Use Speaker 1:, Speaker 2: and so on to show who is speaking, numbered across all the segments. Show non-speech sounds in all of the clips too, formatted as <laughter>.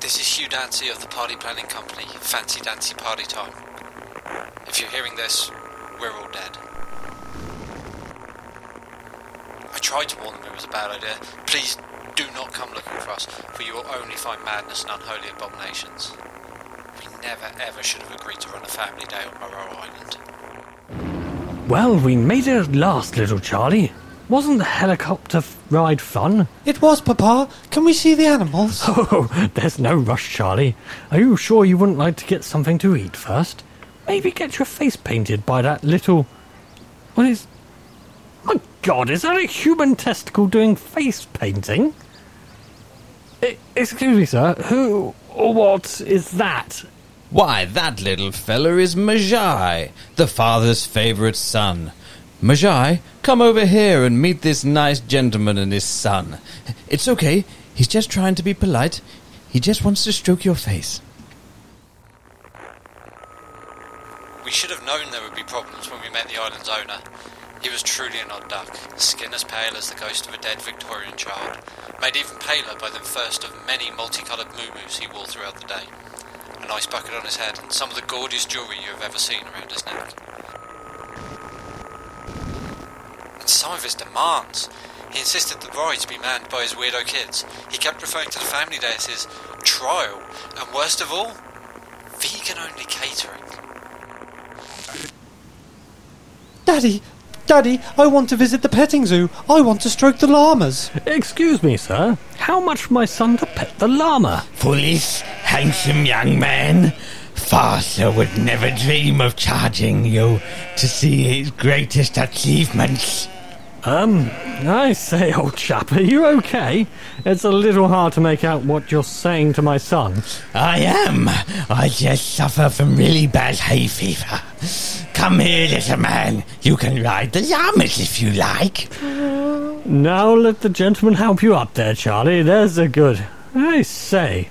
Speaker 1: This is Hugh Dancy of the party planning company, Fancy Dancy Party Time. If you're hearing this, we're all dead. I tried to warn them it was a bad idea. Please do not come looking for us, for you will only find madness and unholy abominations. We never ever should have agreed to run a family day on Morrow Island.
Speaker 2: Well, we made it at last, little Charlie. Wasn't the helicopter f- ride fun? <laughs>
Speaker 3: It was, Papa. Can we see the animals?
Speaker 2: Oh, there's no rush, Charlie. Are you sure you wouldn't like to get something to eat first? Maybe get your face painted by that little. What is. My god, is that a human testicle doing face painting? E- excuse me, sir. Who or what is that?
Speaker 4: Why, that little feller is Majai, the father's favorite son. Majai, come over here and meet this nice gentleman and his son. It's okay, he's just trying to be polite. He just wants to stroke your face.
Speaker 1: We should have known there would be problems when we met the island's owner. He was truly an odd duck, skin as pale as the ghost of a dead Victorian child, made even paler by the first of many multicoloured moo-moos he wore throughout the day. An ice bucket on his head, and some of the gaudiest jewellery you have ever seen around his neck. And some of his demands. He insisted the rides be manned by his weirdo kids. He kept referring to the family day as his trial, and worst of all, vegan only catering.
Speaker 3: Daddy, Daddy, I want to visit the petting zoo. I want to stroke the llamas.
Speaker 2: Excuse me, sir. How much for my son to pet the llama?
Speaker 5: Foolish, handsome young man. Father would never dream of charging you to see his greatest achievements.
Speaker 2: Um, I say, old chap, are you okay? It's a little hard to make out what you're saying to my son.
Speaker 5: I am. I just suffer from really bad hay fever. Come here, little man. You can ride the llamas if you like.
Speaker 2: Now let the gentleman help you up there, Charlie. There's a good. I say,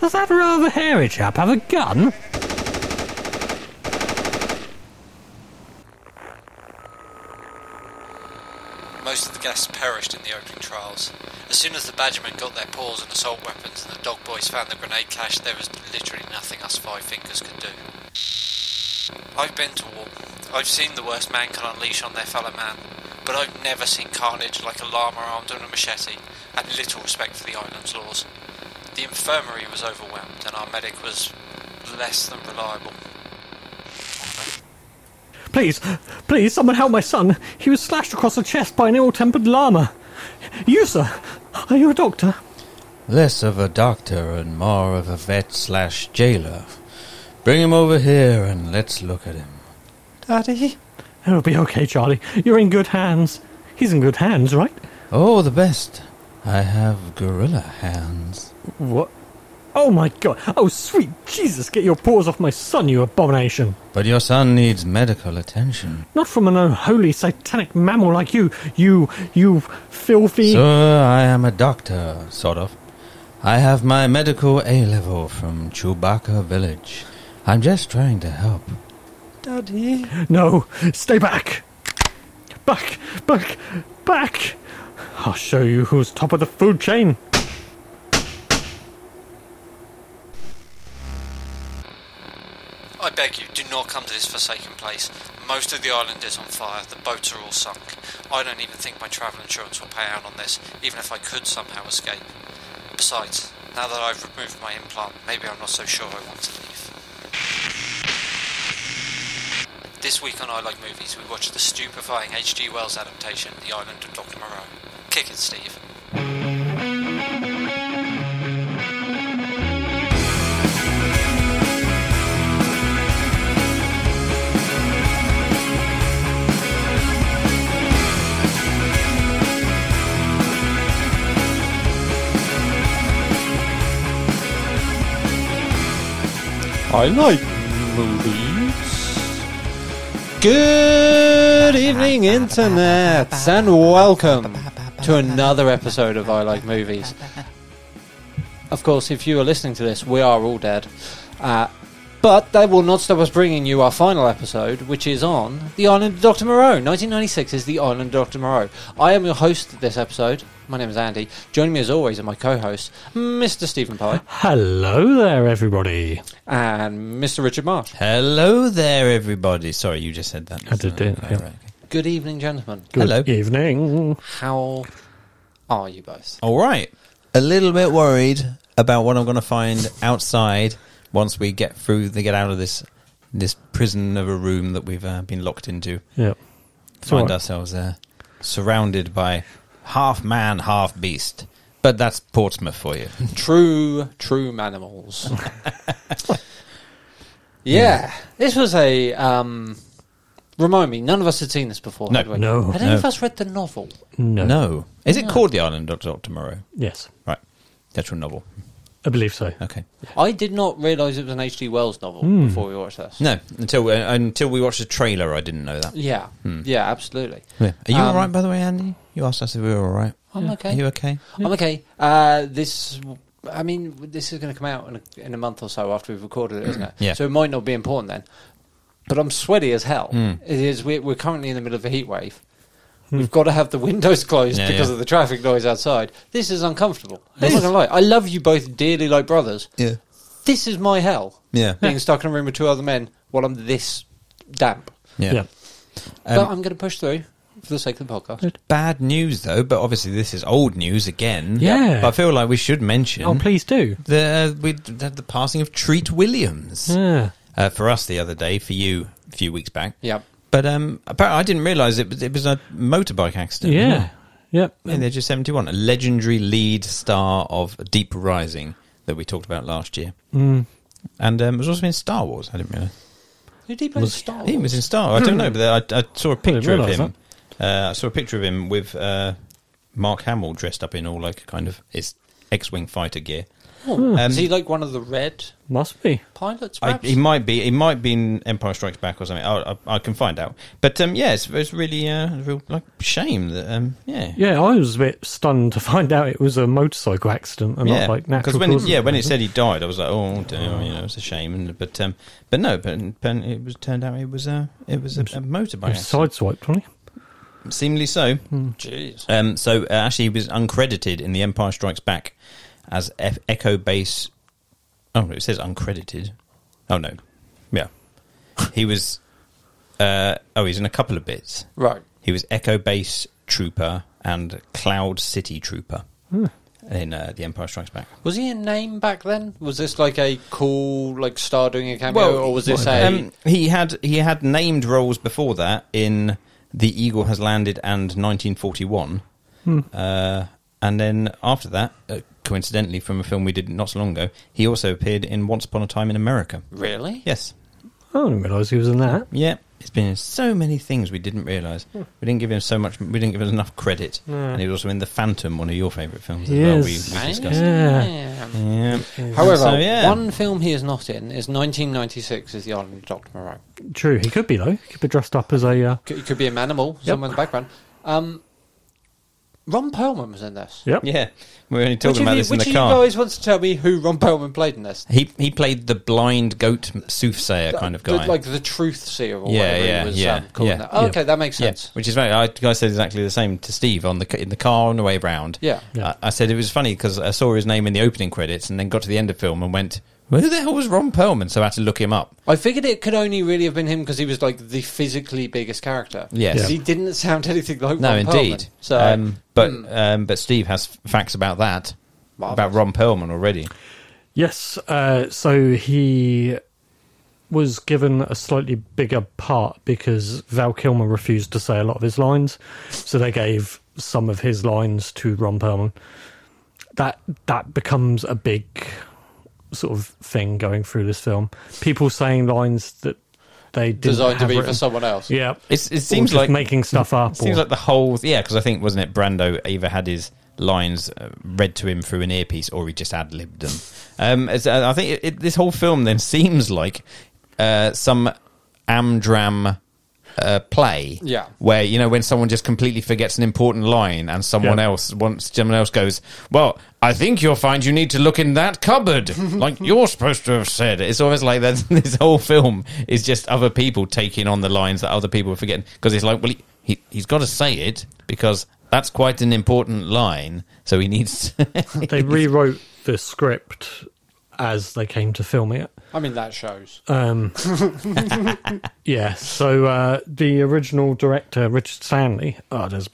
Speaker 2: does that rather hairy chap have a gun?
Speaker 1: Most of the guests perished in the opening trials. As soon as the badgermen got their paws on assault weapons and the dog boys found the grenade cache, there was literally nothing us five fingers could do. I've been to war. I've seen the worst man can unleash on their fellow man, but I've never seen carnage like a llama armed with a machete, and little respect for the island's laws. The infirmary was overwhelmed, and our medic was less than reliable.
Speaker 2: Please, please, someone help my son. He was slashed across the chest by an ill tempered llama. You, sir, are you a doctor?
Speaker 4: Less of a doctor and more of a vet slash jailer. Bring him over here and let's look at him.
Speaker 3: Daddy,
Speaker 2: It'll be okay, Charlie. You're in good hands. He's in good hands, right?
Speaker 4: Oh, the best. I have gorilla hands.
Speaker 2: What? Oh my god. Oh, sweet Jesus, get your paws off my son, you abomination.
Speaker 4: But your son needs medical attention.
Speaker 2: Not from an unholy satanic mammal like you, you, you filthy.
Speaker 4: Sir, I am a doctor, sort of. I have my medical A level from Chewbacca Village. I'm just trying to help.
Speaker 3: Daddy.
Speaker 2: No, stay back. Back, back, back. I'll show you who's top of the food chain.
Speaker 1: I beg you, do not come to this forsaken place. Most of the island is on fire, the boats are all sunk. I don't even think my travel insurance will pay out on this, even if I could somehow escape. Besides, now that I've removed my implant, maybe I'm not so sure I want to leave. This week on I Like Movies, we watched the stupefying H.G. Wells adaptation, The Island of Dr. Moreau. Kick it, Steve.
Speaker 6: I like movies.
Speaker 3: Good evening, Internet, and welcome to another episode of I Like Movies. Of course, if you are listening to this, we are all dead. Uh,
Speaker 1: But that will not stop us bringing you our final episode, which is on The Island of Dr. Moreau. 1996 is The Island of Dr. Moreau. I am your host this episode. My name is Andy. Joining me as always are my co hosts, Mr. Stephen Pye
Speaker 2: Hello there, everybody.
Speaker 1: and Mr. Richard Marsh.
Speaker 4: Hello there, everybody. Sorry, you just said that.
Speaker 2: I did,
Speaker 4: didn't
Speaker 2: yeah.
Speaker 4: I? Alright.
Speaker 1: Good evening, gentlemen.
Speaker 2: Good
Speaker 4: Hello.
Speaker 2: evening.
Speaker 1: How are you both?
Speaker 4: All right. A little bit worried about what I'm going to find outside once we get through, they get out of this this prison of a room that we've uh, been locked into.
Speaker 2: Yeah.
Speaker 4: Find
Speaker 2: alright.
Speaker 4: ourselves there, surrounded by half man, half beast. But that's Portsmouth for you.
Speaker 1: True, true
Speaker 4: <laughs>
Speaker 1: mammals. yeah, this was a. Um, remind me, none of us had seen this before.
Speaker 4: No.
Speaker 1: had we?
Speaker 2: No.
Speaker 1: Had any
Speaker 4: No.
Speaker 1: of us read the novel?
Speaker 2: <laughs> No.
Speaker 4: No, is it called the Island of Doctor Moreau?
Speaker 2: Yes,
Speaker 4: Right, actual novel.
Speaker 2: I believe so.
Speaker 4: Okay.
Speaker 1: I did not realise it was an H.G. Wells novel before we watched this.
Speaker 4: No, until uh, until we watched the trailer, I didn't know that.
Speaker 1: Yeah, yeah, absolutely.
Speaker 4: Hmm. Yeah. Are you
Speaker 1: Um,
Speaker 4: all right, by the way, Andy? You asked us if we were all right.
Speaker 1: I'm
Speaker 4: Are
Speaker 1: okay.
Speaker 4: you okay?
Speaker 1: I'm okay. Uh, this, I mean, this is going to come out in a, in a month or so after we've recorded it, isn't it?
Speaker 4: Yeah.
Speaker 1: So it might not be important then. But I'm sweaty as hell.
Speaker 4: Hmm.
Speaker 1: It is. We're, we're currently in the middle of a heat wave. We've got to have the windows <laughs> closed
Speaker 4: Yeah,
Speaker 1: because
Speaker 4: yeah.
Speaker 1: of the traffic noise outside. This is uncomfortable. I'm not gonna lie. I love you both dearly like brothers.
Speaker 4: Yeah.
Speaker 1: This is my hell.
Speaker 4: Yeah.
Speaker 1: Being stuck in a room with two other men while I'm this damp.
Speaker 4: Yeah.
Speaker 2: Yeah.
Speaker 1: but
Speaker 4: Um,
Speaker 1: I'm going to push through for the sake of the podcast.
Speaker 4: Bad news, though, but obviously this is old news again.
Speaker 2: Yeah.
Speaker 4: But I feel like we should mention
Speaker 2: Oh, please do.
Speaker 4: the, uh, we had the passing of Treat Williams
Speaker 2: Yeah.
Speaker 4: uh, for us the other day, for you a few weeks back.
Speaker 1: Yep.
Speaker 4: But um, apparently I didn't realise it, was- it was a motorbike accident.
Speaker 2: Yeah. Yep.
Speaker 4: In the age of 71, a legendary lead star of Deep Rising that we talked about last year.
Speaker 2: Hmm.
Speaker 4: And um, it was also in Star Wars, I didn't realise.
Speaker 1: Who did he play in Star Wars?
Speaker 4: He was in Star. Wars. I don't know, but I, I saw a picture of
Speaker 2: realise
Speaker 4: him. Uh, I saw a picture of him with uh, Mark Hamill dressed up in all like kind of his X-wing fighter gear.
Speaker 1: Oh,
Speaker 4: Um,
Speaker 1: is he like one of the red
Speaker 2: Must be.
Speaker 1: pilots?
Speaker 4: I,
Speaker 1: perhaps?
Speaker 4: he might be. He might be in Empire Strikes Back or something. I, I, I can find out. But um, yeah, it's, it's really uh, a real like shame that um, yeah.
Speaker 2: Yeah, I was a bit stunned to find out it was a motorcycle accident and
Speaker 4: Yeah,
Speaker 2: not like natural
Speaker 4: when
Speaker 2: causes.
Speaker 4: yeah when it said he died, I was like, oh, damn, you know, it's a shame. And, but um, but no, but, but it was turned out it was a it was a, a
Speaker 2: He
Speaker 4: motorbike.
Speaker 2: was sideswiped, wasn't he?
Speaker 4: accident. Seemingly so.
Speaker 1: Jeez.
Speaker 4: Um, so uh, actually, he was uncredited in The Empire Strikes Back as F- Echo Base. Oh, it says uncredited. Oh no, yeah, he was. Uh, oh, he's in a couple of bits.
Speaker 1: Right.
Speaker 4: He was Echo Base Trooper and Cloud City Trooper in uh, The Empire Strikes Back.
Speaker 1: Was he a name back then? Was this like a cool like star doing a cameo, or was this a
Speaker 4: um, he had he had named roles before that in The Eagle Has Landed and 1941,
Speaker 1: Hmm.
Speaker 4: uh, and then after that, uh, coincidentally, from a film we did not so long ago, he also appeared in Once Upon a Time in America.
Speaker 1: really?
Speaker 4: Yes,
Speaker 2: I didn't realise he was in that.
Speaker 4: yeah, it's been in so many things we didn't realise.
Speaker 1: Hmm.
Speaker 4: We didn't give him so much. We didn't give him enough credit, and he was also in The Phantom, one of your favourite films. As well,
Speaker 2: Yes.
Speaker 4: we, we discussed.
Speaker 2: Yeah.
Speaker 1: Damn.
Speaker 4: Yeah.
Speaker 1: However,
Speaker 4: So, yeah.
Speaker 1: one film he is not in is 1996 is The Island of Dr. Moreau.
Speaker 2: True, he could be though. He could be dressed up as a. Uh,
Speaker 1: C- It could be a manimal, somewhere in the background. Um, Ron Perlman was in this.
Speaker 2: yep.
Speaker 4: Yeah, we were only
Speaker 1: Which
Speaker 4: talking
Speaker 1: of
Speaker 4: about
Speaker 1: you,
Speaker 4: this in
Speaker 1: which
Speaker 4: the
Speaker 1: of you
Speaker 4: car.
Speaker 1: guys wants to tell me who Ron Perlman played in this?
Speaker 4: He he played the blind goat soothsayer kind of
Speaker 1: The-
Speaker 4: guy.
Speaker 1: like the truth seer or
Speaker 4: Yeah,
Speaker 1: whatever
Speaker 4: yeah,
Speaker 1: he was
Speaker 4: yeah,
Speaker 1: um, called in
Speaker 4: yeah.
Speaker 1: that. Oh, okay, that makes
Speaker 4: Yeah,
Speaker 1: sense.
Speaker 4: which is very. I, I said exactly the same to Steve on the c- in the car on the way round.
Speaker 1: Yeah.
Speaker 2: Yeah.
Speaker 4: I, I said it was funny because I saw his name in the opening credits and then got to the end of film and went, "Who the hell was Ron Perlman?" So I had to look him up.
Speaker 1: I figured it could only really have been him because he was like the physically biggest character.
Speaker 4: Yes.
Speaker 1: 'Cause he didn't sound <laughs> anything like
Speaker 4: No,
Speaker 1: Ron
Speaker 4: indeed.
Speaker 1: Perlman. So hmm.
Speaker 4: um, but um, but Steve has f- facts about that about
Speaker 1: Marvellous.
Speaker 4: Ron Perlman already.
Speaker 2: Yes, uh, so he was given a slightly bigger part because Val Kilmer refused to say a lot of his lines, so they gave some of his lines to Ron Perlman. That that becomes a big sort of thing going through this film. People saying lines that they didn't
Speaker 1: designed to
Speaker 2: have
Speaker 1: be
Speaker 2: written.
Speaker 1: for someone else.
Speaker 2: Yeah,
Speaker 4: It's, it
Speaker 2: Or
Speaker 4: seems
Speaker 2: just
Speaker 4: like
Speaker 2: making stuff up.
Speaker 4: It seems
Speaker 2: or-
Speaker 4: like the whole yeah because i think wasn't it brando either had his lines uh, read to him through an earpiece or he just ad-libbed them um, it's, uh, i think it, it, this whole film then seems like uh, some amdram
Speaker 7: uh, play.
Speaker 1: Yeah.
Speaker 7: Where you know when someone just completely forgets an important line, and someone
Speaker 2: Yeah.
Speaker 7: else once someone else goes, "Well, I think you'll find you need to look in that
Speaker 1: <laughs>
Speaker 7: cupboard," like you're supposed to have said. It's almost like that. <laughs> This whole film is just other people taking on the lines that other people are forgetting because it's like, well, he, he he's got to say it because that's quite an important line, so he needs. to- <laughs>
Speaker 2: <laughs> They rewrote the script as they came to film it.
Speaker 1: I mean, that shows.
Speaker 2: Uh-huh. Yeah, so uh, the original director, Richard Stanley. Oh, there's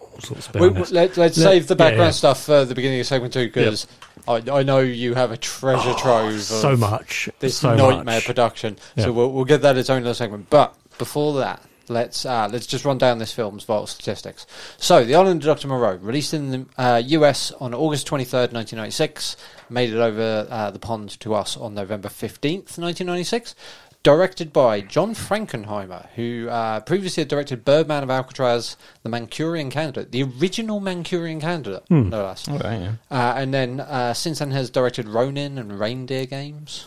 Speaker 2: all sorts of
Speaker 1: We,
Speaker 2: bit on
Speaker 1: we-
Speaker 2: this.
Speaker 1: let, let's
Speaker 2: Let-
Speaker 1: save the
Speaker 2: yeah,
Speaker 1: background
Speaker 2: yeah.
Speaker 1: stuff for the beginning of segment two because I, I know you have a treasure trove. Of
Speaker 2: Oh, So much.
Speaker 1: This
Speaker 2: so
Speaker 1: nightmare
Speaker 2: much.
Speaker 1: production.
Speaker 2: Yeah.
Speaker 1: So we'll, we'll get that its own little segment. But before that, let's uh, let's just run down this film's vital statistics. So, The Island of Dr. Moreau, released in the uh, US on August 23rd, 1996, made it over uh, the pond to us on November 15th, 1996. Directed by John Frankenheimer, who uh, previously had directed Birdman of Alcatraz, The Mancurian Candidate, the original Mancurian Candidate,
Speaker 2: Hmm.
Speaker 1: no less.
Speaker 7: Right, yeah.
Speaker 1: Uh, and then uh, since then has directed Ronin and Reindeer Games,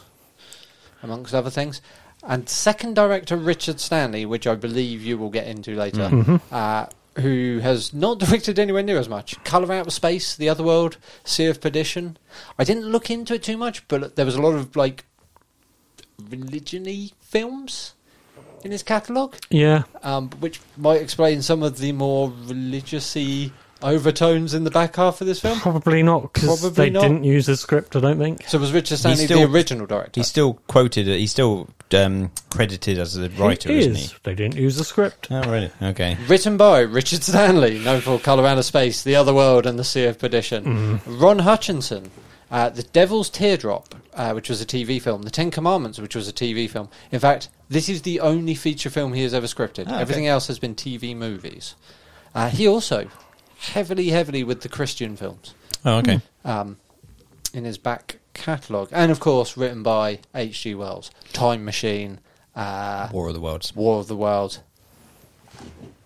Speaker 1: amongst other things. And second director Richard Stanley, which I believe you will get into later,
Speaker 4: Mm-hmm.
Speaker 1: uh, who has not <laughs> directed anywhere near as much. Colour Out of Space, The Other World, Sea of Perdition. I didn't look into it too much, but there was a lot of like religion-y films in his catalogue
Speaker 2: Yeah,
Speaker 1: um, which might explain some of the more religiousy overtones in the back half of this
Speaker 4: <laughs>
Speaker 1: film.
Speaker 2: probably not because
Speaker 1: Probably
Speaker 2: they
Speaker 1: not.
Speaker 2: didn't use the script. I don't think.
Speaker 1: So was Richard Stanley
Speaker 4: still-
Speaker 1: the original director?
Speaker 4: He's still quoted. uh, He's still um, credited as the writer,
Speaker 2: It
Speaker 4: is.
Speaker 2: is. They didn't use the script.
Speaker 4: not he? Oh, really? Okay.
Speaker 1: Written by Richard Stanley, known for Colour Out of Space, The Other World, and The Sea of Perdition. Ron Hutchinson, uh, The Devil's Teardrop, uh, which was a TV film. The Ten Commandments, which was a TV film. In fact, this is the only feature film he has ever scripted.
Speaker 4: Ah, okay.
Speaker 1: Everything else has been TV movies. Uh, he also heavily, heavily with the Christian films.
Speaker 4: Oh, okay.
Speaker 1: um, in his back catalogue. And of course, written by H.G. Wells, Time Machine, uh,
Speaker 4: War of the Worlds.
Speaker 1: War of the World,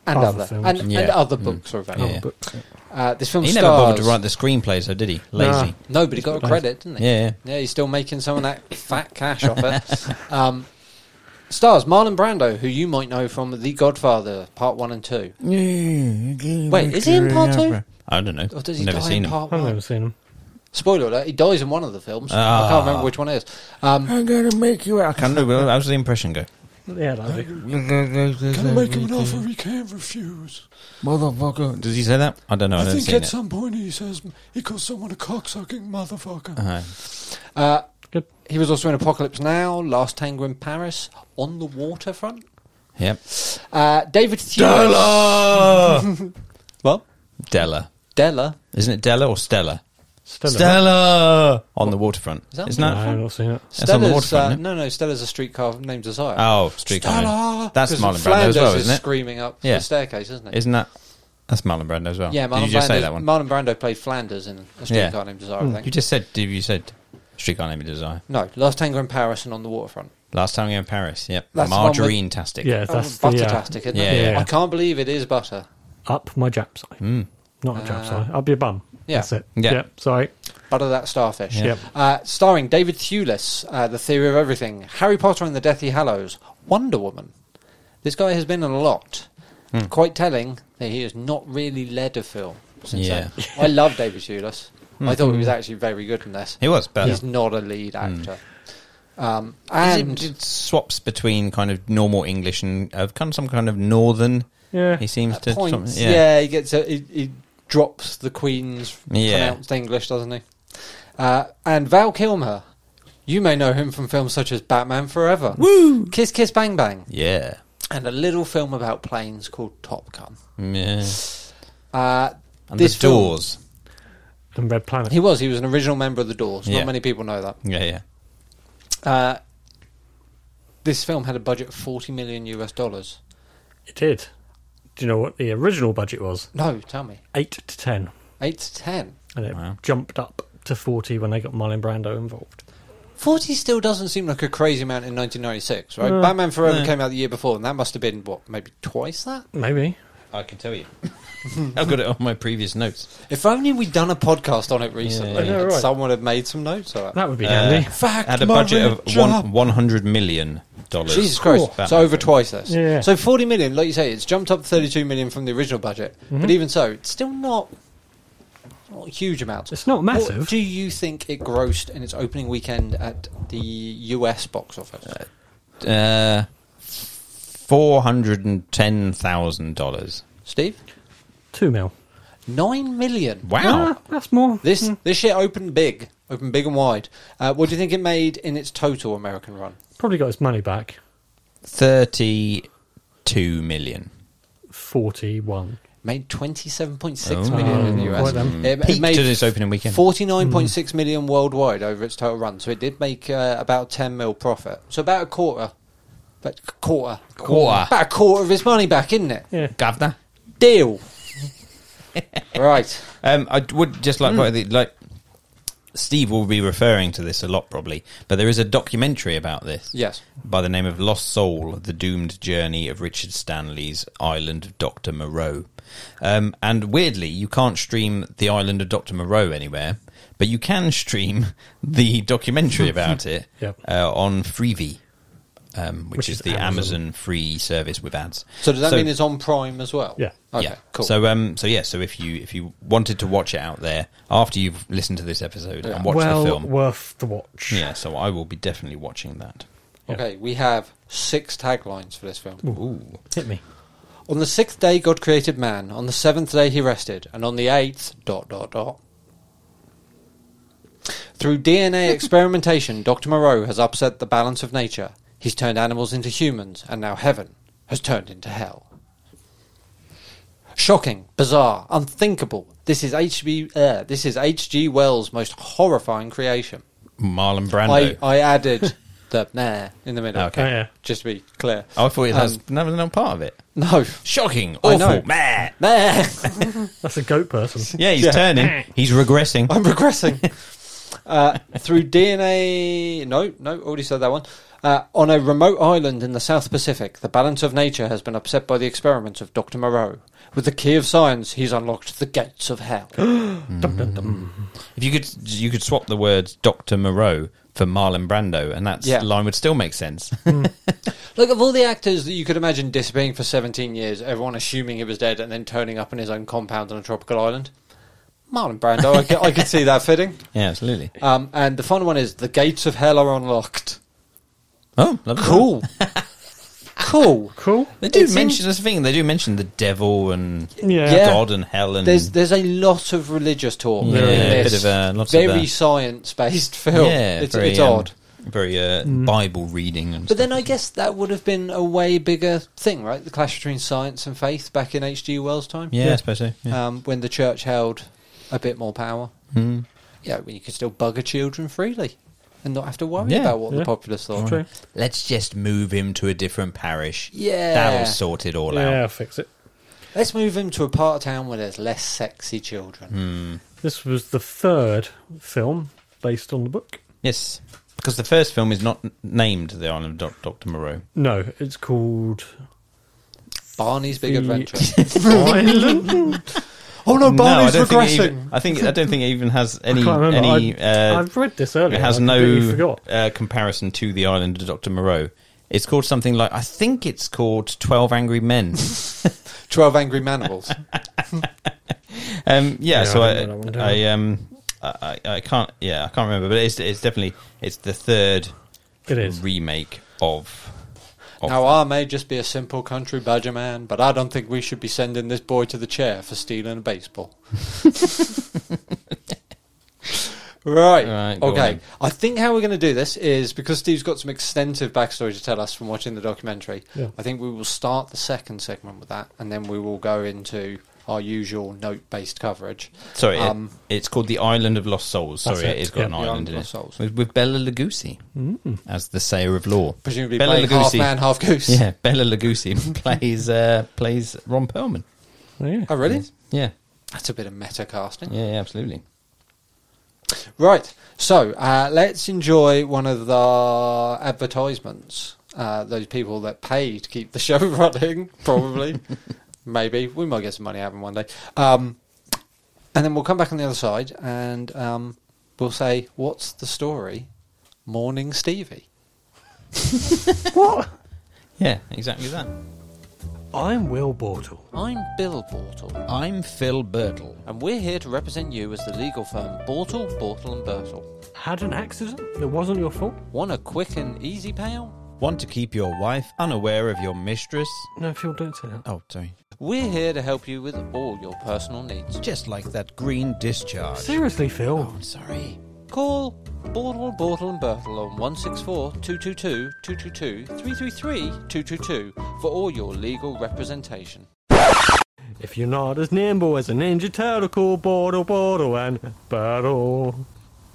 Speaker 1: and
Speaker 2: Other
Speaker 1: other,
Speaker 2: films.
Speaker 1: and, and
Speaker 4: Yeah. Mm.
Speaker 1: other books are available.
Speaker 4: Yeah.
Speaker 2: But
Speaker 1: Uh, this film
Speaker 4: He
Speaker 1: stars.
Speaker 4: never bothered to write the screenplay, so did he? Lazy.
Speaker 2: Nah.
Speaker 1: Nobody got a credit, didn't he?
Speaker 4: Yeah, yeah.
Speaker 1: yeah. He's still making some of that fat cash off it. Um, stars Marlon Brando, who you might know from The Godfather Part One and Two. Wait, is he in part two?
Speaker 4: I don't know.
Speaker 1: Or Oh, does he
Speaker 4: Never
Speaker 1: die
Speaker 4: seen
Speaker 1: in
Speaker 4: him.
Speaker 1: Part
Speaker 2: I've
Speaker 1: One?
Speaker 2: never seen them.
Speaker 1: Spoiler alert: He dies in one of the films. I
Speaker 4: Ah.
Speaker 1: can't remember which one it is. Um,
Speaker 4: I'm gonna make you out. I can't remember. How's the impression go?
Speaker 2: Yeah, that'd be.
Speaker 4: Can
Speaker 8: make him an offer he can't refuse.
Speaker 7: Motherfucker.
Speaker 4: Does he say that? I don't know. I,
Speaker 8: I
Speaker 4: haven't
Speaker 8: think
Speaker 4: seen
Speaker 8: at
Speaker 4: it.
Speaker 8: some point he says he calls someone a cocksucking motherfucker.
Speaker 4: Uh-huh.
Speaker 1: Uh,
Speaker 2: Good.
Speaker 1: He was also in Apocalypse Now, Last Tango in Paris, On the Waterfront.
Speaker 4: Yep.
Speaker 1: Uh, David Thewlis.
Speaker 4: Della. <laughs>
Speaker 1: Well,
Speaker 4: Della.
Speaker 1: Della.
Speaker 4: Isn't it Della or Stella?
Speaker 2: Stella.
Speaker 4: Stella on the waterfront.
Speaker 1: Is that
Speaker 4: Isn't
Speaker 2: No,
Speaker 4: that?
Speaker 2: I've not seen it.
Speaker 4: That's on the
Speaker 1: Stella's,
Speaker 4: waterfront,
Speaker 1: uh,
Speaker 4: isn't
Speaker 1: no, no, Stella's a streetcar named Desire.
Speaker 4: Oh, street
Speaker 8: Stella.
Speaker 4: Stella. That's
Speaker 1: 'Cause
Speaker 4: Marlon Brando
Speaker 1: Flanders
Speaker 4: as well,
Speaker 1: is
Speaker 4: isn't it?
Speaker 1: screaming up
Speaker 4: Yeah.
Speaker 1: the staircase, isn't it?
Speaker 4: Isn't that? That's Marlon Brando as well.
Speaker 1: yeah, Marlon,
Speaker 4: Did you just
Speaker 1: Brando,
Speaker 4: say that one? Hmm.
Speaker 1: Marlon Brando played Flanders in A Streetcar Named Desire, I think.
Speaker 4: you just said. Did you said? Streetcar Named Desire.
Speaker 1: no, Last Tango in Paris and On the Waterfront.
Speaker 4: Last time we were in Paris. Yep.
Speaker 1: That's the one with-
Speaker 4: Margarine tastic.
Speaker 2: Yeah,
Speaker 1: Oh,
Speaker 2: that's the uh,
Speaker 1: Buttertastic, isn't it?
Speaker 4: Yeah,
Speaker 2: yeah.
Speaker 1: I can't believe it is butter.
Speaker 2: up my Japs eye. Not a Japs eye. Up your bum.
Speaker 1: yeah.
Speaker 2: That's it.
Speaker 4: Yeah.
Speaker 2: Sorry.
Speaker 1: Butter that starfish.
Speaker 2: Yep.
Speaker 1: Uh, starring David Thewlis, uh, The Theory of Everything, Harry Potter and the Deathly Hallows, Wonder Woman. This guy has been in a lot.
Speaker 4: Hmm.
Speaker 1: Quite telling that he has not really led a film since
Speaker 4: Yeah. Hmm.
Speaker 1: then. I love David Thewlis. I thought he was actually very good in this.
Speaker 4: He was, but
Speaker 1: He's not a lead actor. Um,
Speaker 4: Is
Speaker 1: and
Speaker 4: it, it swaps between kind of normal English and uh, kind of some kind of northern.
Speaker 2: Yeah.
Speaker 4: He seems
Speaker 1: at
Speaker 4: to.
Speaker 1: points,
Speaker 4: yeah.
Speaker 1: yeah. he gets a, he, he drops the Queen's
Speaker 4: Yeah.
Speaker 1: pronounced English, doesn't he? Uh, and Val Kilmer, you may know him from films such as Batman Forever, Woo, Kiss Kiss Bang Bang,
Speaker 4: Yeah.
Speaker 1: and a little film about planes called Top Gun.
Speaker 4: mm, Yeah.
Speaker 1: Uh,
Speaker 4: And
Speaker 1: this
Speaker 4: the
Speaker 1: film-
Speaker 4: doors.
Speaker 2: And Red Planet.
Speaker 1: he was he was an original member of the Doors.
Speaker 4: Yeah.
Speaker 1: Not many people know that.
Speaker 4: Yeah, yeah.
Speaker 1: Uh, this film had a budget of forty million US dollars.
Speaker 2: It did. Do you know what the original budget was?
Speaker 1: No, tell me,
Speaker 2: Eight to ten,
Speaker 1: eight to ten.
Speaker 2: and it
Speaker 4: Wow.
Speaker 2: jumped up to forty when they got Marlon Brando involved.
Speaker 1: 40 still doesn't seem like a crazy amount in 1996, right? Batman Forever came out the year before, and that must have been, what, maybe twice that?
Speaker 2: Maybe.
Speaker 4: I can tell you. <laughs> I've got it on my previous notes.
Speaker 1: If only we'd done a podcast on it recently,
Speaker 2: I know,
Speaker 1: and
Speaker 2: right.
Speaker 1: someone had made some notes of it.
Speaker 2: That would be handy.
Speaker 4: Had a budget of one, 100 million. dollars.
Speaker 9: Jesus Christ!
Speaker 4: Batman
Speaker 9: So over
Speaker 4: film.
Speaker 9: twice this.
Speaker 2: Yeah.
Speaker 9: So forty million, like you say, it's jumped up thirty-two million from the original budget.
Speaker 2: Mm-hmm.
Speaker 9: But even so, it's still not not a huge amount.
Speaker 2: It's not massive.
Speaker 9: What do you think it grossed in its opening weekend at the US box office?
Speaker 4: Uh, four hundred and ten thousand dollars.
Speaker 9: Steve,
Speaker 2: Two mil.
Speaker 9: nine million.
Speaker 4: Wow.
Speaker 2: Ah, that's more.
Speaker 9: This this shit opened big, opened big and wide. Uh, what do you think it made in its total American run?
Speaker 2: Probably got his money back.
Speaker 4: Thirty-two million.
Speaker 2: 41.
Speaker 9: Made twenty-seven point six
Speaker 4: Oh.
Speaker 9: million in the US.
Speaker 2: Um, Quite them.
Speaker 9: It,
Speaker 4: Peaked at its opening weekend.
Speaker 9: Forty-nine point six million worldwide over its total run, so it did make uh, about ten mil profit. So about a quarter, but a quarter,
Speaker 4: Quarter.
Speaker 9: about a quarter of its money back, isn't it?
Speaker 2: Yeah.
Speaker 4: Governor.
Speaker 9: Deal. right.
Speaker 4: Um, I would just
Speaker 9: Hmm.
Speaker 4: like point out that, like Steve will be referring to this a lot probably, but there is a documentary about this.
Speaker 9: Yes.
Speaker 4: By the name of Lost Soul: The Doomed Journey of Richard Stanley's Island of Doctor Moreau. Um, and weirdly, you can't stream the Island of Doctor Moreau anywhere, but you can stream <laughs> the documentary
Speaker 9: Hmm.
Speaker 4: about
Speaker 9: <laughs>
Speaker 4: it
Speaker 2: Yep.
Speaker 4: uh, on Freevee. Um, which,
Speaker 2: Which
Speaker 4: is,
Speaker 2: is
Speaker 4: the Amazon.
Speaker 2: Amazon.
Speaker 4: free service with ads.
Speaker 2: Mm-hmm.
Speaker 9: So does that mean it's on Prime as well?
Speaker 2: Yeah.
Speaker 9: Okay.
Speaker 4: yeah.
Speaker 9: Cool.
Speaker 4: So um, so yeah, so if you if you wanted to watch it out there after you've listened to this episode and watched
Speaker 2: well
Speaker 4: the film,
Speaker 2: worth the watch.
Speaker 4: yeah. So I will be definitely watching that.
Speaker 9: okay, we have six taglines for this film.
Speaker 4: Ooh,
Speaker 2: Hit me.
Speaker 9: On the sixth day, God created man. On the seventh day, he rested. And on the eighth, dot, dot, dot. Through DNA experimentation, Dr. Moreau has upset the balance of nature. He's turned animals into humans, and now heaven has turned into hell. Shocking, bizarre, unthinkable. This is HB. Uh, this is H.G. Wells' most horrifying creation.
Speaker 4: Marlon Brando.
Speaker 9: I,
Speaker 4: I,
Speaker 9: I added the nah in the middle.
Speaker 4: Okay. Oh.
Speaker 2: Oh, yeah.
Speaker 9: Just to be clear.
Speaker 4: thought it has
Speaker 9: Um,
Speaker 4: that was not part of it.
Speaker 9: No.
Speaker 4: Shocking,
Speaker 9: I know.
Speaker 4: awful, man.
Speaker 9: Nah.
Speaker 2: That's a goat person.
Speaker 4: Yeah, he's
Speaker 9: Yeah.
Speaker 4: turning. He's regressing.
Speaker 9: I'm regressing. uh, through DNA. No, no, already said that one. Uh, on a remote island in the South Pacific, the balance of nature has been upset by the experiments of Dr. Moreau. With the key of science, he's unlocked the gates of <gasps> hell.
Speaker 2: Dum, dum, dum.
Speaker 4: If you could, you could swap the words Doctor Moreau for Marlon Brando, and that
Speaker 9: Yeah.
Speaker 4: line would still make
Speaker 9: <laughs>
Speaker 4: sense.
Speaker 9: Look, of all the actors that you could imagine disappearing for 17 years, everyone assuming he was dead and then turning up in his own compound on a tropical island, Marlon Brando, I could, I could see that fitting.
Speaker 4: yeah, absolutely.
Speaker 9: Um, and the final one is the gates of hell are unlocked.
Speaker 4: Oh, lovely.
Speaker 9: Cool. cool.
Speaker 2: Cool.
Speaker 4: They do
Speaker 9: It's in-
Speaker 4: mention this thing. They do mention the devil and
Speaker 2: Yeah.
Speaker 9: Yeah.
Speaker 4: God and hell and
Speaker 9: There's there's a lot of religious talk.
Speaker 4: Yeah,
Speaker 9: in
Speaker 4: a
Speaker 9: this
Speaker 4: bit of a- lots of
Speaker 9: very
Speaker 4: that.
Speaker 9: science based film. it's, it's
Speaker 4: um,
Speaker 9: odd. Mm.
Speaker 4: Very uh, Bible reading, and
Speaker 9: But then
Speaker 4: stuff.
Speaker 9: I guess that would have been a way bigger thing, right? The clash between science and faith back in H.G. Wells' time.
Speaker 4: yeah, I suppose so. Yeah.
Speaker 9: Um, when the church held a bit more power.
Speaker 4: Mm.
Speaker 9: Yeah, when you could still bugger children freely and not have to worry
Speaker 4: Yeah.
Speaker 9: about what the
Speaker 2: Yeah.
Speaker 9: populace thought.
Speaker 2: True.
Speaker 4: Let's just move him to a different parish.
Speaker 9: Yeah.
Speaker 4: that'll sort it all
Speaker 2: Yeah,
Speaker 4: out.
Speaker 2: fix it.
Speaker 9: Let's move him to a part of town where there's less sexy children.
Speaker 2: This was the third film based on the book.
Speaker 4: Yes, because the first film is not n- named The Island of Doctor Moreau.
Speaker 2: No, it's called
Speaker 9: Barney's Big
Speaker 2: The- <laughs>
Speaker 9: Adventure.
Speaker 4: <laughs>
Speaker 2: Island.
Speaker 9: oh no, Barney's
Speaker 4: I don't think it
Speaker 9: regressing.
Speaker 4: even- I think I don't think it even has any
Speaker 2: I can't remember.
Speaker 4: any.
Speaker 2: I,
Speaker 4: uh,
Speaker 2: I've read this earlier.
Speaker 4: it has
Speaker 2: I completely
Speaker 4: no
Speaker 2: Forgot.
Speaker 4: uh, comparison to The Island of Doctor Moreau. It's called something like I think it's called Twelve Angry Men.
Speaker 9: 12 Angry <laughs> Manimals.
Speaker 4: Um,
Speaker 2: Yeah,
Speaker 4: yeah, so
Speaker 2: I don't know that one,
Speaker 4: I,
Speaker 2: do
Speaker 4: I,
Speaker 2: I?
Speaker 4: um, I, I I can't, yeah, I can't remember, but it's, it's definitely it's the third
Speaker 2: It is.
Speaker 4: remake of. of
Speaker 9: Now, I may just be a simple country badger man, but I don't think we should be sending this boy to the chair for stealing a baseball. <laughs> right.
Speaker 4: Right, go
Speaker 9: Okay.
Speaker 4: on.
Speaker 9: I think how we're going to do this is because Steve's got some extensive backstory to tell us from watching the documentary,
Speaker 2: Yeah.
Speaker 9: I think we will start the second segment with that, and then we will go into our usual note based coverage.
Speaker 4: sorry, it-
Speaker 9: um,
Speaker 4: it's called the Island of Lost Souls.
Speaker 2: That's
Speaker 4: Sorry,
Speaker 2: it,
Speaker 4: it, has got
Speaker 2: yeah.
Speaker 4: an
Speaker 2: The
Speaker 4: island,
Speaker 9: Island
Speaker 4: in
Speaker 9: of
Speaker 4: it
Speaker 9: Lost Souls.
Speaker 4: with, with Bella Lugosi as the sayer of law.
Speaker 9: Presumably, playing half man, half
Speaker 4: <laughs>
Speaker 9: goose.
Speaker 4: Yeah, Bella Lugosi plays uh, plays Ron Perlman.
Speaker 2: Oh, yeah.
Speaker 9: Oh, really?
Speaker 4: Yeah,
Speaker 9: That's a bit of meta casting.
Speaker 4: yeah, yeah absolutely.
Speaker 9: Right. So uh, let's enjoy one of the advertisements. Uh, those people that pay to keep the <laughs> show running, probably, maybe we might get some money out of them one day. Um, and then we'll come back on the other side uh, and um, we'll say, "What's the story?" Morning, Stevie.
Speaker 2: what?
Speaker 4: Yeah, exactly that.
Speaker 2: I'm Will Bortle.
Speaker 9: I'm Bill Bortle,
Speaker 4: I'm Phil Birtle.
Speaker 9: and we're here to represent you as the legal firm Bortle, Bortle and Birtle.
Speaker 2: Had an accident that wasn't your fault?
Speaker 9: Want a quick and easy payout?
Speaker 4: Want to keep your wife unaware of your mistress?
Speaker 2: No, Phil, don't say that.
Speaker 4: Oh, sorry.
Speaker 9: We're here to help you with all your personal needs.
Speaker 4: Just like that green discharge.
Speaker 2: Seriously, Phil.
Speaker 4: I'm sorry.
Speaker 9: Call Bortle, Bortle and Birtle on 164 222 222 333 222 for all your legal representation.
Speaker 2: If you're not as nimble as a ninja turtle, call Bortle, Bortle, and Battle.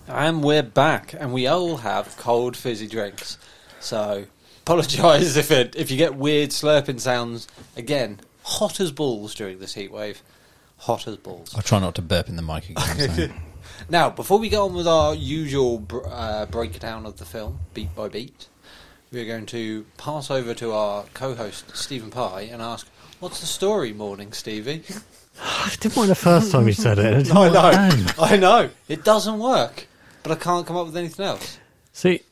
Speaker 9: And we're back, and we all have cold fizzy drinks. So, apologise <laughs> if it if you get weird slurping sounds again. Hot as balls during this heat wave. Hot as balls.
Speaker 4: I'll try not to burp in the mic again. so.
Speaker 9: Now, before we get on with our usual br- uh, breakdown of the film, beat by beat, we're going to pass over to our co-host Stephen Pye and ask, "What's the story, Morning Stevie?"
Speaker 2: I didn't mind the first time you said
Speaker 4: <laughs>
Speaker 2: it.
Speaker 9: I know, I know, it doesn't work, but I can't come up with anything else.
Speaker 2: See,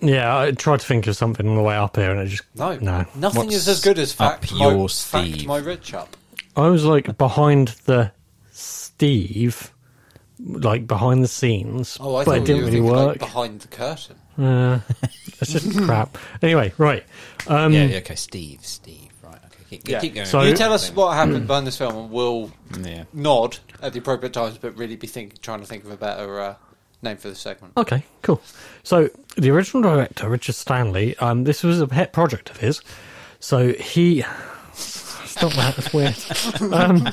Speaker 2: yeah, I tried to think of something on the way up here, and it just
Speaker 9: No,
Speaker 2: no.
Speaker 9: nothing
Speaker 4: What's
Speaker 9: is as good as
Speaker 4: up
Speaker 9: fact. my,
Speaker 4: your
Speaker 9: Fact
Speaker 4: sleeve?
Speaker 9: my rich up.
Speaker 2: I was like behind the Steve, like behind the scenes,
Speaker 9: Oh, I
Speaker 2: but
Speaker 9: thought
Speaker 2: it didn't
Speaker 9: you
Speaker 2: really
Speaker 9: were thinking,
Speaker 2: work.
Speaker 9: Like, behind the curtain.
Speaker 2: Uh, it's just crap. Anyway, right. Um,
Speaker 4: yeah, yeah, okay, Steve, Steve. Right, okay, keep,
Speaker 9: Yeah.
Speaker 4: keep going.
Speaker 2: So-
Speaker 9: you tell us what happened behind this film, and we'll
Speaker 4: yeah.
Speaker 9: nod at the appropriate times, but really be think, trying to think of a better uh, name for the segment.
Speaker 2: Okay, cool. So the original director, Richard Stanley, um, this was a pet project of his. So he <laughs> stop that. That's weird. um,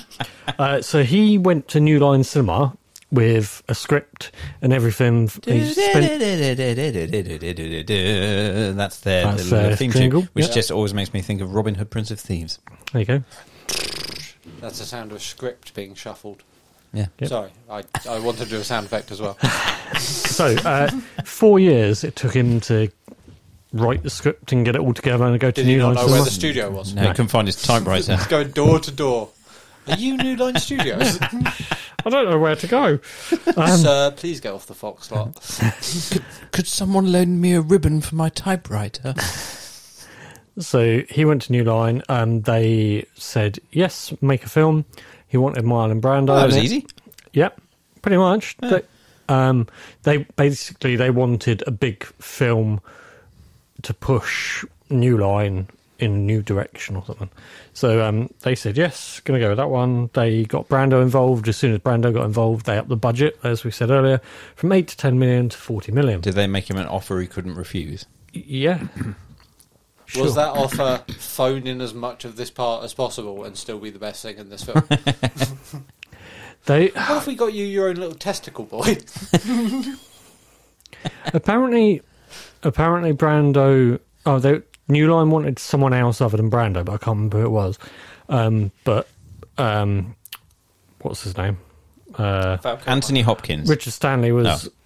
Speaker 2: uh, so he went to New Line Cinema with a script and everything. He
Speaker 4: <laughs>
Speaker 2: spent,
Speaker 4: That's their
Speaker 2: That's
Speaker 4: little
Speaker 2: their
Speaker 4: theme
Speaker 2: jingle,
Speaker 4: tune, which
Speaker 2: yeah.
Speaker 4: just always makes me think of Robin Hood, Prince of Thieves.
Speaker 2: there you go.
Speaker 9: That's the sound of a script being shuffled.
Speaker 4: Yeah.
Speaker 2: Yep.
Speaker 9: Sorry, I, I wanted to do a sound effect as well.
Speaker 2: <laughs> So uh, four years it took him to write the script and get it all together and go to
Speaker 9: Did he
Speaker 2: New
Speaker 9: not
Speaker 2: Line
Speaker 9: know where
Speaker 2: Cinema.
Speaker 9: the studio was?
Speaker 4: No, he couldn't find
Speaker 2: <laughs>
Speaker 4: his typewriter.
Speaker 9: It's going door to door. Are you New Line
Speaker 4: <laughs>
Speaker 9: Studios?
Speaker 2: I don't know where to
Speaker 9: <laughs>
Speaker 2: go.
Speaker 4: Um,
Speaker 9: Sir, please get off the fox lot.
Speaker 10: Could someone loan me a ribbon for my typewriter?
Speaker 2: So he went to New Line and they said, yes, make a film. He wanted Marlon Brando.
Speaker 4: Well, that
Speaker 2: in
Speaker 4: was
Speaker 2: it.
Speaker 4: easy.
Speaker 2: Yep, pretty much. They, um, they basically they wanted a big film to push New Line in a new direction or something. So um, they said yes, going to go with that one. They got Brando involved. As soon as Brando got involved, they upped the budget, as we said earlier, from eight to ten million to forty million.
Speaker 4: Did they make him an offer he couldn't refuse?
Speaker 2: yeah. Sure.
Speaker 9: Was that offer phone in as much of this part as possible and still be the best thing in this <laughs> film? what
Speaker 2: They
Speaker 9: if we got you your own little testicle
Speaker 4: <laughs>
Speaker 9: boy?
Speaker 2: apparently, apparently Brando. Oh, they, New Line wanted someone else other than Brando, but I can't remember who it was. Um, but um, what's his name? Uh,
Speaker 9: Falcon.
Speaker 4: Anthony Hopkins.
Speaker 2: Richard Stanley was. <laughs>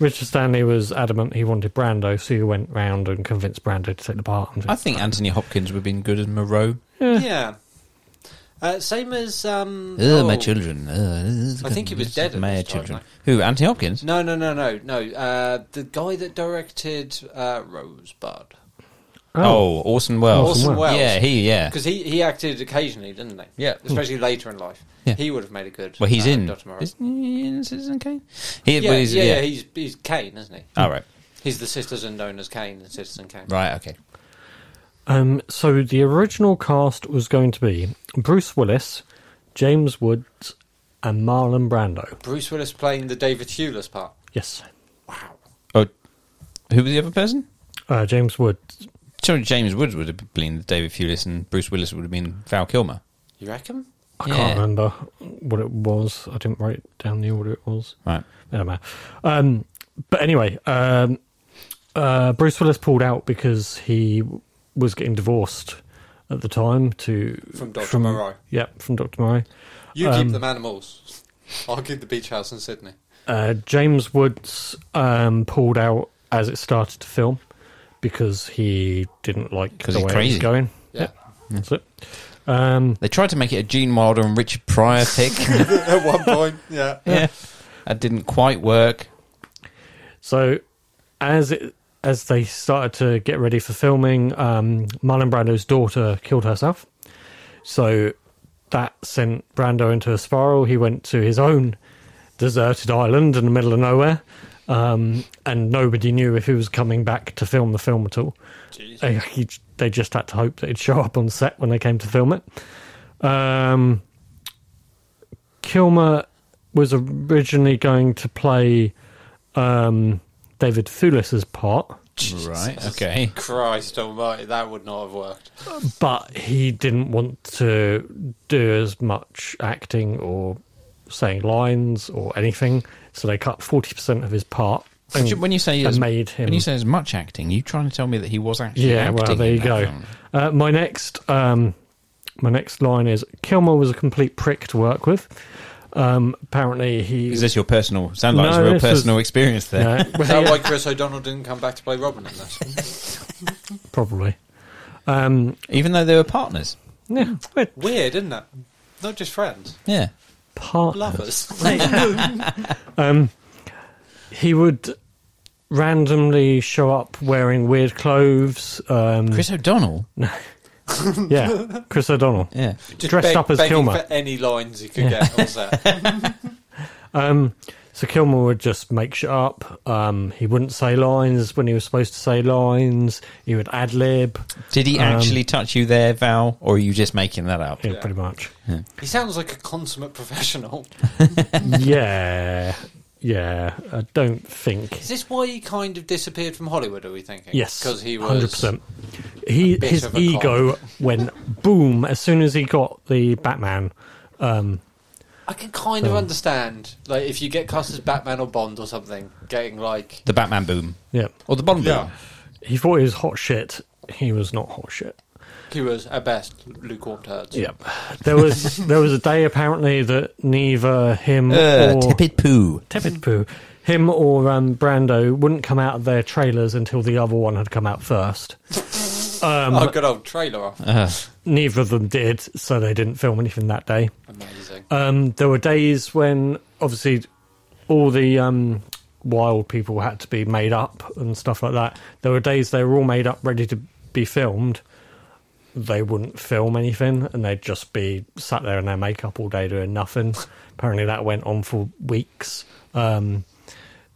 Speaker 2: Richard Stanley was adamant he wanted Brando, so he went round and convinced Brando to take the part. And
Speaker 4: I think Anthony Hopkins would have been good as Moreau.
Speaker 9: Yeah. Uh, same as um.
Speaker 4: Oh, my
Speaker 9: oh,
Speaker 4: children.
Speaker 9: I think he was dead at
Speaker 4: My
Speaker 9: this time,
Speaker 4: children. Who? Anthony Hopkins?
Speaker 9: No, no, no, no, no. Uh, the guy that directed uh, Rosebud,
Speaker 4: Oh, Orson Welles.
Speaker 9: Orson Orson Welles. Welles.
Speaker 4: Yeah, he. Yeah.
Speaker 9: because he he acted occasionally, didn't he?
Speaker 4: Yeah.
Speaker 9: especially later in life.
Speaker 4: Yeah.
Speaker 9: He would have made a good.
Speaker 4: Well, he's
Speaker 9: uh,
Speaker 4: in.
Speaker 9: Doctor Moreau.
Speaker 4: Isn't he in Citizen Kane? He,
Speaker 9: yeah,
Speaker 4: well, he's,
Speaker 9: yeah,
Speaker 4: yeah.
Speaker 9: yeah, He's he's Kane, isn't he?
Speaker 4: All right.
Speaker 9: He's the sisters and known as Kane and Citizen Kane.
Speaker 4: Right. Okay.
Speaker 2: Um, so the original cast was going to be Bruce Willis, James Woods, and Marlon Brando.
Speaker 9: Bruce Willis playing the David Hewless part.
Speaker 2: Yes,
Speaker 4: Oh, who was the other person?
Speaker 2: uh, James Woods.
Speaker 4: Sorry, James Woods would have been David Fulis, and Bruce Willis would have been Val Kilmer.
Speaker 9: You reckon?
Speaker 2: I
Speaker 4: Yeah.
Speaker 2: can't remember what it was. I didn't write down the order it was.
Speaker 4: Right.
Speaker 2: It don't matter. Um, but anyway, um, uh, Bruce Willis pulled out because he w- was getting divorced at the time to
Speaker 9: From Dr. Moreau.
Speaker 2: Yeah, from Dr. Moreau.
Speaker 9: You keep them animals. I'll keep the beach house in Sydney.
Speaker 2: Uh, James Woods um, pulled out as it started to film because he didn't like
Speaker 4: 'Cause
Speaker 2: the
Speaker 4: he's
Speaker 2: way it
Speaker 4: crazy.
Speaker 2: was going.
Speaker 9: Yeah.
Speaker 2: That's it. Um,
Speaker 4: They tried to make it a Gene Wilder and Richard Pryor pick.
Speaker 9: <laughs> At one point, yeah.
Speaker 4: yeah. That didn't quite work.
Speaker 2: so as it as they started to get ready for filming, um, Marlon Brando's daughter killed herself. So that sent Brando into a spiral. He went to his own deserted island in the middle of nowhere, um, and nobody knew if he was coming back to film the film at all. They, he, they just had to hope that he'd show up on set when they came to film it. Um, Kilmer was originally going to play um, David Thewlis's part,
Speaker 4: Right. Okay.
Speaker 9: Christ almighty, that would not have worked.
Speaker 2: but he didn't want to do as much acting or saying lines or anything, so they cut forty percent of his part. and-
Speaker 4: when you say
Speaker 2: and
Speaker 4: as,
Speaker 2: made him.
Speaker 4: when you say as much acting, you trying to tell me that he was actually
Speaker 2: yeah,
Speaker 4: acting
Speaker 2: well, there
Speaker 4: in
Speaker 2: you
Speaker 4: that
Speaker 2: go.
Speaker 4: film?
Speaker 2: Uh, my next, um, my next line is Kilmer was a complete prick to work with. Um, apparently, he
Speaker 4: Is this your personal? Sound like
Speaker 2: No,
Speaker 4: it's a real
Speaker 2: this was-
Speaker 4: personal experience there. <laughs>
Speaker 2: No,
Speaker 9: Is that why Chris O'Donnell didn't come back to play Robin in this?
Speaker 2: probably. Um,
Speaker 4: Even though they were partners.
Speaker 2: yeah, we're
Speaker 9: Weird, isn't it? Not just friends,
Speaker 4: Yeah.
Speaker 2: part-
Speaker 9: lovers. <laughs>
Speaker 2: Um, he would randomly show up wearing weird clothes. Um,
Speaker 9: <laughs>
Speaker 4: Chris O'Donnell.
Speaker 2: yeah, Chris O'Donnell.
Speaker 4: Yeah.
Speaker 9: Just
Speaker 2: Dressed up as
Speaker 9: begging
Speaker 2: Kilmer.
Speaker 9: for any lines he could get on set.
Speaker 2: <laughs> Um, So Kilmer would just make shit up. Um, he wouldn't say lines when he was supposed to say lines. He would ad lib.
Speaker 4: Did
Speaker 2: Um,
Speaker 4: he actually touch you there, Val, or are you just making that up?
Speaker 2: Yeah,
Speaker 9: Yeah.
Speaker 2: pretty
Speaker 9: <laughs>
Speaker 2: much.
Speaker 9: He sounds like a consummate professional.
Speaker 2: yeah, yeah. I don't think.
Speaker 9: Is this why he kind of disappeared from Hollywood? Are we thinking?
Speaker 2: Yes,
Speaker 9: because he was.
Speaker 2: 100%. He
Speaker 9: bit
Speaker 2: his
Speaker 9: of a
Speaker 2: ego went boom as soon as he got the Batman. Um,
Speaker 9: I can kind of understand, like if you get cast as Batman or Bond or something, getting like
Speaker 4: The Batman boom.
Speaker 2: yeah,
Speaker 4: Or the Bond boom.
Speaker 2: he thought he was hot shit. He was not hot shit.
Speaker 9: he was at best lukewarm turds.
Speaker 2: Yep. There was <laughs> there was a day apparently that neither him
Speaker 4: Uh,
Speaker 2: or
Speaker 4: tepid poo.
Speaker 2: tepid poo, him or um, Brando wouldn't come out of their trailers until the other one had come out first.
Speaker 9: oh, good old trailer off.
Speaker 2: Neither of them did, so they didn't film anything that day.
Speaker 9: Amazing.
Speaker 2: Um, there were days when obviously all the um, wild people had to be made up and stuff like that. There were days they were all made up, ready to be filmed. They wouldn't film anything, and they'd just be sat there in their makeup all day doing nothing. Apparently, that went on for weeks. Um,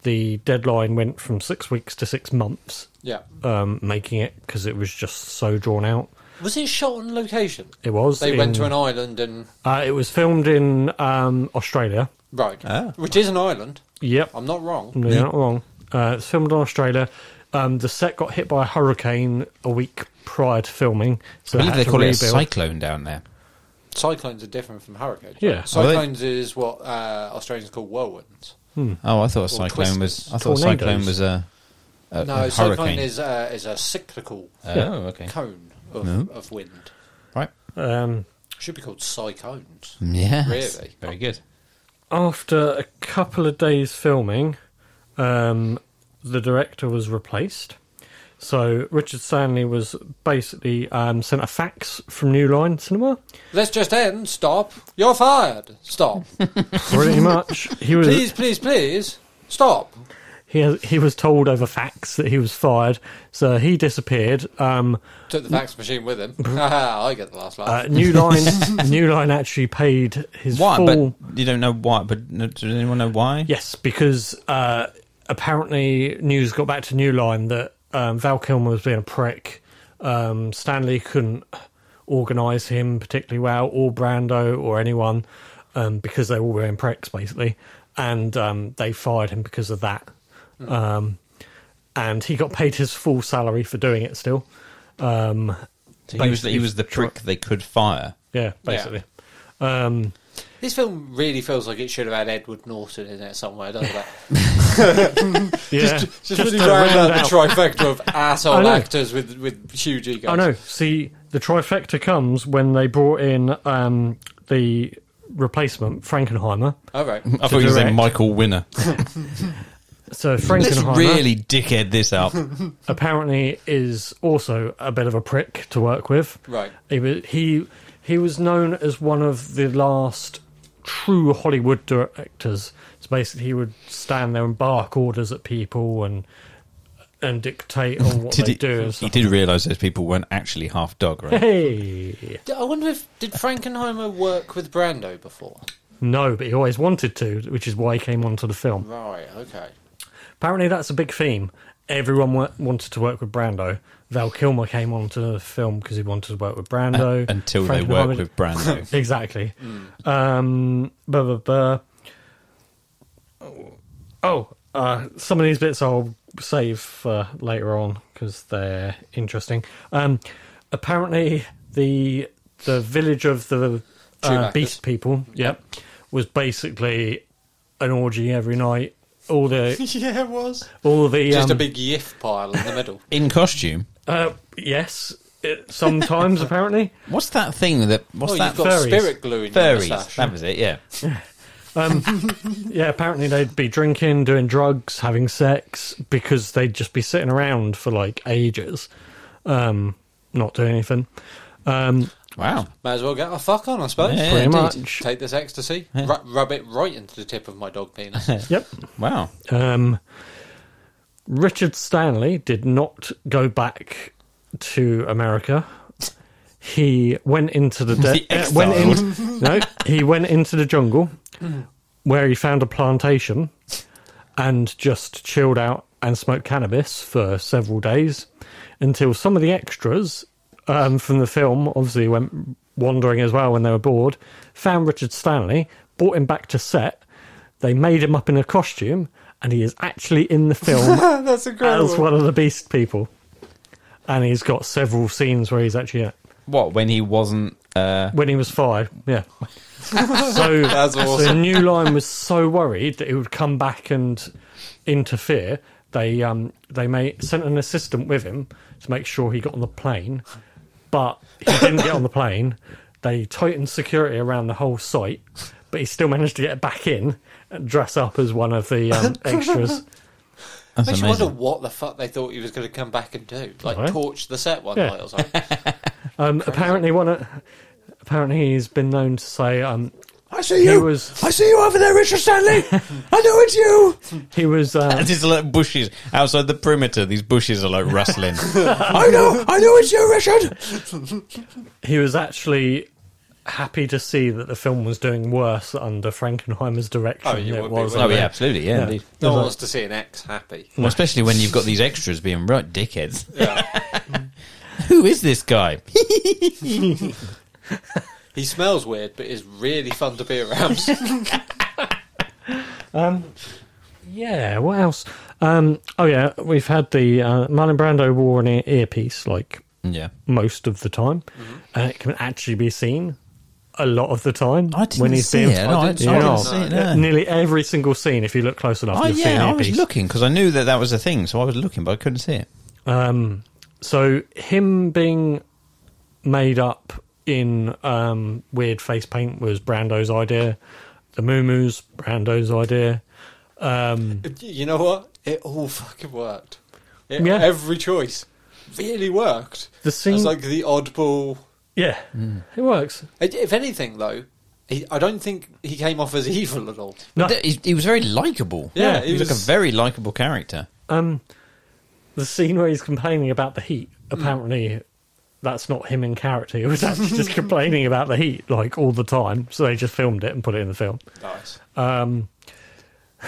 Speaker 2: the deadline went from six weeks to six months,
Speaker 9: Yeah.
Speaker 2: um, making it because it was just so drawn out.
Speaker 9: Was it shot on location?
Speaker 2: It was.
Speaker 9: They went
Speaker 2: in-
Speaker 9: to an island and
Speaker 2: Uh, it was filmed in um, Australia.
Speaker 9: right, which is an island.
Speaker 2: Yep.
Speaker 9: I'm not wrong.
Speaker 2: No, you're not wrong. Uh, it's filmed in Australia. Um, the set got hit by a hurricane a week prior to filming, so
Speaker 4: I believe
Speaker 2: had
Speaker 4: they
Speaker 2: to
Speaker 4: call
Speaker 2: rebuild.
Speaker 4: it a cyclone down there.
Speaker 9: Cyclones are different from hurricanes. right?
Speaker 2: Yeah.
Speaker 9: cyclones is what uh, Australians call whirlwinds.
Speaker 4: Oh, I thought a
Speaker 9: Or
Speaker 4: cyclone
Speaker 9: twisters.
Speaker 4: was. I thought a
Speaker 2: Tornadoes.
Speaker 4: cyclone was a. a
Speaker 9: no,
Speaker 4: a
Speaker 9: cyclone
Speaker 4: Uh, hurricane.
Speaker 9: is uh, is a cyclical
Speaker 4: Oh, okay.
Speaker 9: cone of, of wind.
Speaker 4: Mm-hmm. Right.
Speaker 2: Um,
Speaker 9: Should be called cyclones.
Speaker 4: Yeah.
Speaker 9: Really?
Speaker 4: Very good.
Speaker 2: after a couple of days filming, um, the director was replaced. So Richard Stanley was basically um, sent a fax from New Line Cinema.
Speaker 9: Let's just end. Stop. You're fired.
Speaker 4: <laughs>
Speaker 9: Stop.
Speaker 2: Pretty much, he was
Speaker 9: please, please, please. Stop.
Speaker 2: he he was told over fax that he was fired. So he disappeared. Um,
Speaker 9: Took
Speaker 4: Mm.
Speaker 9: the fax machine with him.
Speaker 4: Mm-hmm.
Speaker 9: Haha, <laughs> I get the last laugh.
Speaker 2: uh, New Line New Line actually paid his
Speaker 4: Why?
Speaker 2: full.
Speaker 4: But you don't know why. But no- does anyone know why?
Speaker 2: Yes, because uh, apparently news got back to New Line that um, Val Kilmer was being a prick. Um, Stanley couldn't organise him particularly well, or Brando, or anyone, um, because they were all wearing pricks, basically. And um, they fired him because of that. Um, and he got paid his full salary for doing it still. Um,
Speaker 4: So he was.
Speaker 2: basically-
Speaker 4: He was the prick they could
Speaker 9: <laughs>
Speaker 4: fire.
Speaker 2: Yeah, basically. Um,
Speaker 9: this film really feels like it should have had Edward Norton in it somewhere, doesn't
Speaker 2: <laughs>
Speaker 9: it?
Speaker 2: yeah,
Speaker 9: just, just
Speaker 2: to
Speaker 9: really round
Speaker 2: round
Speaker 9: out the
Speaker 2: out.
Speaker 9: trifecta of
Speaker 2: I
Speaker 9: asshole
Speaker 2: know.
Speaker 9: actors with, with huge egos.
Speaker 2: I know. Oh, See, the trifecta comes when they brought in um, the replacement, Frankenheimer.
Speaker 9: All right.
Speaker 4: I thought you were
Speaker 2: direct.
Speaker 4: saying Michael Winner.
Speaker 2: So
Speaker 4: Let's
Speaker 2: Frankenheimer
Speaker 4: really dickhead this
Speaker 9: <laughs>
Speaker 4: up.
Speaker 2: apparently is also a bit of a prick to work with.
Speaker 9: Right.
Speaker 2: He was, he, he was known as one of the last true Hollywood directors. So basically, he would stand there and bark orders at people and and dictate
Speaker 9: <laughs>
Speaker 2: on what
Speaker 4: Did
Speaker 2: they
Speaker 4: he,
Speaker 2: do. and
Speaker 4: he
Speaker 2: stuff.
Speaker 4: did realise those people weren't actually half dog, right?
Speaker 2: Hey,
Speaker 9: D- I wonder if did Frankenheimer work with Brando before?
Speaker 2: no, but he always wanted to, which is why he came onto the film.
Speaker 9: Right. Okay.
Speaker 2: Apparently, that's a big theme. Everyone wa- wanted to work with Brando. Val Kilmer came onto the film because he wanted to work with Brando.
Speaker 4: Until they
Speaker 2: Frankenheimer-
Speaker 4: work
Speaker 2: <laughs>
Speaker 4: with Brando.
Speaker 2: Exactly.
Speaker 9: Hmm.
Speaker 2: Um, blah, blah, blah. Oh, uh, some of these bits I'll save for later on because they're interesting. Um, apparently, the the village of the uh,
Speaker 9: Chewbacca's.
Speaker 2: beast people, yep, was basically an orgy every night. All the
Speaker 9: <laughs> yeah, it was
Speaker 2: all the
Speaker 9: just a
Speaker 2: um,
Speaker 9: big yiff pile in the <laughs> middle.
Speaker 4: <laughs> In costume.
Speaker 2: uh, yes, it, sometimes <laughs> apparently.
Speaker 4: What's that thing that? What's
Speaker 9: Oh,
Speaker 4: that?
Speaker 9: you've got
Speaker 2: furries?
Speaker 9: spirit glue in
Speaker 4: furries.
Speaker 9: your mustache.
Speaker 4: That was it. Yeah.
Speaker 2: Yeah, apparently they'd be drinking, doing drugs, having sex because they'd just be sitting around for like ages, um, not doing anything. Um,
Speaker 4: Wow.
Speaker 9: Might as well get a fuck on, I suppose.
Speaker 4: Yeah,
Speaker 2: Pretty indeed. much.
Speaker 9: Take this ecstasy, ru- rub it right into the tip of my dog <laughs> penis.
Speaker 2: yep.
Speaker 4: Wow.
Speaker 2: Um, Richard Stanley did not go back to America. He went into the de-
Speaker 4: He
Speaker 2: uh, went <laughs> in, no, he went into the jungle where he found a plantation and just chilled out and smoked cannabis for several days until some of the extras um, from the film obviously went wandering as well when they were bored, found Richard Stanley, brought him back to set. They made him up in a costume, and he is actually in the <laughs> film
Speaker 9: That's
Speaker 2: as one of the Beast people. And he's got several scenes where he's actually in it.
Speaker 4: What when he wasn't? <laughs> Uh,
Speaker 2: When he was five, yeah. <laughs> so,
Speaker 9: <laughs> That's
Speaker 2: so
Speaker 9: awesome.
Speaker 2: New Line was so worried that it would come back and interfere. They um they made, sent an assistant with him to make sure he got on the plane, but he didn't get on the plane. They tightened security around the whole site, but he still managed to get back in and dress up as one of the
Speaker 9: <laughs>
Speaker 2: um, extras.
Speaker 4: that's
Speaker 9: Makes you wonder
Speaker 4: amazing.
Speaker 9: what the fuck they thought he was going to come back and do, like
Speaker 2: Alright.
Speaker 9: torch the set one
Speaker 2: Yeah. <laughs>
Speaker 9: night or something.
Speaker 2: Um, apparently, one of- apparently he's been known to say um
Speaker 5: I see
Speaker 2: he
Speaker 5: you.
Speaker 2: was
Speaker 5: I see you over there, Richard Stanley. I know it's you.
Speaker 2: <laughs> he was uh,
Speaker 4: There's like bushes outside the perimeter. These bushes are like <laughs> rustling.
Speaker 5: I know. I know it's you, Richard.
Speaker 2: he was actually happy to see that the film was doing worse under Frankenheimer's direction.
Speaker 9: Oh, you
Speaker 2: than it
Speaker 9: would be,
Speaker 2: was
Speaker 4: oh
Speaker 9: wouldn't
Speaker 2: under-
Speaker 4: yeah, absolutely. Yeah. indeed.
Speaker 9: No one wants to see an ex happy.
Speaker 4: Well, especially when you've got these extras being right dickheads. <laughs> Who is this guy?
Speaker 9: He smells weird, but is really fun to be
Speaker 2: <laughs>
Speaker 9: around.
Speaker 2: Yeah, what else? Um, oh yeah, we've had the uh, Marlon Brando wore an ear- earpiece like
Speaker 4: yeah.
Speaker 2: most of the time, and it can actually be seen a lot of the time
Speaker 4: I didn't
Speaker 2: when he's
Speaker 4: see
Speaker 2: being.
Speaker 4: it. No, I didn't,
Speaker 2: You
Speaker 4: I
Speaker 2: know,
Speaker 4: didn't see it. no.
Speaker 2: Nearly every single scene, if you look close enough,
Speaker 4: Oh,
Speaker 2: you'll see an
Speaker 4: yeah, I was
Speaker 2: earpiece.
Speaker 4: looking because I knew that that was a thing, so I was looking, but I couldn't see it.
Speaker 2: Um, so him being made up in um, weird face paint was Brando's idea. The Moo Moo's Brando's idea.
Speaker 9: you know what? It all fucking worked. It-
Speaker 2: Yeah.
Speaker 9: Every choice really worked.
Speaker 2: The
Speaker 9: It
Speaker 2: scene,
Speaker 9: was like the oddball.
Speaker 2: yeah,
Speaker 4: Mm.
Speaker 2: it works.
Speaker 9: If- If anything, though, he, I don't think he came off as evil at all.
Speaker 2: No.
Speaker 4: But He, he was very likable.
Speaker 9: Yeah,
Speaker 4: he
Speaker 9: he
Speaker 4: was, like
Speaker 9: was-
Speaker 4: a very likable character.
Speaker 2: The scene where he's complaining about the heat. Apparently, that's not him in character. He was actually just complaining about the heat like all the time. So they just filmed it and put it in the film. Um, <laughs>
Speaker 9: Nice.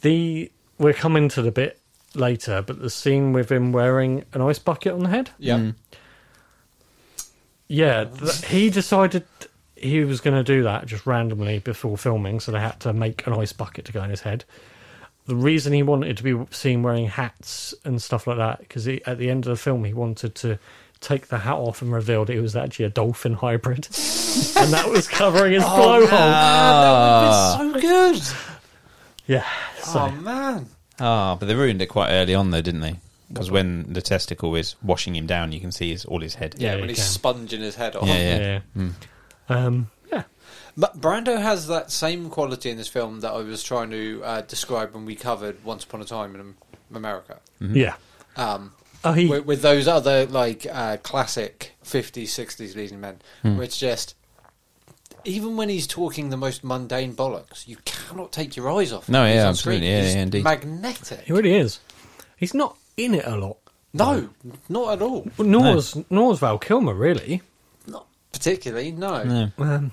Speaker 2: The we're coming to the bit later, but the scene with him wearing an ice bucket on the head.
Speaker 9: Yeah.
Speaker 4: Mm.
Speaker 2: Yeah, th- he decided he was going to do that just randomly before filming, so they had to make an ice bucket to go in his head. The reason he wanted to be seen wearing hats and stuff like that, because at the end of the film, he wanted to take the hat off and reveal that it was actually a dolphin hybrid, <laughs> and that was covering
Speaker 9: Oh,
Speaker 2: his blowhole.
Speaker 9: so good.
Speaker 2: Yeah, so
Speaker 9: Oh man.
Speaker 4: Ah, but they ruined it quite early on, though, didn't they? Because when the testicle is washing him down, you can see his, all his head.
Speaker 9: Yeah,
Speaker 2: you
Speaker 9: when he's Hmm.
Speaker 2: can.
Speaker 9: sponging his head off.
Speaker 4: Yeah,
Speaker 2: yeah,
Speaker 4: yeah.
Speaker 2: um, yeah,
Speaker 9: But Brando has that same quality in this film that I was trying to uh, describe when we covered Once Upon a Time in Am- America.
Speaker 2: yeah.
Speaker 9: Mm-hmm. Um,
Speaker 2: Oh, he
Speaker 9: with, with those other like uh, classic 50s, 60s leading men,
Speaker 4: Hmm.
Speaker 9: which just even when he's talking the most mundane bollocks, you cannot take your eyes off. him.
Speaker 4: No,
Speaker 9: He's
Speaker 4: yeah,
Speaker 9: on screen.
Speaker 4: absolutely. Yeah,
Speaker 9: He's
Speaker 4: yeah, indeed.
Speaker 9: Magnetic.
Speaker 2: He really is. He's not in it a lot.
Speaker 9: No, not at all.
Speaker 2: Well, Nor's, Nor's Val Kilmer, really.
Speaker 9: Not particularly. No.
Speaker 2: Um,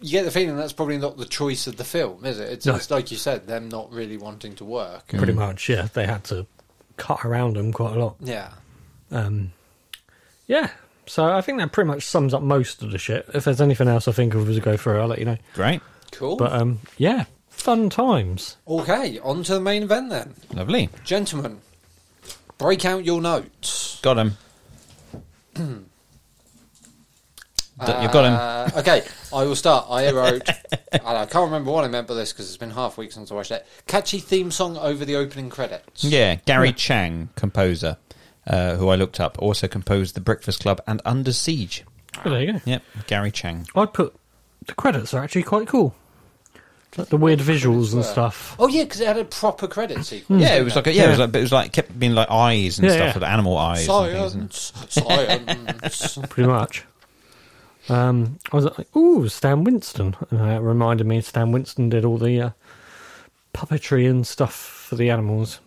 Speaker 9: You get the feeling that's probably not the choice of the film, is it? It's,
Speaker 2: No.
Speaker 9: it's like you said, them not really wanting to work.
Speaker 2: Pretty much, yeah. They had to cut around him quite a lot.
Speaker 9: Yeah.
Speaker 2: Um, yeah. So I think that pretty much sums up most of the shit. If there's anything else I think of as we go through, I'll let you know.
Speaker 4: Great.
Speaker 9: Cool.
Speaker 2: But um, yeah, fun times.
Speaker 9: okay, on to the main event then.
Speaker 4: Lovely.
Speaker 9: Gentlemen, break out your notes.
Speaker 4: Got <clears throat> him. D- You've got him.
Speaker 9: <laughs> Uh, okay, I will start. I wrote, and I can't remember what I meant by this because it's been half a week since I watched it. Catchy theme song over the opening credits.
Speaker 4: Yeah, Gary Chang, composer, uh, who I looked up, also composed The Breakfast Club and Under Siege.
Speaker 2: Well, there you go.
Speaker 4: Yep, Gary Chang.
Speaker 2: I'd put the credits are actually quite cool. Like the weird visuals and
Speaker 9: were.
Speaker 2: stuff.
Speaker 9: Oh yeah, because it had a proper credit sequence.
Speaker 4: Yeah, it was like a, yeah, it was like but it was like kept being like eyes and
Speaker 2: Mm. Yeah,
Speaker 4: stuff
Speaker 2: yeah.
Speaker 4: with animal eyes. and things, isn't it?
Speaker 9: Science, science.
Speaker 2: Pretty much. Um, I was like, ooh, Stan Winston. And uh, it reminded me Stan Winston did all the uh, puppetry and stuff for the animals.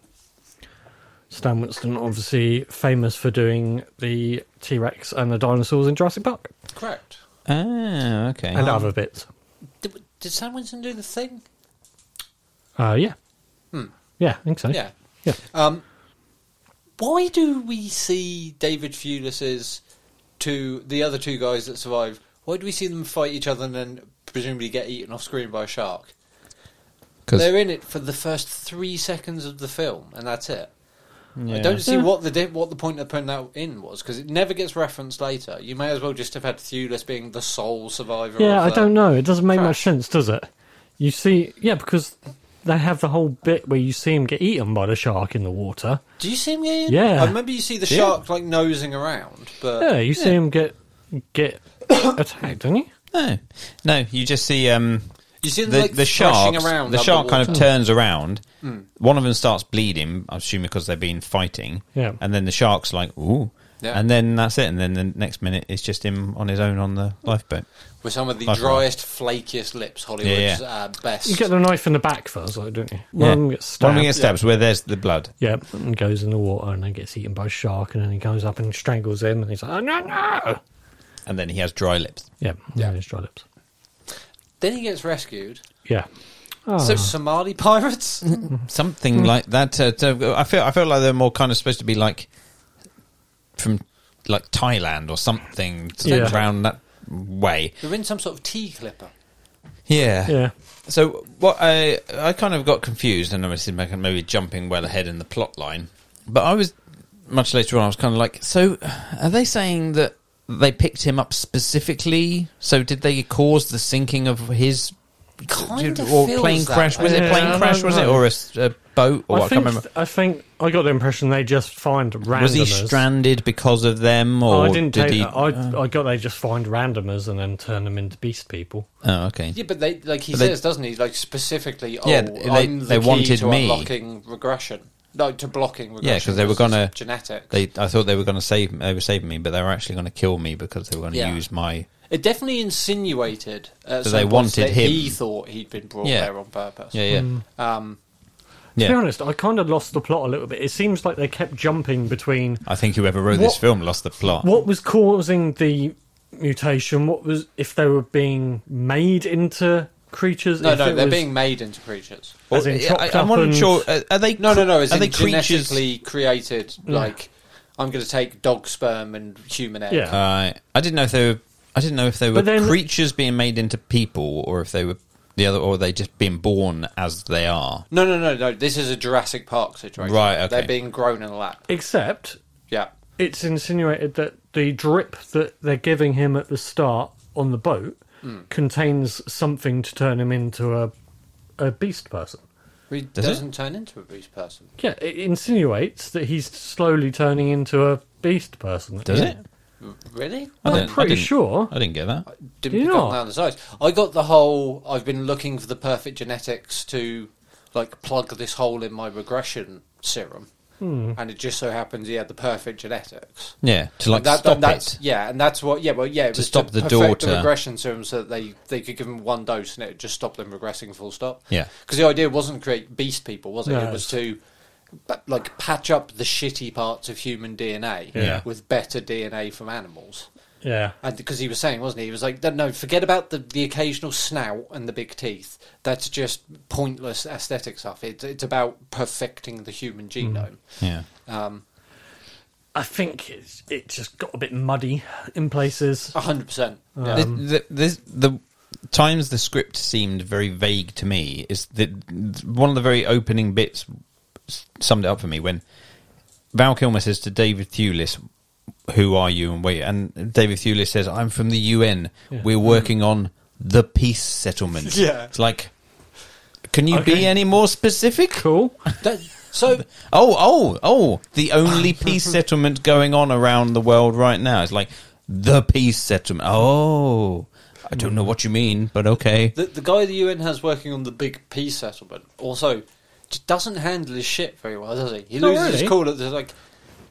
Speaker 2: Stan Winston, obviously famous for doing the T Rex and the dinosaurs in Jurassic Park
Speaker 9: Correct.
Speaker 4: Ah, okay.
Speaker 2: and other bits.
Speaker 9: Did, did Sam Winston do the thing?
Speaker 2: Uh, yeah. Yeah, I think so.
Speaker 9: Hmm. Yeah.
Speaker 2: Yeah.
Speaker 9: Um, why do we see David Fulis's two the other two guys that survive? Why do we see them fight each other and then presumably get eaten off screen by a shark?
Speaker 4: 'Cause-
Speaker 9: They're in it for the first three seconds of the film, and that's it. I
Speaker 4: Yeah.
Speaker 9: don't see what the di- what the point of putting that in was because it never gets referenced later. You may as well just have had Thulis being the sole survivor.
Speaker 2: Yeah,
Speaker 9: of uh,
Speaker 2: I
Speaker 9: the-
Speaker 2: don't know. It doesn't make much
Speaker 9: Crash.
Speaker 2: sense, does it? You see, yeah, because they have the whole bit where you see him get eaten by the shark in the water.
Speaker 9: Do you see him? Ian?
Speaker 2: Yeah.
Speaker 9: I remember you see the shark like nosing around, but
Speaker 2: Yeah, you see him get get attacked, don't you?
Speaker 4: No, no. You just see um,
Speaker 9: You see them,
Speaker 4: the
Speaker 9: like,
Speaker 4: the
Speaker 9: thrashing
Speaker 4: shark.
Speaker 9: around
Speaker 4: The shark kind of
Speaker 9: underwater. Mm.
Speaker 4: turns around. One of them starts bleeding. I assume because they've been fighting.
Speaker 2: Yeah.
Speaker 4: And then the shark's like, ooh.
Speaker 9: Yeah.
Speaker 4: And then that's it. And then the next minute, it's just him on his own on the lifeboat.
Speaker 9: with some of the
Speaker 4: Like
Speaker 9: driest, flakiest lips
Speaker 4: Yeah,
Speaker 9: Hollywood's Uh, best.
Speaker 2: You get the knife in the back first, like, don't you? One of them gets
Speaker 4: One
Speaker 2: stabbed.
Speaker 4: of them gets stabbed. Where there's the blood.
Speaker 2: yeah, and goes in the water and then gets eaten by a shark, and then he goes up and strangles him, and he's like, oh, no, no!
Speaker 4: And then he has dry lips.
Speaker 2: Yeah, yeah, his dry lips.
Speaker 9: Then he gets rescued.
Speaker 2: Yeah. Ah.
Speaker 9: So
Speaker 2: <laughs>
Speaker 9: Somali pirates.
Speaker 2: Hmm.
Speaker 4: Something like that. Uh, to, I feel. I feel like they're more kind of supposed to be like from like Thailand or something
Speaker 2: Yeah.
Speaker 4: around that way.
Speaker 9: They're in some sort of tea clipper.
Speaker 4: Yeah.
Speaker 2: Yeah.
Speaker 4: So what I I kind of got confused, and obviously maybe- maybe jumping well ahead in the plot line, but I was much later on. I was kind of like, so are they saying that they picked him up specifically? So did they cause the sinking of his
Speaker 9: Kinda
Speaker 4: or
Speaker 9: feels
Speaker 4: plane
Speaker 9: that
Speaker 4: crash? Was
Speaker 2: way.
Speaker 4: it
Speaker 2: Yeah,
Speaker 4: a
Speaker 2: I
Speaker 4: plane crash?
Speaker 2: don't
Speaker 4: Was it
Speaker 2: know.
Speaker 4: or a, s- a boat? Or
Speaker 2: I,
Speaker 4: what? Oh, I,
Speaker 2: think,
Speaker 4: can't remember.
Speaker 2: I think I got the impression they just find randomers.
Speaker 4: Was he stranded because of them, or
Speaker 2: Oh, I didn't
Speaker 4: did
Speaker 2: take
Speaker 4: he?
Speaker 2: that. I, I got they just find randomers and then turn them into beast people.
Speaker 4: oh, okay.
Speaker 9: Yeah, but they like he
Speaker 4: But they-
Speaker 9: says, doesn't he? Like specifically, oh,
Speaker 4: Yeah, they-
Speaker 9: I'm the
Speaker 4: they
Speaker 9: key
Speaker 4: wanted
Speaker 9: to
Speaker 4: me.
Speaker 9: unlocking regression. No, to blocking regression.
Speaker 4: Yeah, because they were
Speaker 9: because
Speaker 4: gonna
Speaker 9: it's genetic.
Speaker 4: They, I thought they were going to save. They were saving me, but they were actually going to kill me because they were going to
Speaker 9: Yeah.
Speaker 4: use my
Speaker 9: it definitely insinuated at
Speaker 4: So
Speaker 9: some
Speaker 4: they
Speaker 9: point
Speaker 4: wanted
Speaker 9: that
Speaker 4: him.
Speaker 9: He thought he'd been brought
Speaker 4: Yeah.
Speaker 9: there on purpose.
Speaker 4: yeah yeah
Speaker 2: Hmm.
Speaker 9: Um,
Speaker 2: To be
Speaker 4: yeah.
Speaker 2: honest, I kind of lost the plot a little bit. It seems like they kept jumping between
Speaker 4: I think whoever wrote this
Speaker 2: What-
Speaker 4: film lost the plot.
Speaker 2: what was causing the mutation, what was if they were being made into creatures.
Speaker 9: no,
Speaker 2: if
Speaker 9: no,
Speaker 2: it
Speaker 9: they're
Speaker 2: was-
Speaker 9: being made into creatures.
Speaker 2: as in chopped
Speaker 4: I, am
Speaker 2: up
Speaker 4: not
Speaker 2: and-
Speaker 4: sure. uh, Are they?
Speaker 9: No, no, no. As
Speaker 4: Are
Speaker 9: in
Speaker 4: they creatures?
Speaker 9: genetically created. Like, I'm going to take dog sperm and human egg.
Speaker 2: Yeah.
Speaker 4: Uh, I didn't know if they were. I didn't know if they were
Speaker 2: But then-
Speaker 4: creatures being made into people, or if they were the other, or they just being born as they are.
Speaker 9: No, no, no, no. This is a Jurassic Park situation.
Speaker 4: Right, okay.
Speaker 9: They're being grown in a lab.
Speaker 2: Except
Speaker 9: Yeah.
Speaker 2: it's insinuated that the drip that they're giving him at the start on the boat
Speaker 9: Hmm.
Speaker 2: contains something to turn him into a a beast person.
Speaker 9: He
Speaker 4: it?
Speaker 9: doesn't turn into a beast person.
Speaker 2: Yeah, it insinuates that he's slowly turning into a beast person.
Speaker 4: Does
Speaker 2: Yeah.
Speaker 4: it?
Speaker 9: Really?
Speaker 4: I
Speaker 2: I'm
Speaker 4: didn't- I
Speaker 2: pretty
Speaker 4: didn't-
Speaker 2: sure.
Speaker 4: I didn't get that.
Speaker 9: Didn't
Speaker 2: you
Speaker 9: pick up on
Speaker 2: not?
Speaker 9: that on the sides. I got the whole. I've been looking for the perfect genetics to, like, plug this hole in my regression serum,
Speaker 4: Hmm.
Speaker 9: and it just so happens he had the perfect genetics.
Speaker 4: Yeah, to like
Speaker 9: That-
Speaker 4: stop
Speaker 9: that- that's,
Speaker 4: it.
Speaker 9: Yeah, and that's what. Yeah, well, yeah. It
Speaker 4: To
Speaker 9: was
Speaker 4: stop the
Speaker 9: perfect
Speaker 4: daughter.
Speaker 9: The regression serum so that they they could give them one dose and it would just stop them regressing full stop.
Speaker 4: Yeah.
Speaker 9: because the idea wasn't to create beast people, was it?
Speaker 2: No,
Speaker 9: it was to ba- like patch up the shitty parts of human DNA
Speaker 4: Yeah.
Speaker 9: with better DNA from animals.
Speaker 2: Yeah.
Speaker 9: And because he was saying, wasn't he? He was like, no, forget about the, the occasional snout and the big teeth. That's just pointless aesthetic stuff. It's it's about perfecting the human genome.
Speaker 4: Yeah.
Speaker 9: Um,
Speaker 2: I think it's, it just got a bit muddy in places.
Speaker 9: a hundred percent. Yeah.
Speaker 4: the, the, this- the times the script seemed very vague to me is that one of the very opening bits summed it up for me when Val Kilmer says to David Thewlis, "Who are you?" and wait, and David Thewlis says, "I'm from the UN. We're working on the peace settlement."
Speaker 9: Yeah.
Speaker 4: it's like, can you be
Speaker 2: Okay.
Speaker 4: any more specific?
Speaker 2: Cool.
Speaker 9: That- so
Speaker 4: Oh, oh, oh! The only peace settlement going on around the world right now is like the peace settlement. Oh, I don't know what you mean, but okay.
Speaker 9: the, the guy the UN has working on the big peace settlement also j- doesn't handle his shit very well, does he? He
Speaker 2: Not
Speaker 9: loses
Speaker 2: really.
Speaker 9: his cool at the like.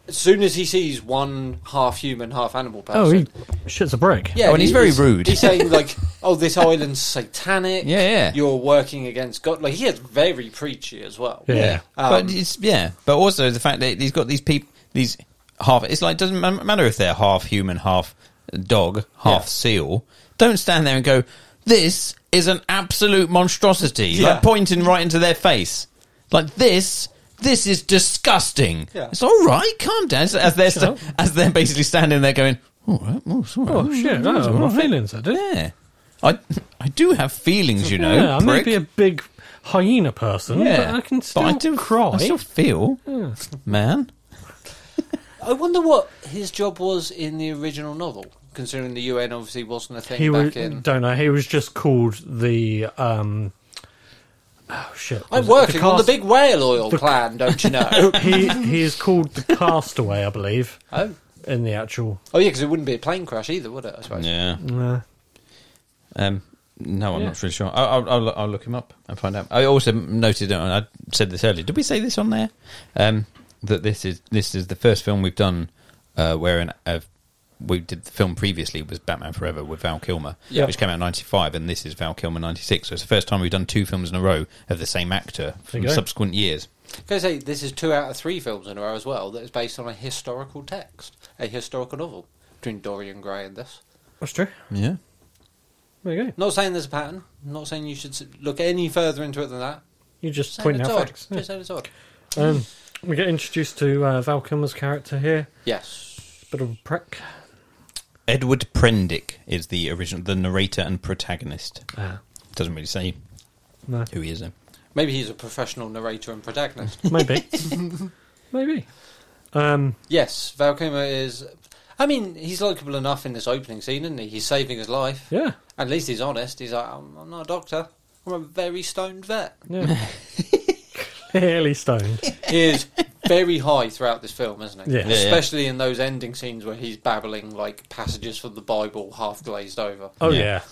Speaker 9: As soon as he sees one half human, half animal person,
Speaker 2: Oh, he shits a brick.
Speaker 9: Yeah,
Speaker 4: Oh, and he's very rude.
Speaker 9: He's saying like, "Oh, this island's satanic.
Speaker 4: Yeah, yeah.
Speaker 9: You're working against God." Like he is very preachy as well.
Speaker 2: Yeah.
Speaker 9: Um,
Speaker 4: but it's yeah. But also the fact that he's got these people, these half. It's like doesn't ma- matter if they're half human, half dog, half
Speaker 9: Yeah.
Speaker 4: seal. Don't stand there and go. This is an absolute monstrosity.
Speaker 9: Yeah.
Speaker 4: Like pointing right into their face. Like this. This is disgusting.
Speaker 9: Yeah.
Speaker 4: It's all right. Calm down. As- As they're sta- as they're basically standing there going, all right, well, it's all right.
Speaker 2: Oh, shit. No, I'm not feeling so, dude.
Speaker 4: Yeah. I I do have feelings, you know.
Speaker 2: yeah, I may
Speaker 4: prick.
Speaker 2: be a big hyena person, but I can still
Speaker 4: But
Speaker 2: do,
Speaker 4: do-
Speaker 2: cry.
Speaker 4: I still feel, man.
Speaker 9: I wonder what his job was in the original novel, considering the UN obviously wasn't a thing
Speaker 2: he
Speaker 9: back
Speaker 2: was,
Speaker 9: in.
Speaker 2: don't know, he was just called the, um, oh, shit.
Speaker 9: I'm
Speaker 2: Was it
Speaker 9: working on the
Speaker 2: cast-
Speaker 9: big whale oil plan, don't you know?
Speaker 2: he, he is called the castaway, I believe,
Speaker 9: oh,
Speaker 2: in the actual,
Speaker 9: oh yeah, because it wouldn't be a plane crash either, would it? I suppose.
Speaker 4: Yeah.
Speaker 2: uh,
Speaker 4: Um, no, I'm not really sure. I- I'll, I'll, I'll look him up and find out. I also noted, and I said this earlier. Did we say this on there? Um, that this is this is the first film we've done uh, where an, uh, we did the film previously was Batman Forever with Val Kilmer,
Speaker 9: Yeah.
Speaker 4: which came out in '95, and this is Val Kilmer '96. So it's the first time we've done two films in a row of the same actor
Speaker 2: There you
Speaker 4: from
Speaker 2: go.
Speaker 4: subsequent years.
Speaker 9: Can I say this is two out of three films in a row as well that is based on a historical text, a historical novel between Dorian Gray and this.
Speaker 2: that's true.
Speaker 4: Yeah.
Speaker 2: There you go.
Speaker 9: Not saying there's a pattern. Not saying you should s- look any further into it than that.
Speaker 2: You just
Speaker 9: Saying
Speaker 2: point
Speaker 9: it's
Speaker 2: out
Speaker 9: odd.
Speaker 2: facts. yeah.
Speaker 9: Just saying it's odd.
Speaker 2: Um, we get introduced to uh, Val Kilmer's character here.
Speaker 9: Yes.
Speaker 2: Bit of a prick.
Speaker 4: Edward Prendick is the original, the narrator and protagonist. Doesn't really say
Speaker 2: No.
Speaker 4: who he is. Though.
Speaker 9: Maybe he's a professional narrator and protagonist. <laughs>
Speaker 2: Maybe. Maybe. Um,
Speaker 9: yes, Val Kilmer is. I mean, he's likable enough in this opening scene, isn't he? He's saving his life.
Speaker 2: yeah.
Speaker 9: At least he's honest. He's like, I'm, I'm not a doctor. I'm a very stoned vet.
Speaker 2: Yeah. <laughs> Clearly stoned.
Speaker 9: He is very high throughout this film, isn't he?
Speaker 2: Yeah. Yeah, yeah.
Speaker 9: Especially in those ending scenes where he's babbling like passages from the Bible, half glazed over.
Speaker 2: Oh, yeah.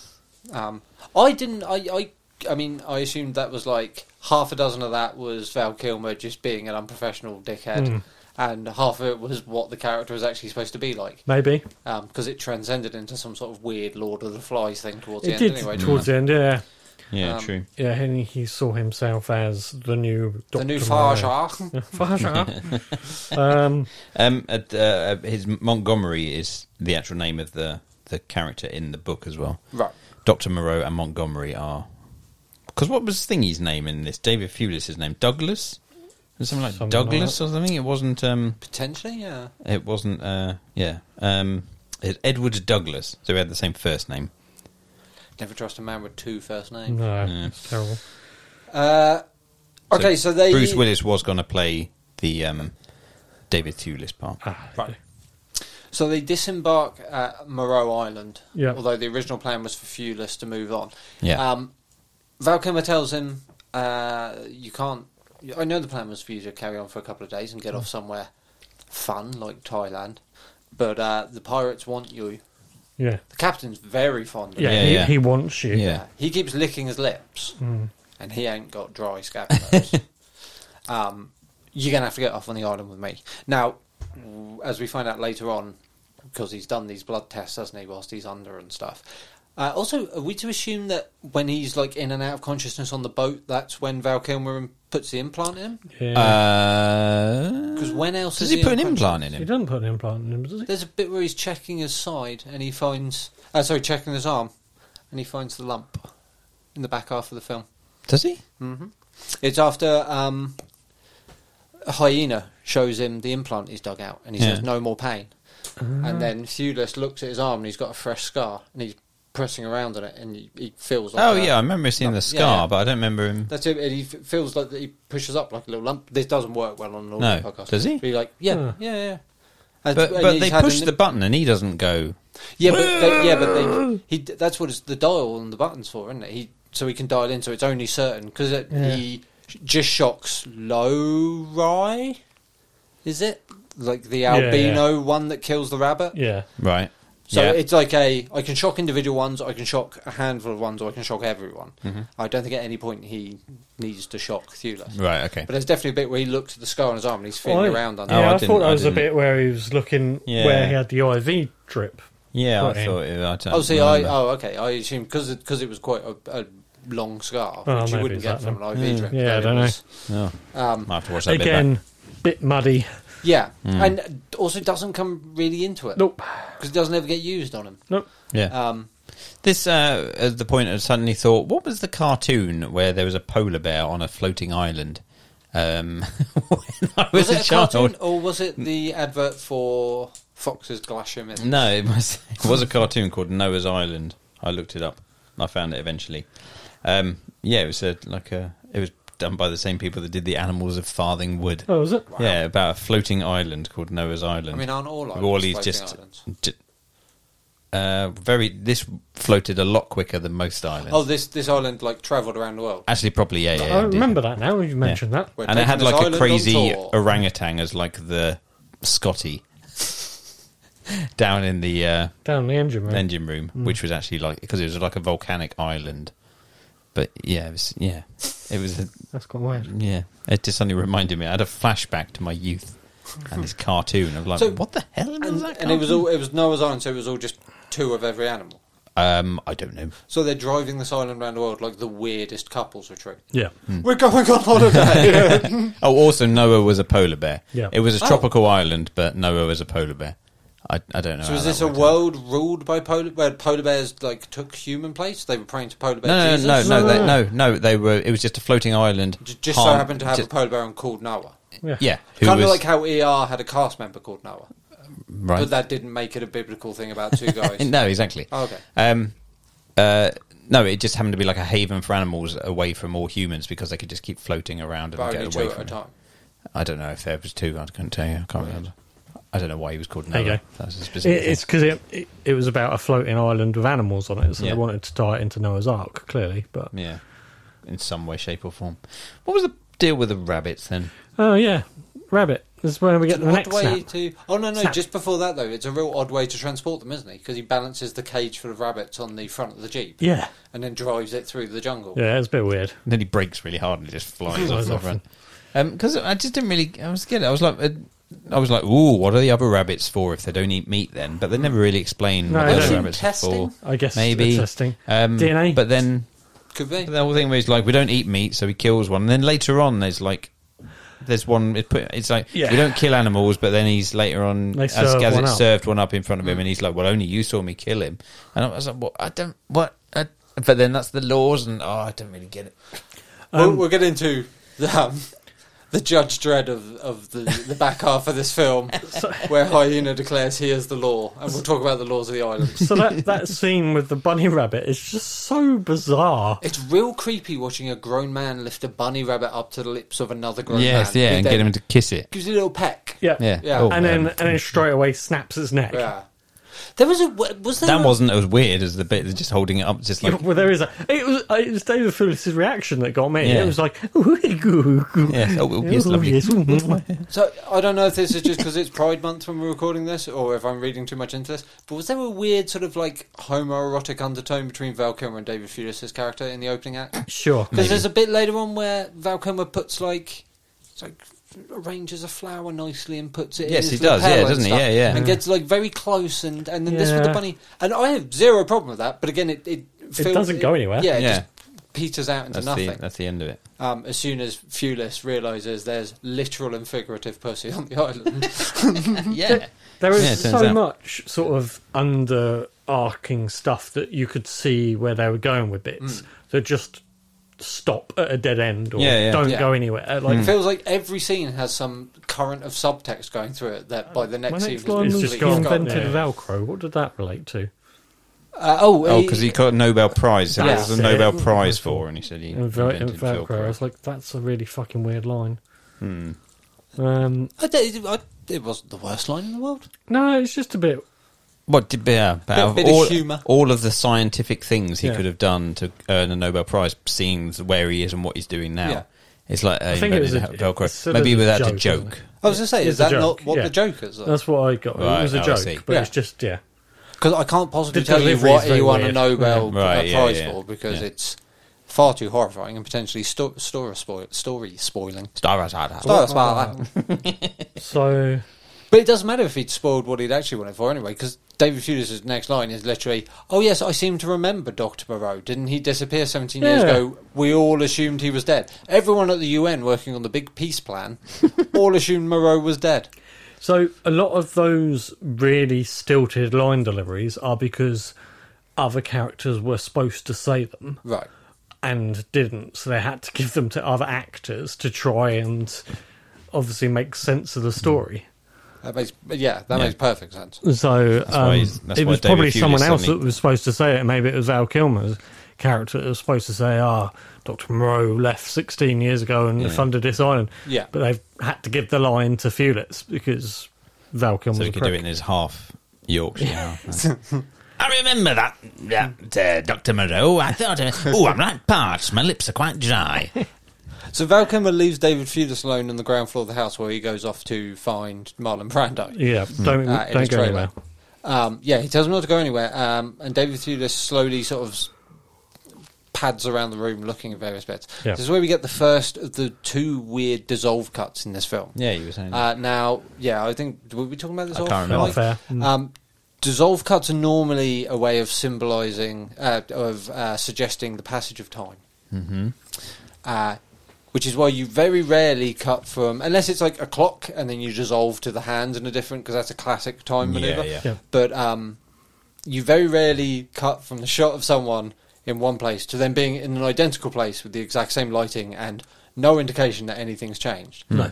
Speaker 4: Yeah.
Speaker 9: Um, I didn't. I, I. I mean, I assumed that was like half a dozen of that was Val Kilmer just being an unprofessional dickhead,
Speaker 2: Hmm.
Speaker 9: and half of it was what the character was actually supposed to be like,
Speaker 2: Maybe.
Speaker 9: because it transcended into some sort of weird Lord of the Flies thing towards the
Speaker 2: it
Speaker 9: end.
Speaker 2: did
Speaker 9: anyway, didn't
Speaker 2: towards the end, yeah.
Speaker 4: Yeah,
Speaker 9: Um,
Speaker 4: true.
Speaker 2: Yeah, he, he saw himself as the new
Speaker 9: it?
Speaker 2: Dr.
Speaker 9: the new
Speaker 2: Moreau.
Speaker 9: Farjar.
Speaker 2: Farja. um,
Speaker 4: Um, at, uh, his Montgomery is the actual name of the the character in the book as well.
Speaker 9: right.
Speaker 4: Doctor Moreau and Montgomery are because what was Thingy's name in this? David Thewlis's name, Douglas. It was something like
Speaker 2: Something like
Speaker 4: Douglas or something. It wasn't. Um,
Speaker 9: Potentially, yeah.
Speaker 4: it wasn't. Uh, yeah. Um, it, Edward Douglas. So we had the same first name.
Speaker 9: Never trust a man with two first names.
Speaker 2: no,
Speaker 4: Yeah.
Speaker 2: it's terrible.
Speaker 9: Uh, okay, so, they
Speaker 4: Bruce Willis was going to play the um, David Thewlis part.
Speaker 9: Right. So they disembark at Moreau Island.
Speaker 2: Yeah.
Speaker 9: Although the original plan was for Fuelis to move on.
Speaker 4: Yeah.
Speaker 9: Um, Valkymer tells him, uh, "You can't." I know the plan was for you to carry on for a couple of days and get off somewhere fun like Thailand, but uh, the pirates want you.
Speaker 2: Yeah.
Speaker 9: The captain's very fond of
Speaker 2: Yeah,
Speaker 4: Yeah,
Speaker 2: he,
Speaker 4: yeah.
Speaker 2: he wants you.
Speaker 4: Yeah. Mm.
Speaker 9: you. Uh, He keeps licking his lips, and he ain't got dry scab
Speaker 4: <laughs>
Speaker 9: nerves. um, you're gonna have to get off on the island with me now. w- As we find out later on, because he's done these blood tests, hasn't he? Whilst he's under and stuff, Uh, also, are we to assume that when he's like in and out of consciousness on the boat, that's when Val Kilmer im- puts the implant in?
Speaker 2: Yeah.
Speaker 4: Uh,
Speaker 9: Because when else
Speaker 4: does
Speaker 9: is
Speaker 4: he put an
Speaker 9: unconscious?
Speaker 4: implant in
Speaker 2: he
Speaker 4: him?
Speaker 2: doesn't put an implant in him, does he?
Speaker 9: There's a bit where he's checking his side and he finds, uh, sorry, checking his arm, and he finds the lump in the back half of the film.
Speaker 4: Does he?
Speaker 9: It's after um, a hyena shows him the implant he's dug out, and he says
Speaker 4: Yeah.
Speaker 9: no more pain. And then Thewlis looks at his arm, and he's got a fresh scar, and he's pressing around on it, and he, he feels. like
Speaker 4: Oh
Speaker 9: a-
Speaker 4: yeah, I remember seeing the scar,
Speaker 9: Yeah, yeah.
Speaker 4: but I don't remember him.
Speaker 9: That's it. And he f- feels like that he pushes up like a little lump. This doesn't work well on an audio
Speaker 4: No,
Speaker 9: podcast.
Speaker 4: does he?
Speaker 9: But you're like, yeah,
Speaker 2: Huh.
Speaker 9: yeah, yeah. And-
Speaker 4: But
Speaker 9: and
Speaker 4: but
Speaker 9: he's
Speaker 4: they
Speaker 9: had
Speaker 4: push
Speaker 9: an-
Speaker 4: the button and he doesn't go.
Speaker 9: yeah, but they, yeah, but they, he that's what it's the dial and the buttons for, isn't it? He so he can dial in, so it's only certain because
Speaker 2: Yeah.
Speaker 9: he sh- just shocks low rye. Is it like the
Speaker 2: Yeah, yeah.
Speaker 9: albino one that kills the rabbit?
Speaker 2: Yeah.
Speaker 4: Right.
Speaker 9: So
Speaker 4: yeah.
Speaker 9: it's like a I can shock individual ones, I can shock a handful of ones, or I can shock everyone. I don't think at any point he needs to shock Thewlis.
Speaker 4: right. Okay.
Speaker 9: But there's definitely a bit where he looks at the scar on his arm and he's feeling
Speaker 2: I-
Speaker 9: around under
Speaker 4: Oh,
Speaker 2: yeah,
Speaker 4: I
Speaker 2: I,
Speaker 4: didn't-
Speaker 2: thought that
Speaker 4: I
Speaker 2: was a
Speaker 4: didn't.
Speaker 2: bit where he was looking
Speaker 4: Yeah.
Speaker 2: where he had the IV drip.
Speaker 4: yeah, I
Speaker 2: Right.
Speaker 4: thought it, I don't.
Speaker 9: Oh, see, I
Speaker 4: remember.
Speaker 9: oh okay. I assume because because it, was quite a, a long scar,
Speaker 2: Oh,
Speaker 9: which you
Speaker 2: maybe
Speaker 9: wouldn't
Speaker 2: it's
Speaker 9: get
Speaker 2: that
Speaker 9: from
Speaker 2: then.
Speaker 9: an IV drip.
Speaker 2: Yeah, I
Speaker 9: then it
Speaker 2: don't know.
Speaker 9: was-
Speaker 4: Oh,
Speaker 9: Um,
Speaker 4: I have to watch that bit
Speaker 2: Again, bit muddy.
Speaker 9: yeah, and also doesn't come really into it
Speaker 2: Nope.
Speaker 9: because it doesn't ever get used on him.
Speaker 2: Nope.
Speaker 4: back. Yeah.
Speaker 9: Um,
Speaker 4: this uh, at the point I suddenly thought, what was the cartoon where there was a polar bear on a floating island? Um, <laughs> when I was,
Speaker 9: was it a,
Speaker 4: a child.
Speaker 9: cartoon or was it the advert for Fox's Glacium? in-
Speaker 4: No, it was it was a cartoon called Noah's Island. I looked it up. and I found it eventually. Um, yeah, it was a, like a. It was done by the same people that did the Animals of Farthing Wood.
Speaker 2: Oh, was it?
Speaker 4: Yeah, about a floating island called Noah's Island.
Speaker 9: I mean, aren't all islands
Speaker 4: Wally's
Speaker 9: floating
Speaker 4: just
Speaker 9: islands?
Speaker 4: j- uh, very. This floated a lot quicker than most islands.
Speaker 9: Oh, this this island like travelled around the world.
Speaker 4: actually, probably yeah. yeah
Speaker 2: I
Speaker 4: indeed.
Speaker 2: Oh, remember that now. You mentioned that.
Speaker 9: We're
Speaker 4: and it
Speaker 9: taking
Speaker 4: had
Speaker 9: this
Speaker 4: like
Speaker 9: island
Speaker 4: a
Speaker 9: on
Speaker 4: crazy
Speaker 9: tour.
Speaker 4: orangutan as like the Scotty <laughs> down in the uh,
Speaker 2: Down the engine room.
Speaker 4: engine room,
Speaker 2: Mm.
Speaker 4: which was actually like because it was like a volcanic island. But yeah, it was yeah, it was a,
Speaker 2: That's quite weird.
Speaker 4: yeah. It just suddenly reminded me. I had a flashback to my youth and this cartoon of like
Speaker 9: So-
Speaker 4: what the hell was
Speaker 9: and,
Speaker 4: that?
Speaker 9: and it was
Speaker 4: cartoon?
Speaker 9: all it was Noah's Island, so it was all just two of every animal.
Speaker 4: um, I don't know.
Speaker 9: So they're driving this island around the world like the weirdest couples retreat.
Speaker 2: Yeah.
Speaker 9: We're going on holiday.
Speaker 2: <laughs>
Speaker 9: <laughs>
Speaker 4: Oh, also Noah was a polar bear.
Speaker 2: Yeah.
Speaker 4: it was a
Speaker 9: Oh.
Speaker 4: tropical island, but Noah was a polar bear. I, I don't know.
Speaker 9: so
Speaker 4: how
Speaker 9: is
Speaker 4: Uh, that
Speaker 9: this a
Speaker 4: worked out.
Speaker 9: world ruled by polar where polar bears like took human place? They were praying to polar bear
Speaker 4: No,
Speaker 9: Jesus.
Speaker 4: no,
Speaker 2: No,
Speaker 4: no, no, they,
Speaker 2: no,
Speaker 4: no, no. They were. It was just a floating island.
Speaker 9: J- Just so
Speaker 4: Harm-
Speaker 9: happened to have
Speaker 4: just-
Speaker 9: a polar bear and called Noah.
Speaker 2: Yeah.
Speaker 4: yeah, who
Speaker 9: Kind
Speaker 4: was-
Speaker 9: of like how ER had a cast member called Noah,
Speaker 4: right.
Speaker 9: but that didn't make it a biblical thing about two guys.
Speaker 4: <laughs> no, exactly.
Speaker 9: Oh, okay.
Speaker 4: Um, uh, no, it just happened to be like a haven for animals away from all humans because they could just keep floating around and
Speaker 9: but only
Speaker 4: get
Speaker 9: two
Speaker 4: away
Speaker 9: at
Speaker 4: from
Speaker 9: a
Speaker 4: it.
Speaker 9: time.
Speaker 4: I don't know if there was two. I couldn't tell you. I can't remember. I don't know why he was called
Speaker 2: There
Speaker 4: Noah.
Speaker 2: you go.
Speaker 4: That was a
Speaker 2: It,
Speaker 4: specific. thing.
Speaker 2: it's because it, it it was about a floating island with animals on it, so
Speaker 4: Yeah.
Speaker 2: they wanted to tie it into Noah's Ark, clearly. But
Speaker 4: yeah, in some way, shape, or form. What was the deal with the rabbits then?
Speaker 2: oh yeah, rabbit. This is where we get
Speaker 9: It's
Speaker 2: the
Speaker 9: an
Speaker 2: next
Speaker 9: odd way
Speaker 2: snap.
Speaker 9: to. Oh no, no!
Speaker 2: Snap.
Speaker 9: Just before that though, it's a real odd way to transport them, isn't he? Because he balances the cage full of rabbits on the front of the jeep
Speaker 2: Yeah.
Speaker 9: and then drives it through the jungle.
Speaker 2: Yeah, it's a bit weird.
Speaker 4: And then he brakes really hard and it just flies off
Speaker 2: Flies
Speaker 4: the
Speaker 2: off.
Speaker 4: front. Because I just didn't really. I was scared. I was like. uh, I was like, "Ooh, what are the other rabbits for if they don't eat meat?" Then, but they never really explain
Speaker 2: No,
Speaker 4: what
Speaker 2: they
Speaker 4: the other
Speaker 2: don't.
Speaker 4: rabbits are for.
Speaker 9: Testing?
Speaker 2: I guess it's
Speaker 4: maybe
Speaker 2: interesting.
Speaker 4: Um,
Speaker 2: DNA?
Speaker 4: But then
Speaker 9: Could be.
Speaker 4: the whole thing where he's like, "We don't eat meat," so he kills one. And then later on, there's like, there's one. It put, it's like
Speaker 2: Yeah.
Speaker 4: we don't kill animals, but then he's later on
Speaker 2: They
Speaker 4: as
Speaker 2: serve
Speaker 4: Gazette
Speaker 2: one up. Mm.
Speaker 4: served one up in front of him, and he's like, "Well, only you saw me kill him." And I was like, "What? I don't what." I, but then that's the laws, and oh, I don't really get it.
Speaker 9: we'll, we'll get into the, um, the Judge Dredd of, of the, the back half of this <laughs> film, where Hyena declares he is the law, and we'll talk about the laws of the island.
Speaker 2: So
Speaker 4: <laughs>
Speaker 2: that, that scene with the bunny rabbit is just so bizarre.
Speaker 9: <laughs> It's real creepy watching a grown man lift a bunny rabbit up to the lips of another grown
Speaker 4: Yes,
Speaker 9: man.
Speaker 4: yeah,
Speaker 9: He
Speaker 4: and
Speaker 9: then
Speaker 4: get him to kiss it.
Speaker 9: gives it a little peck.
Speaker 2: Yeah.
Speaker 4: Yeah,
Speaker 9: Yeah.
Speaker 4: Oh,
Speaker 2: And then
Speaker 4: um,
Speaker 2: and then straight away snaps its neck.
Speaker 9: Yeah. There was a was there
Speaker 4: that
Speaker 9: a-
Speaker 4: wasn't as weird as the bit that's just holding it up, just
Speaker 2: <laughs> <laughs>
Speaker 4: like
Speaker 2: Well, there is a. It was, uh, it was David Phillips's reaction that got me.
Speaker 4: Yeah.
Speaker 2: It was like, <laughs> yes,
Speaker 4: yes, oh, yes, lovely. <laughs>
Speaker 9: So I don't know if this is just because it's Pride Month when we're recording this, or if I'm reading too much into this. But was there a weird sort of like homoerotic undertone between Val Kilmer and David Thewlis's character in the opening act?
Speaker 2: Sure.
Speaker 9: Because there's a bit later on where Val Kilmer puts like it's like arranges a flower nicely and puts it.
Speaker 4: Yes,
Speaker 9: in
Speaker 4: he
Speaker 9: his little
Speaker 4: does, yeah,
Speaker 9: petal and
Speaker 4: doesn't he?
Speaker 9: stuff,
Speaker 4: Yeah, yeah.
Speaker 9: And gets like very close, and and then this with the
Speaker 2: Yeah.
Speaker 9: bunny. And I have zero problem with that, but again, it it, fills-
Speaker 2: doesn't go anywhere.
Speaker 9: Yeah, it
Speaker 4: Yeah.
Speaker 9: just peters out into
Speaker 4: That's
Speaker 9: nothing.
Speaker 4: the that's the end of it.
Speaker 9: um, as soon as Fulis realizes there's literal and figurative pussy on the island.
Speaker 4: <laughs> yeah.
Speaker 2: There
Speaker 4: Yeah, it
Speaker 2: is
Speaker 4: turns
Speaker 2: so
Speaker 4: out.
Speaker 2: much sort of underarching stuff that you could see where they were going with bits. So just stop at a dead end or
Speaker 4: Yeah, Mm. yeah.
Speaker 2: don't
Speaker 9: Yeah.
Speaker 2: go anywhere. Like
Speaker 9: It <laughs> feels like every scene has some current of subtext going through it that by the
Speaker 11: My
Speaker 9: next scene
Speaker 11: next
Speaker 9: will
Speaker 11: line
Speaker 2: it's
Speaker 11: was
Speaker 9: literally
Speaker 2: just the
Speaker 9: gone.
Speaker 11: he's got-
Speaker 2: invented
Speaker 11: Yeah.
Speaker 2: of Velcro. What did that relate to?
Speaker 9: Uh, oh,
Speaker 4: Oh,
Speaker 9: he-
Speaker 4: because he got a Nobel Prize. There was
Speaker 9: Yes.
Speaker 4: a Nobel Prize for, her, and he said he
Speaker 2: And Vel-
Speaker 4: invented
Speaker 2: Velcro.
Speaker 4: Velcro. Hmm.
Speaker 2: I was like, that's a really fucking weird line. Um,
Speaker 9: I don't- I- it wasn't the worst line in the world.
Speaker 2: no, it's just a bit.
Speaker 4: What did yeah, out of
Speaker 9: bit of
Speaker 4: all,
Speaker 9: humour.
Speaker 4: all of the scientific things he
Speaker 2: Yeah.
Speaker 4: could have done to earn a Nobel Prize, seeing where he is and what he's doing now,
Speaker 9: Yeah.
Speaker 4: it's like uh,
Speaker 2: think it was
Speaker 4: invented
Speaker 2: a-
Speaker 4: Velcro.
Speaker 2: it's sort
Speaker 4: Maybe
Speaker 2: of a
Speaker 4: without
Speaker 2: joke,
Speaker 4: a
Speaker 2: isn't
Speaker 4: joke.
Speaker 9: I was going to say,
Speaker 2: It's
Speaker 9: is
Speaker 2: a
Speaker 9: that
Speaker 2: joke,
Speaker 9: not what
Speaker 2: yeah.
Speaker 9: the joke is?
Speaker 2: That's what I got.
Speaker 4: Right,
Speaker 2: it was a
Speaker 4: oh, I see.
Speaker 2: joke, but
Speaker 9: Yeah.
Speaker 2: it's just
Speaker 4: <laughs>
Speaker 2: yeah.
Speaker 9: Because I can't possibly
Speaker 2: The
Speaker 9: tell you
Speaker 2: delivery
Speaker 9: what
Speaker 2: is very
Speaker 9: he won a
Speaker 2: weird.
Speaker 9: Nobel
Speaker 4: Yeah. Right,
Speaker 9: uh,
Speaker 4: yeah,
Speaker 9: Prize
Speaker 4: yeah.
Speaker 9: for because
Speaker 4: Yeah.
Speaker 9: it's far too horrifying and potentially sto- story, spoil- story spoiling.
Speaker 4: Star Star-
Speaker 9: Story spoiling.
Speaker 2: <laughs> So
Speaker 9: But it doesn't matter if he'd spoiled what he'd actually wanted for anyway, because David Fulis' next line is literally, "Oh yes, I seem to remember Doctor Moreau. Didn't he disappear 17 years
Speaker 2: Yeah.
Speaker 9: ago? We all assumed he was dead. Everyone at the UN working on the big
Speaker 2: <laughs>
Speaker 9: peace plan all assumed Moreau was dead.
Speaker 2: So a lot of those really stilted line deliveries are because other characters were supposed to say them
Speaker 9: Right?
Speaker 2: and didn't, so they had to give them to other actors to try and obviously make sense of the story.
Speaker 9: That makes yeah, that makes perfect sense.
Speaker 2: So
Speaker 4: why
Speaker 2: um,
Speaker 4: he's- that's
Speaker 2: it
Speaker 4: why
Speaker 2: was
Speaker 4: David
Speaker 2: probably
Speaker 4: Fulis
Speaker 2: someone else
Speaker 4: suddenly-
Speaker 2: that was supposed to say it. Maybe it was Al Kilmer's character that was supposed to say, "Ah, Doctor Moreau left 16 years ago and funded this island."
Speaker 9: Yeah.
Speaker 2: but they've had to give the line to Fulis because Val Kilmer's
Speaker 4: so he
Speaker 2: a
Speaker 4: could do
Speaker 2: prick.
Speaker 4: it in his half Yorkshire.
Speaker 2: <laughs>
Speaker 4: accent.
Speaker 5: I remember that, that uh, Dr. Moreau. I
Speaker 4: <laughs>
Speaker 5: thought, uh, oh, I'm not parched. My lips are quite dry.
Speaker 9: So Val Kilmer leaves David Fulis alone on the ground floor of the house where he goes off to find Marlon Brando.
Speaker 2: Yeah, don't
Speaker 9: uh, in
Speaker 2: don't
Speaker 9: his
Speaker 2: go
Speaker 9: trailer.
Speaker 2: anywhere.
Speaker 9: Um, yeah, he tells him not to go anywhere, um, and David Thewlis slowly sort of s- pads around the room looking at various bits.
Speaker 2: Yeah.
Speaker 9: This is where we get the first of the two weird dissolve cuts in this film.
Speaker 4: yeah, you were saying.
Speaker 2: Ah,
Speaker 9: Uh, now, yeah, I think were we talking about this?
Speaker 4: I
Speaker 9: off
Speaker 4: can't remember.
Speaker 9: mic?
Speaker 2: Fair. Mm.
Speaker 9: Um, dissolve cuts are normally a way of symbolising, uh, of uh, suggesting the passage of time. Mm-hmm. Uh, which is why you very rarely cut from, unless it's like a clock, and then you dissolve to the hands in a different, because that's a classic time
Speaker 4: Yeah,
Speaker 9: maneuver.
Speaker 4: yeah.
Speaker 2: Yeah.
Speaker 9: But um, you very rarely cut from the shot of someone in one place to them being in an identical place with the exact same lighting and no indication that anything's changed. No.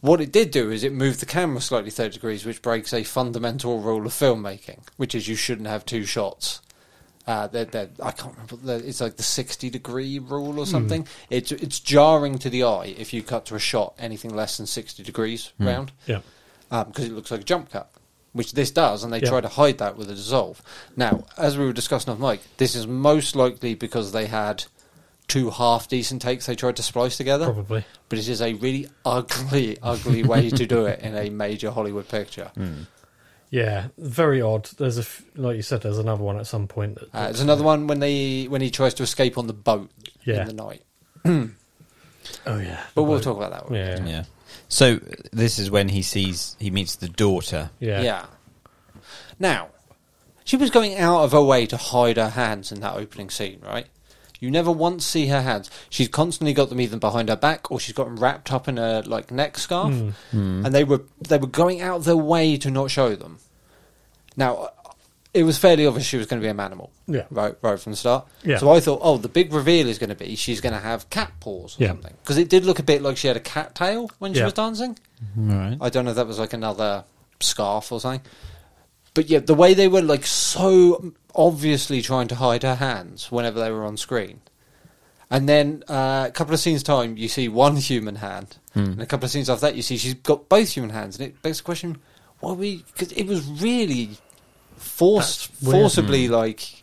Speaker 9: What it did do is it moved the camera slightly 30 degrees, which breaks a fundamental rule of filmmaking, which is you shouldn't have two shots. Uh, they're, they're, I can't remember. the- It's like the 60 degree rule
Speaker 2: Hmm.
Speaker 9: or something. It's, it's jarring to the eye if you cut to a shot anything less than 60 degrees round
Speaker 2: Hmm. Yeah.
Speaker 9: because it looks like a jump cut, which this does, and they
Speaker 2: Yeah.
Speaker 9: try to hide that with a dissolve. Now, as we were discussing off mic, this is most likely because they had two half decent takes they tried to splice together.
Speaker 2: Probably.
Speaker 9: But it is a really ugly, ugly way to do it in a major Hollywood picture.
Speaker 2: Yeah, very odd. There's a f- like you said. There's another one at some point. That,
Speaker 9: Uh, there's another one when they when he tries to escape on the boat
Speaker 2: Yeah.
Speaker 9: in the night.
Speaker 2: oh yeah,
Speaker 9: But we'll talk about that one.
Speaker 2: Yeah, yeah.
Speaker 4: yeah. So this is when he sees he meets the daughter.
Speaker 2: yeah.
Speaker 9: Yeah. Now, she was going out of her way to hide her hands in that opening scene, right? You never once see her hands. She's constantly got them either behind her back or she's got them wrapped up in a like neck scarf,
Speaker 2: Hmm.
Speaker 9: and they were they were going out of their way to not show them. Now, it was fairly obvious she was going to be a manimal,
Speaker 2: Yeah.
Speaker 9: right, right from the start.
Speaker 2: Yeah.
Speaker 9: So I thought, oh, the big reveal is going to be she's going to have cat paws or
Speaker 2: Yeah.
Speaker 9: something because it did look a bit like she had a cat tail when she
Speaker 2: Yeah.
Speaker 9: was dancing.
Speaker 4: Right.
Speaker 9: I don't know if that was like another scarf or something. But yeah, the way they were like so obviously trying to hide her hands whenever they were on screen. And then uh, a couple of scenes time, you see one human hand, and a couple of scenes after that, you see she's got both human hands, and it begs the question: Why we? Because it was really forced,
Speaker 2: That's weird.
Speaker 9: forcibly like,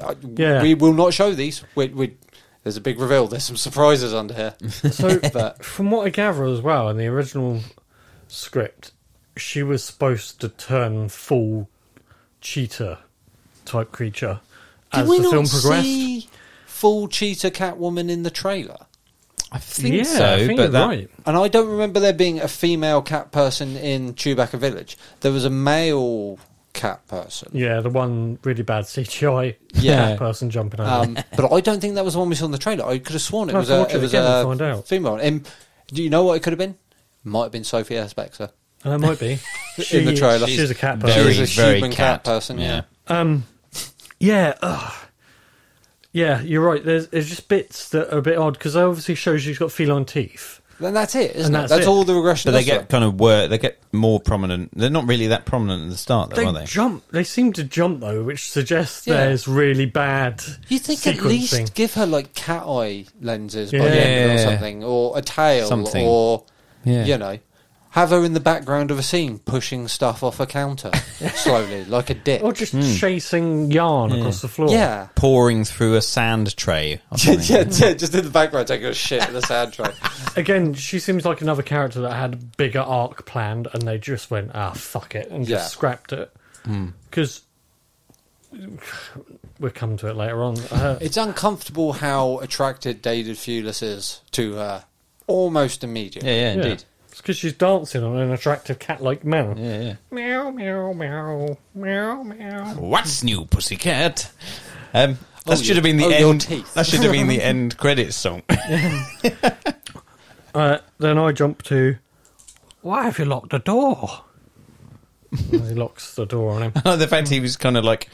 Speaker 9: uh,
Speaker 2: Yeah.
Speaker 9: we will not show these. We, we, there's a big reveal. There's some surprises under
Speaker 2: <laughs>
Speaker 9: here.
Speaker 2: So,
Speaker 9: But-
Speaker 2: from what I gather as well, in the original script, she was supposed to turn full cheetah type creature as the film progressed.
Speaker 9: see full cheetah Catwoman in the trailer?
Speaker 4: I think
Speaker 2: yeah,
Speaker 4: so,
Speaker 2: I think
Speaker 4: but
Speaker 2: you're
Speaker 4: that
Speaker 2: right.
Speaker 9: And I don't remember there being a female cat person in Chewbacca Village. There was a male cat person.
Speaker 2: Yeah, the one really bad <laughs> CGI
Speaker 9: Yeah.
Speaker 2: person jumping out.
Speaker 9: Um, but I don't think that was the one we saw in the trailer. I could have sworn it
Speaker 2: I'll
Speaker 9: was
Speaker 2: have to
Speaker 9: a,
Speaker 2: watch
Speaker 9: it
Speaker 2: it
Speaker 9: was
Speaker 2: again and find
Speaker 9: a
Speaker 2: out.
Speaker 9: female. And do you know what it could have been? Might have been Sophie Aspexer.
Speaker 2: Uh, might be.
Speaker 9: In the trailer.
Speaker 2: She's a cat person.
Speaker 4: very,
Speaker 9: She is a
Speaker 4: very
Speaker 9: human cat person, yeah.
Speaker 2: Um, yeah, ugh. yeah, you're right. There's, there's just bits that are a bit odd because that obviously shows she's got feline teeth.
Speaker 9: Then that's it,
Speaker 2: And
Speaker 9: isn't it?
Speaker 2: that's
Speaker 9: That's
Speaker 2: it.
Speaker 9: all the regression.
Speaker 4: But they
Speaker 9: does to
Speaker 4: get
Speaker 9: it.
Speaker 4: kind of wor- they get more prominent. They're not really that prominent at the start, though,
Speaker 2: They
Speaker 4: are they?
Speaker 2: jump. They seem to jump though, which suggests
Speaker 9: Yeah.
Speaker 2: there's really bad.
Speaker 9: You think
Speaker 2: sequencing.
Speaker 9: at least give her like cat eye lenses by
Speaker 2: Yeah.
Speaker 9: the end of
Speaker 4: Yeah.
Speaker 9: it or something, or a tail,
Speaker 4: Something.
Speaker 9: or
Speaker 4: Yeah.
Speaker 9: you know, have her in the background of a scene pushing stuff off a <laughs> counter slowly, like a dick.
Speaker 2: or just chasing yarn across the floor.
Speaker 9: Hmm. yeah.
Speaker 4: Pouring through a sand tray. Or
Speaker 9: <laughs> yeah,
Speaker 4: something.
Speaker 9: <laughs> yeah, just in the background taking a shit in the sand tray.
Speaker 2: Again, she seems like another character that had a bigger arc planned, and they just went, ah, fuck it, and
Speaker 9: Yeah. Hmm.
Speaker 2: just scrapped it. Because we'll come to it later on. Uh,
Speaker 9: <laughs> It's uncomfortable how attracted David Fulis is to her almost immediately.
Speaker 4: yeah, yeah, indeed.
Speaker 2: It's because she's dancing on an attractive cat-like manner.
Speaker 4: Yeah, yeah.
Speaker 2: Meow, meow, meow, meow, meow.
Speaker 4: What's new, pussycat? Um, that
Speaker 9: Oh,
Speaker 4: should have been the
Speaker 9: your- oh, your
Speaker 4: end.
Speaker 9: teeth.
Speaker 4: That should have been
Speaker 9: <laughs>
Speaker 4: the end credits song. <laughs>
Speaker 2: Uh, then I jump to, why have you locked the door? And he locks the door on him.
Speaker 4: the fact he was kind of like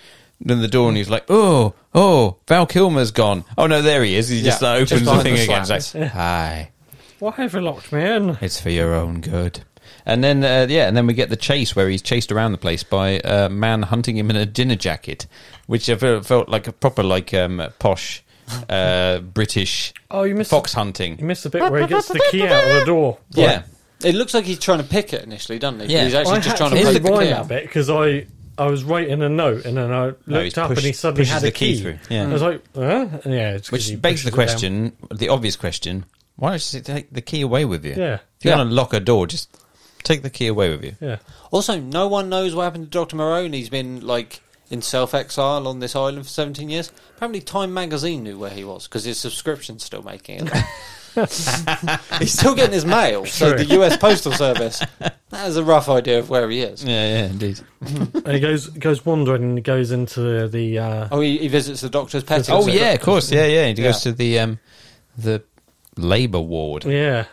Speaker 4: in the door and he's like, oh, oh, Val Kilmer's gone. Oh no, there he is. He just
Speaker 9: Yeah,
Speaker 4: like, opens
Speaker 9: just
Speaker 4: the
Speaker 9: behind
Speaker 4: thing
Speaker 9: the
Speaker 4: again.
Speaker 9: slats.
Speaker 4: It's like, hi,
Speaker 2: <laughs> Why have you locked me in?
Speaker 4: it's for your own good. And then uh, yeah, and then we get the chase where he's chased around the place by a man hunting him in a dinner jacket, which I felt, felt like a proper like um, posh uh, British
Speaker 2: Oh, you missed
Speaker 4: fox
Speaker 2: You
Speaker 4: hunting.
Speaker 2: missed the bit where he gets the key out of the <laughs> door.
Speaker 4: Yeah.
Speaker 9: It looks like he's trying to pick it initially, doesn't he?
Speaker 4: Yeah.
Speaker 9: He's actually
Speaker 2: I
Speaker 9: just
Speaker 2: had
Speaker 9: trying
Speaker 2: to
Speaker 9: to
Speaker 4: Here's
Speaker 9: poke
Speaker 4: the
Speaker 9: the
Speaker 2: rewind
Speaker 9: key.
Speaker 2: that
Speaker 9: out.
Speaker 2: bit because I I was writing a note and then I looked
Speaker 4: he's
Speaker 2: up
Speaker 4: pushed-
Speaker 2: and he suddenly
Speaker 4: pushes
Speaker 2: had a
Speaker 4: the key
Speaker 2: key.
Speaker 4: through, yeah.
Speaker 2: I was like, huh? And yeah, it's 'cause he
Speaker 4: Which begs
Speaker 2: pushes
Speaker 4: the
Speaker 2: it
Speaker 4: question, the obvious question: Why don't you take the key away with you?
Speaker 2: Yeah.
Speaker 4: If you're
Speaker 9: Yeah.
Speaker 4: gonna lock a door, just take the key away with you.
Speaker 2: down. Yeah.
Speaker 9: Also, no one knows what happened to Dr. Moreau, and he's been like in self exile on this island for 17 years. Apparently, Time magazine knew where he was because his subscription's still making it. he's still getting his mail, so
Speaker 2: True.
Speaker 9: the US Postal Service has a rough idea of where he is.
Speaker 4: Yeah, yeah, indeed.
Speaker 2: and he goes goes wandering and he goes into the, the uh,
Speaker 9: Oh, he, he visits the doctor's pet.
Speaker 4: Oh yeah, of course. Yeah, yeah. He goes to
Speaker 9: Yeah.
Speaker 4: the um, the labour ward.
Speaker 2: yeah.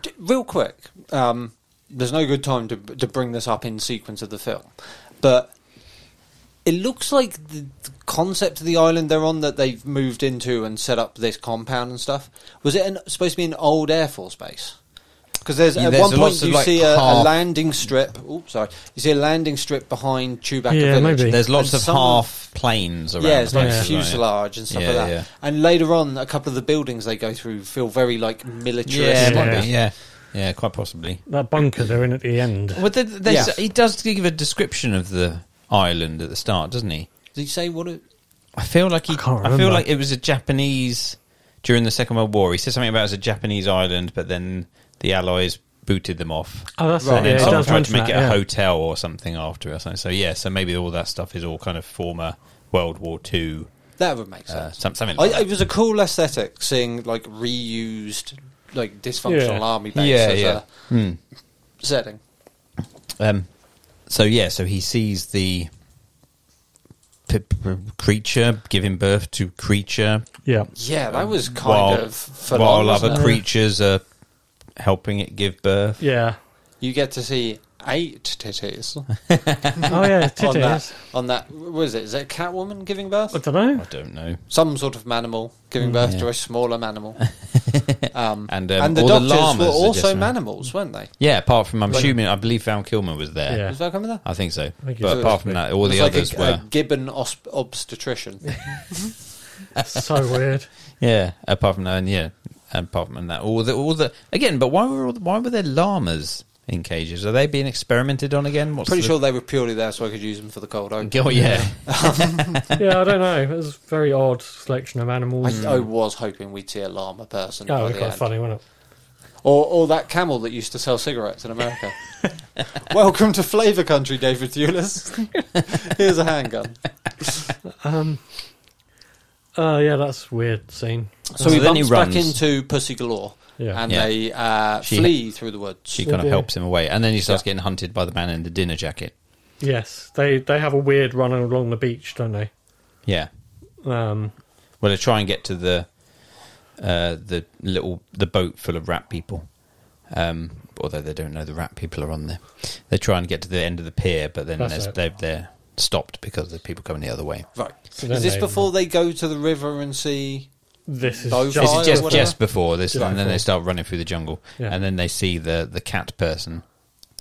Speaker 9: D- real quick, um, there's no good time to to bring this up in sequence of the film, but it looks like the, the concept of the island they're on that they've moved into and set up this compound and stuff was it an, supposed to be an old air force base? Because there's
Speaker 4: Yeah,
Speaker 9: at
Speaker 4: there's
Speaker 9: one point
Speaker 4: lots of,
Speaker 9: you
Speaker 4: like,
Speaker 9: see a, a
Speaker 4: half-
Speaker 9: landing strip. Oops, sorry, you see a landing strip behind Chewbacca
Speaker 2: Yeah,
Speaker 9: Village.
Speaker 2: maybe.
Speaker 4: There's lots
Speaker 9: And
Speaker 4: of
Speaker 9: some-
Speaker 4: half planes around.
Speaker 9: yeah, it's
Speaker 4: the
Speaker 9: like
Speaker 4: place, right?
Speaker 9: fuselage and stuff
Speaker 4: Yeah,
Speaker 9: like that.
Speaker 4: yeah.
Speaker 9: And later on, a couple of the buildings they go through feel very like militaristic.
Speaker 4: Yeah,
Speaker 2: Yeah.
Speaker 4: maybe. Yeah, yeah, quite possibly.
Speaker 2: That bunker they're in at the end.
Speaker 4: Well, there, there's,
Speaker 9: Yeah.
Speaker 4: he does give a description of the island at the start, doesn't he?
Speaker 9: Did you say what? It,
Speaker 4: I feel like he.
Speaker 2: I can't
Speaker 4: I feel
Speaker 2: remember.
Speaker 4: like it was a Japanese during the Second World War. He said something about it was a Japanese island, but then the Allies booted them off.
Speaker 2: Oh, that's
Speaker 9: Right.
Speaker 2: right.
Speaker 4: and then
Speaker 2: Yeah, it
Speaker 4: someone
Speaker 2: does
Speaker 4: tried to
Speaker 2: mention
Speaker 4: make
Speaker 2: that,
Speaker 4: it a
Speaker 2: yeah.
Speaker 4: hotel or something after or something. So yeah, so maybe all that stuff is all kind of former World War Two,
Speaker 9: That would make
Speaker 4: uh,
Speaker 9: sense.
Speaker 4: some- something like
Speaker 9: I,
Speaker 4: that.
Speaker 9: it was a cool aesthetic seeing like reused, like
Speaker 2: Yeah.
Speaker 9: dysfunctional army base
Speaker 4: Yeah,
Speaker 9: as
Speaker 4: yeah. Hmm.
Speaker 9: a setting.
Speaker 4: Um, so yeah, so he sees the p- p- creature giving birth to creature
Speaker 2: Yeah.
Speaker 9: Yeah, that was kind
Speaker 4: while
Speaker 9: of full
Speaker 4: while
Speaker 9: on,
Speaker 4: other
Speaker 9: wasn't it?
Speaker 4: creatures are helping it give birth.
Speaker 2: Yeah.
Speaker 9: You get to see eight titties
Speaker 2: Oh, yeah.
Speaker 9: <laughs> on
Speaker 2: Titties.
Speaker 9: that. On that, what is it? Is it a Catwoman giving
Speaker 2: I
Speaker 9: birth?
Speaker 2: don't know.
Speaker 4: I don't know.
Speaker 9: Some sort of manimal giving birth to a smaller
Speaker 4: <laughs>
Speaker 9: manimal.
Speaker 4: Hmm,
Speaker 9: Um,
Speaker 4: And, um,
Speaker 9: and the
Speaker 4: all the
Speaker 9: doctors
Speaker 4: llamas
Speaker 9: were
Speaker 4: are
Speaker 9: also
Speaker 4: just-
Speaker 9: manimals, weren't they?
Speaker 4: Yeah, apart from I'm assuming I believe Val Kilmer was there.
Speaker 2: Yeah.
Speaker 9: Was that coming there?
Speaker 4: I think so.
Speaker 2: think he
Speaker 4: but
Speaker 2: was.
Speaker 4: apart from that, all
Speaker 9: It's
Speaker 4: the
Speaker 9: like
Speaker 4: others
Speaker 9: a,
Speaker 4: were
Speaker 9: a gibbon osp- obstetrician.
Speaker 2: so weird.
Speaker 4: Yeah, apart from that, and yeah, and apart from that, all the all the again. But why were all the, why were there llamas in cages? Are they being experimented on again? What's
Speaker 9: Pretty
Speaker 4: the-
Speaker 9: sure they were purely there so I could use them for the cold open.
Speaker 4: <laughs> Oh yeah,
Speaker 2: Yeah, I don't know. It was a very odd selection of
Speaker 9: I,
Speaker 2: animals.
Speaker 9: I was hoping we'd see a llama person.
Speaker 2: Mm. Oh,
Speaker 9: by
Speaker 2: it was
Speaker 9: the
Speaker 2: quite
Speaker 9: end.
Speaker 2: funny, wasn't it?
Speaker 9: Or, or that camel that used to sell cigarettes
Speaker 2: <laughs>
Speaker 9: in America. Welcome to Flavor
Speaker 2: <laughs>
Speaker 9: Country, David Thewlis. Here's a handgun.
Speaker 2: Oh, yeah, that's weird scene.
Speaker 9: So,
Speaker 4: So
Speaker 9: he
Speaker 4: then he
Speaker 9: bumps back
Speaker 4: runs.
Speaker 9: into Pussy Galore,
Speaker 2: Yeah.
Speaker 9: and
Speaker 4: Yeah.
Speaker 9: they uh,
Speaker 4: She-
Speaker 9: flee through the woods.
Speaker 4: She kind of
Speaker 2: do.
Speaker 4: helps him away, and then he starts getting hunted by the man in the dinner jacket.
Speaker 2: Yes, they they have a weird run along the beach, don't they?
Speaker 4: Yeah.
Speaker 2: Um,
Speaker 4: Well, they try and get to the uh, the little the boat full of rat people. Um, although they don't know the rat people are on there, they try and get to the end of the pier, but then
Speaker 2: That's
Speaker 4: there's,
Speaker 2: it.
Speaker 4: they're, they're stopped because the people coming the other way.
Speaker 9: Right.
Speaker 2: then
Speaker 9: Is this
Speaker 2: they-
Speaker 9: before they go to the river and see?
Speaker 2: this is
Speaker 9: Those-
Speaker 4: This
Speaker 9: Oh,
Speaker 4: is
Speaker 9: yeah,
Speaker 4: just
Speaker 9: whatever.
Speaker 4: just before this,
Speaker 2: Just
Speaker 4: and then
Speaker 2: before.
Speaker 4: they start running through the jungle,
Speaker 2: Yeah.
Speaker 4: and then they see the the cat person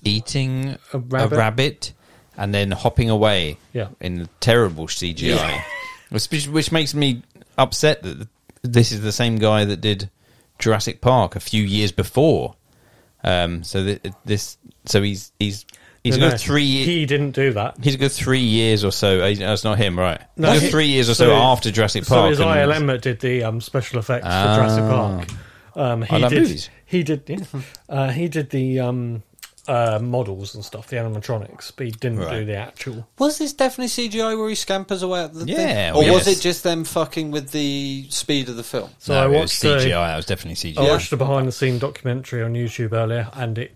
Speaker 4: eating
Speaker 2: A rabbit.
Speaker 4: rabbit and then hopping away.
Speaker 2: Yeah.
Speaker 4: in terrible CGI, <laughs> which, which makes me upset that this is the same guy that did Jurassic Park a few years before. Um, so th- this, so he's he's he's
Speaker 2: No,
Speaker 4: got
Speaker 2: no,
Speaker 4: three.
Speaker 2: He didn't do that.
Speaker 4: He's got three years or so. uh, no, It's not him, right?
Speaker 2: No,
Speaker 4: He's got
Speaker 2: he-
Speaker 4: three years or so,
Speaker 2: so-
Speaker 4: after Jurassic
Speaker 2: So
Speaker 4: Park.
Speaker 2: is
Speaker 4: and-
Speaker 2: ILM that did the um, special effects for Jurassic
Speaker 4: Ah.
Speaker 2: Park. Um, he
Speaker 4: I love
Speaker 2: did.
Speaker 4: movies.
Speaker 2: He did. yeah. Uh, he did the um, uh, models and stuff, the animatronics, but he didn't do
Speaker 4: Right.
Speaker 2: the actual.
Speaker 9: Was this definitely CGI where he scampers away at
Speaker 4: <laughs>
Speaker 9: the
Speaker 4: Yeah,
Speaker 9: thing? Or
Speaker 4: well,
Speaker 9: was
Speaker 4: yes.
Speaker 9: it just them fucking with the speed of the film?
Speaker 2: So
Speaker 4: no,
Speaker 2: I
Speaker 4: it was
Speaker 2: watched
Speaker 4: CGI.
Speaker 2: the
Speaker 4: That was definitely
Speaker 2: I
Speaker 4: CGI.
Speaker 9: Yeah.
Speaker 2: watched a behind the scene documentary on YouTube earlier, and it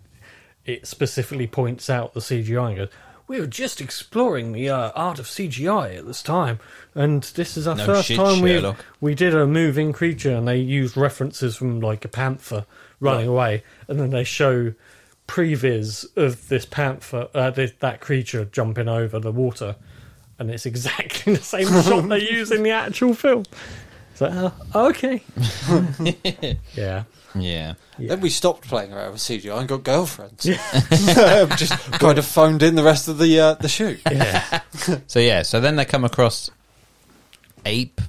Speaker 2: it specifically points out the CGI and goes. We were just exploring the uh, art of CGI at this time, and this is our
Speaker 4: No
Speaker 2: first
Speaker 4: shit,
Speaker 2: time we
Speaker 4: Sherlock.
Speaker 2: we did a moving creature, and they used references from like a panther running away, and then they show previs of this panther, uh, this, that creature jumping over the water, and it's <laughs> exactly the same shot they use in the actual film. So uh, okay, yeah.
Speaker 4: Yeah.
Speaker 9: Then we stopped playing around with CGI and got girlfriends. <laughs> just kind of phoned in the rest of the uh, the shoot.
Speaker 4: So yeah, so then they come across ape,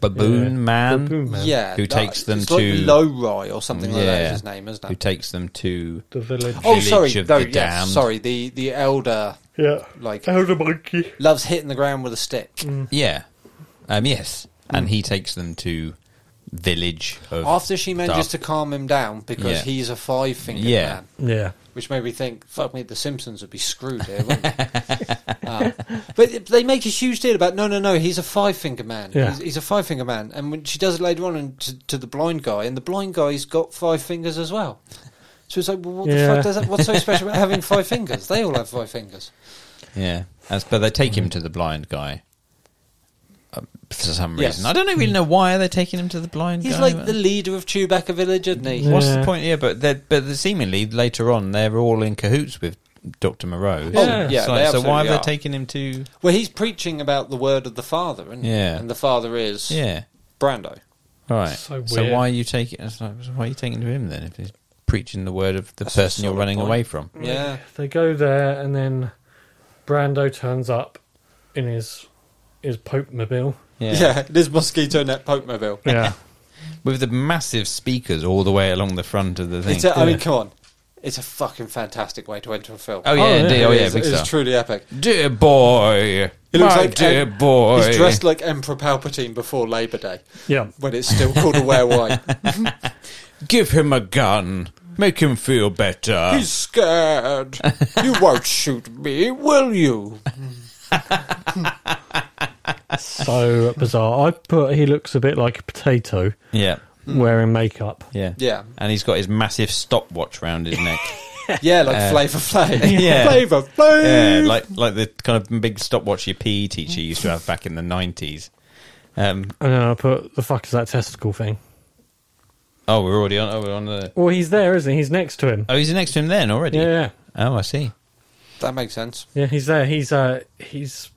Speaker 4: baboon man,
Speaker 2: Baboon Man.
Speaker 9: Yeah,
Speaker 4: Who
Speaker 9: that-
Speaker 4: takes them
Speaker 9: it's like
Speaker 4: to-
Speaker 9: Lowry or something like that? Is
Speaker 4: Yeah.
Speaker 9: his name, isn't
Speaker 4: who
Speaker 9: it?
Speaker 4: takes them to
Speaker 2: The village.
Speaker 9: Oh,
Speaker 4: Village
Speaker 9: sorry,
Speaker 4: of
Speaker 9: no,
Speaker 4: the
Speaker 9: yes,
Speaker 4: Damned.
Speaker 9: sorry. The the elder
Speaker 2: Yeah.
Speaker 9: like
Speaker 2: Elder monkey.
Speaker 9: loves hitting the ground with a stick.
Speaker 4: yeah, um, yes,
Speaker 9: Hmm.
Speaker 4: and he takes them to village of
Speaker 9: After she manages to
Speaker 4: Dark-
Speaker 9: calm him down because
Speaker 4: Yeah.
Speaker 9: he's a five finger
Speaker 4: Yeah.
Speaker 9: man,
Speaker 2: Yeah.
Speaker 9: which made me think, fuck me, the Simpsons would be screwed here. Wouldn't they?
Speaker 2: <laughs>
Speaker 9: Um, but they make a huge deal about no, no, no. He's a five finger man.
Speaker 2: Yeah.
Speaker 9: He's, he's a five finger man, and when she does it later on and to, to the blind guy, and the blind guy's got five fingers as well. So it's like, well, what
Speaker 2: Yeah.
Speaker 9: the fuck does that? What's so special about having five fingers? They all have
Speaker 2: <laughs>
Speaker 9: five fingers.
Speaker 4: yeah, As- but they take him
Speaker 2: Hmm.
Speaker 4: to the blind guy. um, For some
Speaker 9: Yes.
Speaker 4: reason, I don't really know why they're taking him to the blind
Speaker 9: He's
Speaker 4: guy.
Speaker 9: like the leader of Chewbacca Village, isn't he?
Speaker 2: Yeah.
Speaker 4: What's the point? Yeah, but they're, but they're seemingly later on they're all in cahoots with Doctor Moreau.
Speaker 9: Oh,
Speaker 2: Yeah.
Speaker 9: yeah,
Speaker 4: so,
Speaker 9: they
Speaker 4: so why have
Speaker 9: absolutely are.
Speaker 4: they taken him to?
Speaker 9: Well, he's preaching about the word of the Father, isn't he?
Speaker 4: Yeah.
Speaker 9: And the Father is
Speaker 4: Yeah,
Speaker 9: Brando.
Speaker 4: Right.
Speaker 2: So
Speaker 4: So,
Speaker 2: weird.
Speaker 4: why are you taking? it's like, Why are you taking to him then? If he's preaching the word of the
Speaker 9: That's a
Speaker 4: person you're
Speaker 9: solid
Speaker 4: running
Speaker 9: point.
Speaker 4: away from.
Speaker 9: Yeah.
Speaker 2: They go there and then Brando turns up in his his Pope mobile.
Speaker 4: Yeah.
Speaker 9: Yeah, it is mosquito net Pope mobile.
Speaker 2: Yeah.
Speaker 4: With the massive speakers all the way along the front of the thing.
Speaker 9: It's a, I mean, come on. It's a fucking fantastic way to enter a film.
Speaker 4: oh yeah,
Speaker 2: Oh, yeah.
Speaker 4: indeed. Oh
Speaker 9: It
Speaker 4: yeah,
Speaker 9: is-
Speaker 4: big
Speaker 9: It's
Speaker 4: star.
Speaker 9: truly epic.
Speaker 4: Dear boy.
Speaker 9: He looks
Speaker 4: my
Speaker 9: like
Speaker 4: dear
Speaker 9: Em-
Speaker 4: boy.
Speaker 9: He's dressed like Emperor Palpatine before Labor Day,
Speaker 2: <laughs> Yeah.
Speaker 9: when it's still called
Speaker 4: <laughs>
Speaker 9: a werewolf.
Speaker 4: Give him a gun. Make him feel better.
Speaker 9: He's scared. You won't shoot me, will you?
Speaker 2: So bizarre. I put he looks a bit like a potato
Speaker 4: yeah.
Speaker 2: wearing makeup.
Speaker 4: Yeah.
Speaker 9: Yeah,
Speaker 4: And he's got his massive stopwatch round his
Speaker 9: <laughs>
Speaker 4: neck.
Speaker 9: yeah, like Flavor Flav.
Speaker 4: Uh, <laughs> yeah.
Speaker 9: Flavor Flav.
Speaker 4: yeah, like like the kind of big stopwatch your PE teacher used to have back in the nineties. Um,
Speaker 2: And then I put the fuck is that testicle thing?
Speaker 4: oh, we're already on. Oh, we're on the.
Speaker 2: Well he's there, isn't he? He's next to him.
Speaker 4: Oh, he's next to him then already.
Speaker 2: Yeah, yeah.
Speaker 4: Oh, I see.
Speaker 9: That makes sense.
Speaker 2: Yeah, he's there. He's uh he's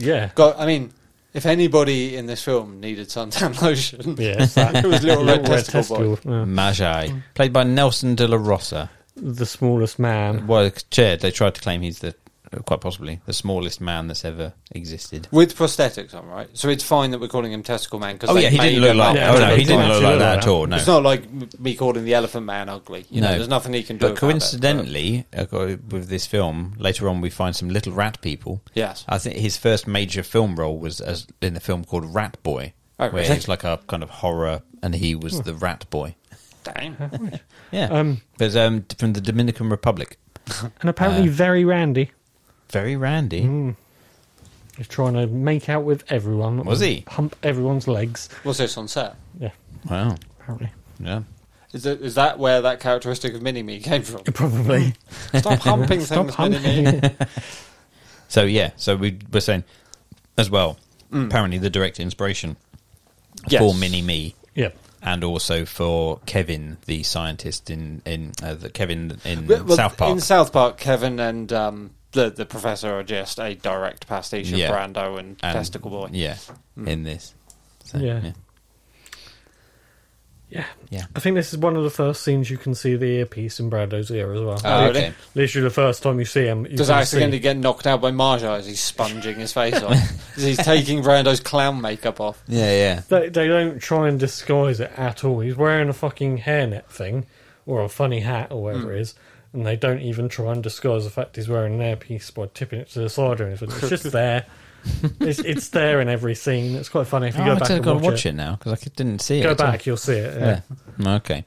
Speaker 2: yeah.
Speaker 9: God, I mean, if anybody in this film needed suntan <laughs> lotion,
Speaker 2: Yeah, it's that
Speaker 9: <laughs> it
Speaker 4: <laughs>
Speaker 9: was Little Red
Speaker 2: little red
Speaker 9: Testicle Boy.
Speaker 2: testicle.
Speaker 4: Hmm.
Speaker 2: Yeah.
Speaker 4: Magi, played by Nelson de la Rosa.
Speaker 2: The smallest man.
Speaker 4: Well, Chad, they tried to claim he's the quite possibly the smallest man that's ever existed.
Speaker 9: With prosthetics on, right? So it's fine that we're calling him Testicle Man because
Speaker 4: Oh yeah, he didn't look like.
Speaker 2: Yeah,
Speaker 4: oh
Speaker 2: they
Speaker 4: no, he
Speaker 2: made him
Speaker 4: didn't
Speaker 2: look
Speaker 4: look
Speaker 2: like
Speaker 4: like
Speaker 2: that.
Speaker 4: that at all. No.
Speaker 9: It's not like m- me calling the Elephant Man ugly. You know,
Speaker 4: No.
Speaker 9: there's nothing he can do.
Speaker 4: But
Speaker 9: about it,
Speaker 4: coincidentally, uh, co- with this film, later on we find some little rat people.
Speaker 9: Yes.
Speaker 4: I think his first major film role was as in the film called Rat Boy,
Speaker 9: Oh,
Speaker 4: where
Speaker 9: really?
Speaker 4: it's like a kind of horror, and he was the Rat Boy.
Speaker 9: but- Damn.
Speaker 4: <laughs> Yeah,
Speaker 2: Um,
Speaker 4: but um, from the Dominican Republic,
Speaker 2: And apparently very randy.
Speaker 4: very randy.
Speaker 2: He's trying to make out with everyone.
Speaker 4: Was he?
Speaker 2: Hump everyone's legs.
Speaker 9: Was this on set?
Speaker 2: Yeah,
Speaker 4: Wow.
Speaker 2: apparently.
Speaker 4: Yeah.
Speaker 9: Is that, is that where that characteristic of Mini Me came
Speaker 2: <laughs>
Speaker 9: from?
Speaker 2: Probably.
Speaker 9: Stop humping
Speaker 2: Stop
Speaker 9: things, Mini Me.
Speaker 2: humping.
Speaker 4: So yeah, so we were saying as well. Apparently, the direct inspiration
Speaker 9: Hmm. Yes.
Speaker 4: for Mini Me
Speaker 2: <laughs> yeah.
Speaker 4: and also for Kevin, the scientist in in uh, the Kevin in
Speaker 9: Well, well,
Speaker 4: South Park.
Speaker 9: In South Park, Kevin and um, the the professor are just a direct pastiche of
Speaker 4: Yeah.
Speaker 9: Brando and,
Speaker 4: And-
Speaker 9: Testicle Boy.
Speaker 4: Yeah,
Speaker 9: Hmm.
Speaker 4: in this. So,
Speaker 2: Yeah.
Speaker 4: yeah.
Speaker 2: Yeah.
Speaker 4: Yeah.
Speaker 2: I think this is one of the first scenes you can see the earpiece in Brando's ear as well.
Speaker 9: Oh,
Speaker 4: Okay.
Speaker 9: really?
Speaker 2: Literally the first time you see him. You
Speaker 9: Does
Speaker 2: can
Speaker 9: accidentally
Speaker 2: see-
Speaker 9: get knocked out by Marja as he's sponging his face <laughs> off? As he's taking Brando's clown makeup off.
Speaker 4: Yeah, yeah.
Speaker 2: They, they don't try and disguise it at all. He's wearing a fucking hairnet thing, or a funny hat, or whatever
Speaker 9: Hmm.
Speaker 2: it is, and they don't even try and disguise the fact he's wearing an earpiece by tipping it to the side or anything. It's
Speaker 9: <laughs>
Speaker 2: just there. it's, it's there in every scene. It's quite funny if you
Speaker 4: Oh,
Speaker 2: go
Speaker 4: I
Speaker 2: back
Speaker 4: didn't
Speaker 2: and
Speaker 4: go
Speaker 2: watch,
Speaker 4: and watch
Speaker 2: it.
Speaker 4: it, now because I c- didn't see it.
Speaker 2: Go
Speaker 4: at all.
Speaker 2: back, you'll see it. Yeah.
Speaker 4: Yeah. Okay.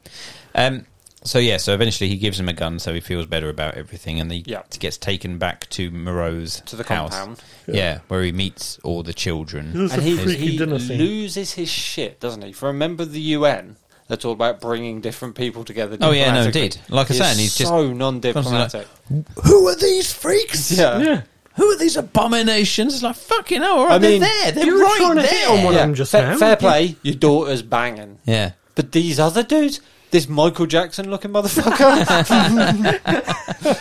Speaker 4: Um, so yeah, so eventually he gives him a gun, so he feels better about everything, and he
Speaker 9: Yeah.
Speaker 4: gets taken back to Moreau's
Speaker 9: To the
Speaker 4: house.
Speaker 9: compound.
Speaker 4: Yeah. where he meets all the children.
Speaker 2: This is
Speaker 9: and
Speaker 2: a
Speaker 9: he,
Speaker 2: freaky
Speaker 9: he
Speaker 2: dinner scene.
Speaker 9: loses his shit, doesn't he? If you remember the UN, that's all about bringing different people together.
Speaker 4: Oh, yeah, no,
Speaker 9: diplomatically.
Speaker 4: indeed. Like I
Speaker 9: He
Speaker 4: said,
Speaker 9: is
Speaker 4: and he's just
Speaker 9: so non-diplomatic.
Speaker 4: constantly Who are these freaks?
Speaker 9: yeah.
Speaker 2: yeah.
Speaker 4: Who are these abominations? It's like fucking hell! All right,
Speaker 9: I mean,
Speaker 4: they're there. They're
Speaker 2: you were
Speaker 4: right
Speaker 2: trying to
Speaker 4: there.
Speaker 2: hit on one of
Speaker 9: Yeah.
Speaker 2: them just
Speaker 9: fair,
Speaker 2: now.
Speaker 9: fair play. Your daughter's banging,
Speaker 4: yeah.
Speaker 9: but these other dudes, this Michael Jackson looking motherfucker,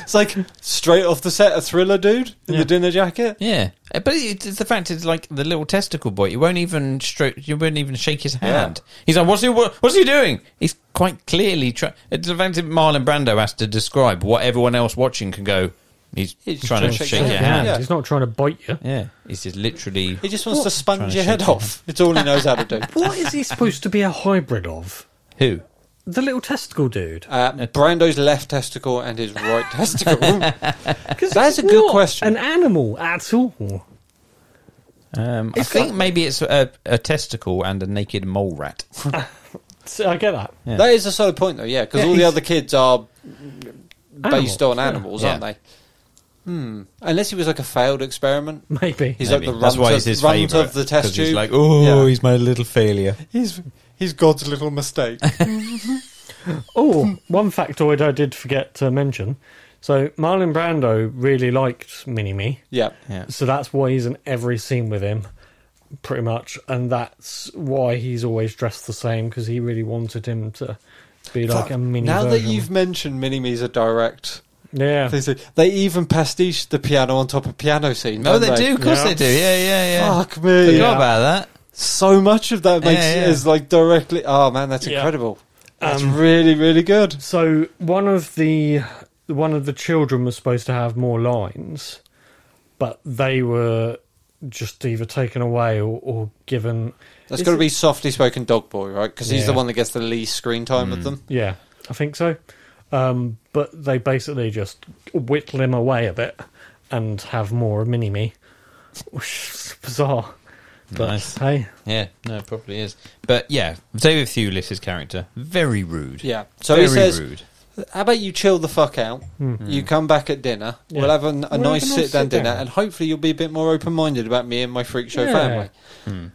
Speaker 9: it's like straight off the set of Thriller, dude, in the dinner jacket.
Speaker 4: Yeah, Uh, but it- it's the fact is like the little testicle boy. You won't even stroke. You won't even shake his hand. He's like, "What's he? What, what's he doing?" He's quite clearly trying. It's the fact that Marlon Brando has to describe what everyone else watching can go. He's,
Speaker 9: He's
Speaker 4: trying, to shake your
Speaker 9: his
Speaker 4: hand.
Speaker 9: Yeah.
Speaker 2: He's not trying to bite you.
Speaker 4: Yeah. he's just literally.
Speaker 9: He just wants to
Speaker 4: Trying
Speaker 9: sponge
Speaker 4: to
Speaker 9: your head
Speaker 4: shake your
Speaker 9: off. It's all he knows how to do.
Speaker 2: What is
Speaker 9: <laughs>
Speaker 2: he supposed to be a hybrid of?
Speaker 4: Who?
Speaker 2: The little testicle dude.
Speaker 9: Uh, Brando's left testicle and his right testicle.
Speaker 2: That's
Speaker 9: a good question.
Speaker 2: An animal at all?
Speaker 4: Um, I
Speaker 2: It's
Speaker 4: think
Speaker 2: got-
Speaker 4: maybe it's a, a testicle and a naked mole rat.
Speaker 2: So I get that.
Speaker 4: Yeah.
Speaker 9: That is a solid point, though, yeah, because
Speaker 2: Yeah,
Speaker 9: all the
Speaker 2: he's-
Speaker 9: other kids are
Speaker 2: Animals,
Speaker 9: based on
Speaker 2: yeah.
Speaker 9: animals, aren't
Speaker 4: Yeah.
Speaker 9: they? Hmm. Unless he was like a failed experiment.
Speaker 2: Maybe.
Speaker 9: He's
Speaker 4: Maybe.
Speaker 9: like the
Speaker 4: That's
Speaker 9: runt,
Speaker 4: why
Speaker 9: of,
Speaker 4: he's his
Speaker 9: runt
Speaker 4: favourite.
Speaker 9: of the test
Speaker 4: 'cause he's
Speaker 9: tube.
Speaker 4: like, oh,
Speaker 9: Yeah.
Speaker 4: he's my little failure.
Speaker 9: he's he's God's little mistake.
Speaker 2: oh, one factoid I did forget to mention. So Marlon Brando really liked Mini Me,
Speaker 9: <laughs> yeah,
Speaker 2: so that's why he's in every scene with him, pretty much, and that's why he's always dressed the same because he really wanted him to be like a mini.
Speaker 9: now that
Speaker 2: version.
Speaker 9: you've mentioned Mini Me's a direct,
Speaker 2: yeah,
Speaker 9: they, say- they even pastiche the piano on top of piano scene.
Speaker 4: No,
Speaker 9: don't
Speaker 4: they do. Of course
Speaker 2: Yeah.
Speaker 4: they do. Yeah, yeah, yeah.
Speaker 9: Fuck me!
Speaker 4: Forgot about that.
Speaker 9: So much of that makes
Speaker 4: Yeah, yeah.
Speaker 9: is like directly. Oh man, that's
Speaker 2: Yeah. Um,
Speaker 9: incredible. That's really really good.
Speaker 2: So one of the one of the children was supposed to have more lines, but they were just either taken away or, or given.
Speaker 9: That's
Speaker 2: Is
Speaker 9: got to
Speaker 2: it-
Speaker 9: be softly spoken dog boy, right? Because he's the
Speaker 2: Yeah.
Speaker 9: one that gets the least screen time of them.
Speaker 2: Yeah, I think so. Um, but they basically just whittle him away a bit and have more of Mini Me, which is bizarre. But
Speaker 4: Nice.
Speaker 2: hey,
Speaker 4: Yeah, no, it probably is. But yeah, David Thewlis's character very rude.
Speaker 9: Yeah. So
Speaker 4: very
Speaker 9: he says,
Speaker 4: rude.
Speaker 9: "How about you chill the fuck out? You come back at dinner.
Speaker 2: Yeah.
Speaker 9: We'll have an, a
Speaker 2: We'll
Speaker 9: nice
Speaker 2: have a nice
Speaker 9: sit down
Speaker 2: sit-down.
Speaker 9: dinner, and hopefully you'll be a bit more open minded about me and my freak show
Speaker 2: Yeah.
Speaker 9: family." Hmm.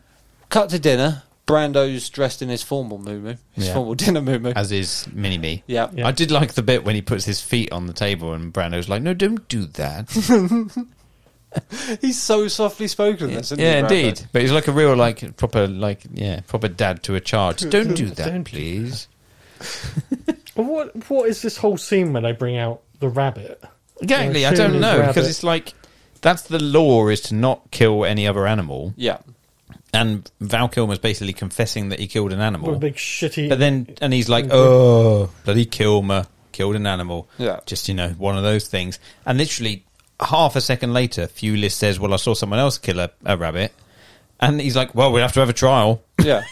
Speaker 9: Cut to dinner. Brando's dressed in his formal moo his
Speaker 4: Yeah.
Speaker 9: formal <laughs> dinner moo
Speaker 4: as is Mini Me.
Speaker 9: Yeah.
Speaker 2: Yeah.
Speaker 4: I did like the bit when he puts his feet on the table and Brando's like, "No, don't do that."
Speaker 9: <laughs> He's so softly spoken. This, isn't
Speaker 4: yeah,
Speaker 9: he, Brando?
Speaker 4: indeed. But he's like a real, like proper, like yeah, proper dad to a <laughs> child. Don't do that, please.
Speaker 2: Well, what what is this whole scene where they bring out the rabbit?
Speaker 4: Exactly.
Speaker 2: Yeah,
Speaker 4: I don't
Speaker 2: soon as
Speaker 4: know because
Speaker 2: rabbit.
Speaker 4: it's like that's the law is to not kill any other animal,
Speaker 9: Yeah.
Speaker 4: and Val Kilmer's basically confessing that he killed an animal.
Speaker 2: With a big shitty.
Speaker 4: But then, and he's like, "Oh, bloody Kilmer killed an animal."
Speaker 9: Yeah.
Speaker 4: just you know, one of those things. And literally, half a second later, Fulis says, "Well, I saw someone else kill a, a rabbit," and he's like, "Well, we'll have to have a
Speaker 9: <laughs>
Speaker 4: trial."
Speaker 9: Yeah.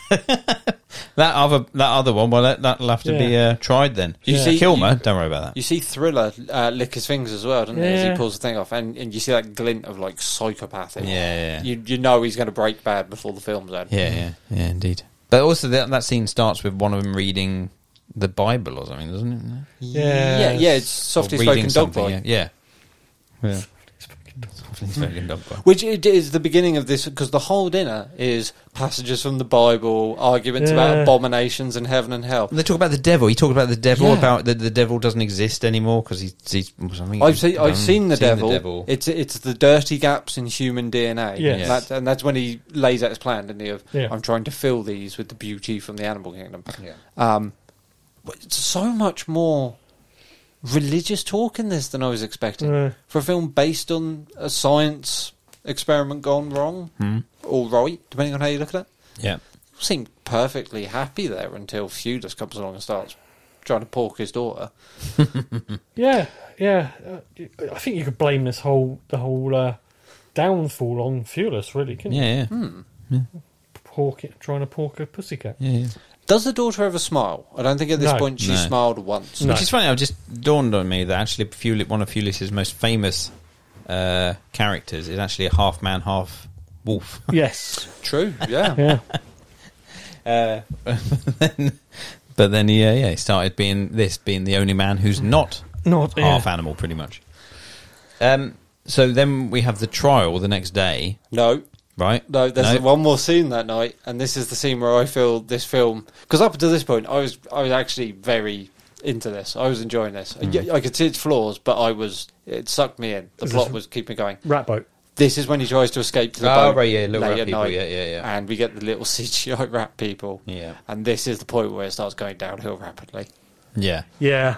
Speaker 4: That other, that other one, well, that, that'll have to be
Speaker 2: Yeah.
Speaker 4: uh, tried then.
Speaker 9: You see-
Speaker 4: Kilmer,
Speaker 9: you-
Speaker 4: don't worry about
Speaker 9: You
Speaker 4: that.
Speaker 9: see Thriller uh, lick his fingers as well, doesn't he? As he
Speaker 2: Yeah.
Speaker 9: pulls the thing off, and, and you see that glint of like psychopathy.
Speaker 4: Yeah, yeah, yeah.
Speaker 9: You you know he's going to break bad before the film's out.
Speaker 4: yeah, yeah, yeah, indeed. But also, that, that scene starts with one of them reading the Bible or something, doesn't it?
Speaker 2: yeah,
Speaker 9: yeah, yeah. It's softly
Speaker 4: Or reading
Speaker 9: spoken dog
Speaker 4: something,
Speaker 9: boy.
Speaker 4: Yeah, yeah. Yeah. Flintstone dogpile.
Speaker 9: Which it is the beginning of this because the whole dinner is passages from the Bible, arguments about
Speaker 2: Yeah.
Speaker 9: abominations and heaven and hell.
Speaker 4: And they talk about the devil. He talked about the devil,
Speaker 9: Yeah.
Speaker 4: about that the devil doesn't exist anymore because he's, he's something.
Speaker 9: I've seen,
Speaker 4: Um,
Speaker 9: I've seen, the, devil.
Speaker 4: devil.
Speaker 9: It's it's the dirty gaps in human DNA.
Speaker 2: Yes.
Speaker 9: That- and that's when he lays out his plan, doesn't he? Of
Speaker 2: Yeah.
Speaker 9: I'm trying to fill these with the beauty from the animal kingdom. Yeah. Um, but it's so much more religious talk in this than I was expecting
Speaker 2: Yeah.
Speaker 9: for a film based on a science experiment gone wrong, all right, depending on how you look at it.
Speaker 4: yeah.
Speaker 9: Seemed perfectly happy there until Feudas comes along and starts trying to pork his daughter.
Speaker 2: Yeah, yeah. Uh, I think you could blame this whole the whole uh, downfall on Fearless, really, couldn't you?
Speaker 4: Yeah, yeah.
Speaker 9: Hmm.
Speaker 2: Pork it, trying to pork a pussycat.
Speaker 4: yeah, yeah.
Speaker 9: Does the daughter ever smile? I don't think at this
Speaker 2: No.
Speaker 9: point she
Speaker 4: No.
Speaker 9: smiled once.
Speaker 2: No. <laughs>
Speaker 4: Which is funny. It just dawned on me that actually Fulis, one of Fulis's most famous uh, characters is actually a half man, half wolf. <laughs>
Speaker 2: Yes.
Speaker 9: True, yeah.
Speaker 2: Yeah.
Speaker 4: But then, yeah, yeah, he started being this, being the only man who's not
Speaker 2: <laughs> Not yeah.
Speaker 4: half animal, pretty much. Um, so then we have the trial the next day,
Speaker 9: No,
Speaker 4: right?
Speaker 9: no, there's one more scene that night, and this is the scene where I feel this film. Because up until this point, I was I was actually very into this. I was enjoying this.
Speaker 4: Mm.
Speaker 9: Yeah, I could see its flaws, but I was it sucked me in. The
Speaker 2: Is
Speaker 9: plot
Speaker 2: this-
Speaker 9: was keeping going.
Speaker 2: Rat boat.
Speaker 9: This is when he tries to escape to the
Speaker 4: Oh,
Speaker 9: boat.
Speaker 4: right, yeah, little
Speaker 9: late
Speaker 4: rat
Speaker 9: at
Speaker 4: people,
Speaker 9: night,
Speaker 4: yeah, yeah, yeah.
Speaker 9: And we get the little <laughs> CGI rat people.
Speaker 4: Yeah.
Speaker 9: And this is the point where it starts going downhill rapidly.
Speaker 4: Yeah.
Speaker 2: Yeah.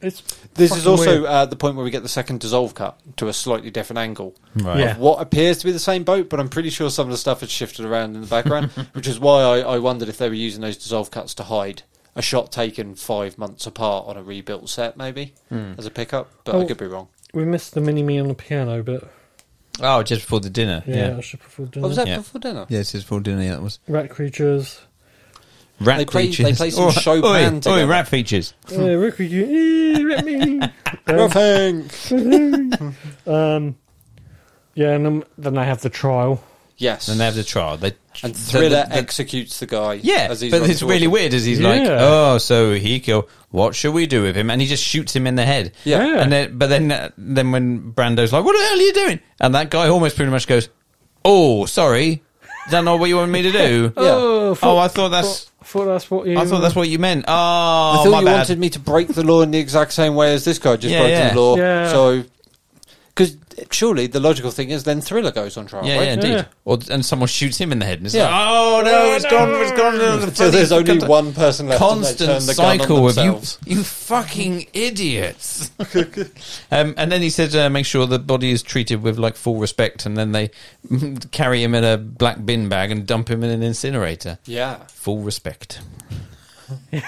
Speaker 2: It's
Speaker 9: This is
Speaker 2: fucking
Speaker 9: also
Speaker 2: weird.
Speaker 9: uh, the point where we get the second dissolve cut to a slightly different angle.
Speaker 4: Right.
Speaker 2: Yeah.
Speaker 9: of what appears to be the same boat, but I'm pretty sure some of the stuff had shifted around in the <laughs> background, which is why I, I wondered if they were using those dissolve cuts to hide a shot taken five months apart on a rebuilt set, maybe
Speaker 4: Hmm.
Speaker 9: as a pickup. But I
Speaker 2: Oh.
Speaker 9: could be wrong.
Speaker 2: we missed the mini me on the piano bit.
Speaker 4: Oh, just before the dinner.
Speaker 2: Yeah,
Speaker 4: Yeah.
Speaker 2: I should prefer doing
Speaker 9: What was
Speaker 2: that.
Speaker 9: that
Speaker 4: Yeah.
Speaker 9: before dinner?
Speaker 4: Yeah, it's just before dinner. Yeah, that was
Speaker 2: Rat creatures.
Speaker 4: rat
Speaker 9: They play- they
Speaker 4: features.
Speaker 9: play some
Speaker 4: Oi,
Speaker 9: Chopin
Speaker 4: oi,
Speaker 9: together.
Speaker 4: Oi, rat features.
Speaker 2: yeah, rat creature. Eh, rat me.
Speaker 4: <laughs>
Speaker 2: Um,
Speaker 9: Nothing.
Speaker 2: um, yeah, and then, then they have the trial.
Speaker 9: Yes.
Speaker 4: Then they have the trial. They
Speaker 9: and
Speaker 4: the-
Speaker 9: Thriller
Speaker 4: the- the-
Speaker 9: executes the guy.
Speaker 4: Yeah,
Speaker 9: as he's
Speaker 4: but
Speaker 9: running
Speaker 4: it's
Speaker 9: towards
Speaker 4: really
Speaker 9: him.
Speaker 4: weird. As he's
Speaker 2: Yeah.
Speaker 4: like, "Oh, so he go. What should we do with him?" And he just shoots him in the head.
Speaker 9: Yeah.
Speaker 2: Yeah.
Speaker 4: And then, but then, uh, then when Brando's like, "What the hell are you doing?" and that guy almost pretty much goes, "Oh, sorry, don't know what you wanted me to do."
Speaker 9: <laughs> Yeah.
Speaker 2: Oh,
Speaker 4: Oh, I thought that's.
Speaker 2: thought, thought that's what you.
Speaker 4: I thought that's what you meant. Oh,
Speaker 9: I thought
Speaker 4: my
Speaker 9: you
Speaker 4: bad.
Speaker 9: wanted me to break the law in the exact same way as this guy just
Speaker 4: Yeah,
Speaker 9: broke
Speaker 4: yeah.
Speaker 9: the law.
Speaker 2: Yeah.
Speaker 9: So, because surely the logical thing is then Thriller goes on trial.
Speaker 4: yeah,
Speaker 9: right?
Speaker 4: yeah, indeed.
Speaker 2: Yeah.
Speaker 4: Or and someone shoots him in the head, and it's
Speaker 9: Yeah.
Speaker 4: like, "Oh no, it's gone, it's
Speaker 9: <laughs>
Speaker 4: gone."
Speaker 9: So there's only
Speaker 4: Constant
Speaker 9: one person left. and they
Speaker 4: Constant
Speaker 9: turn the
Speaker 4: cycle
Speaker 9: gun on
Speaker 4: of you,
Speaker 9: themselves.
Speaker 4: you fucking idiots. <laughs> um, and then he said, uh, make sure the body is treated with like full respect, and then they <laughs> carry him in a black bin bag and dump him in an incinerator.
Speaker 9: Yeah,
Speaker 4: Full respect.
Speaker 9: and you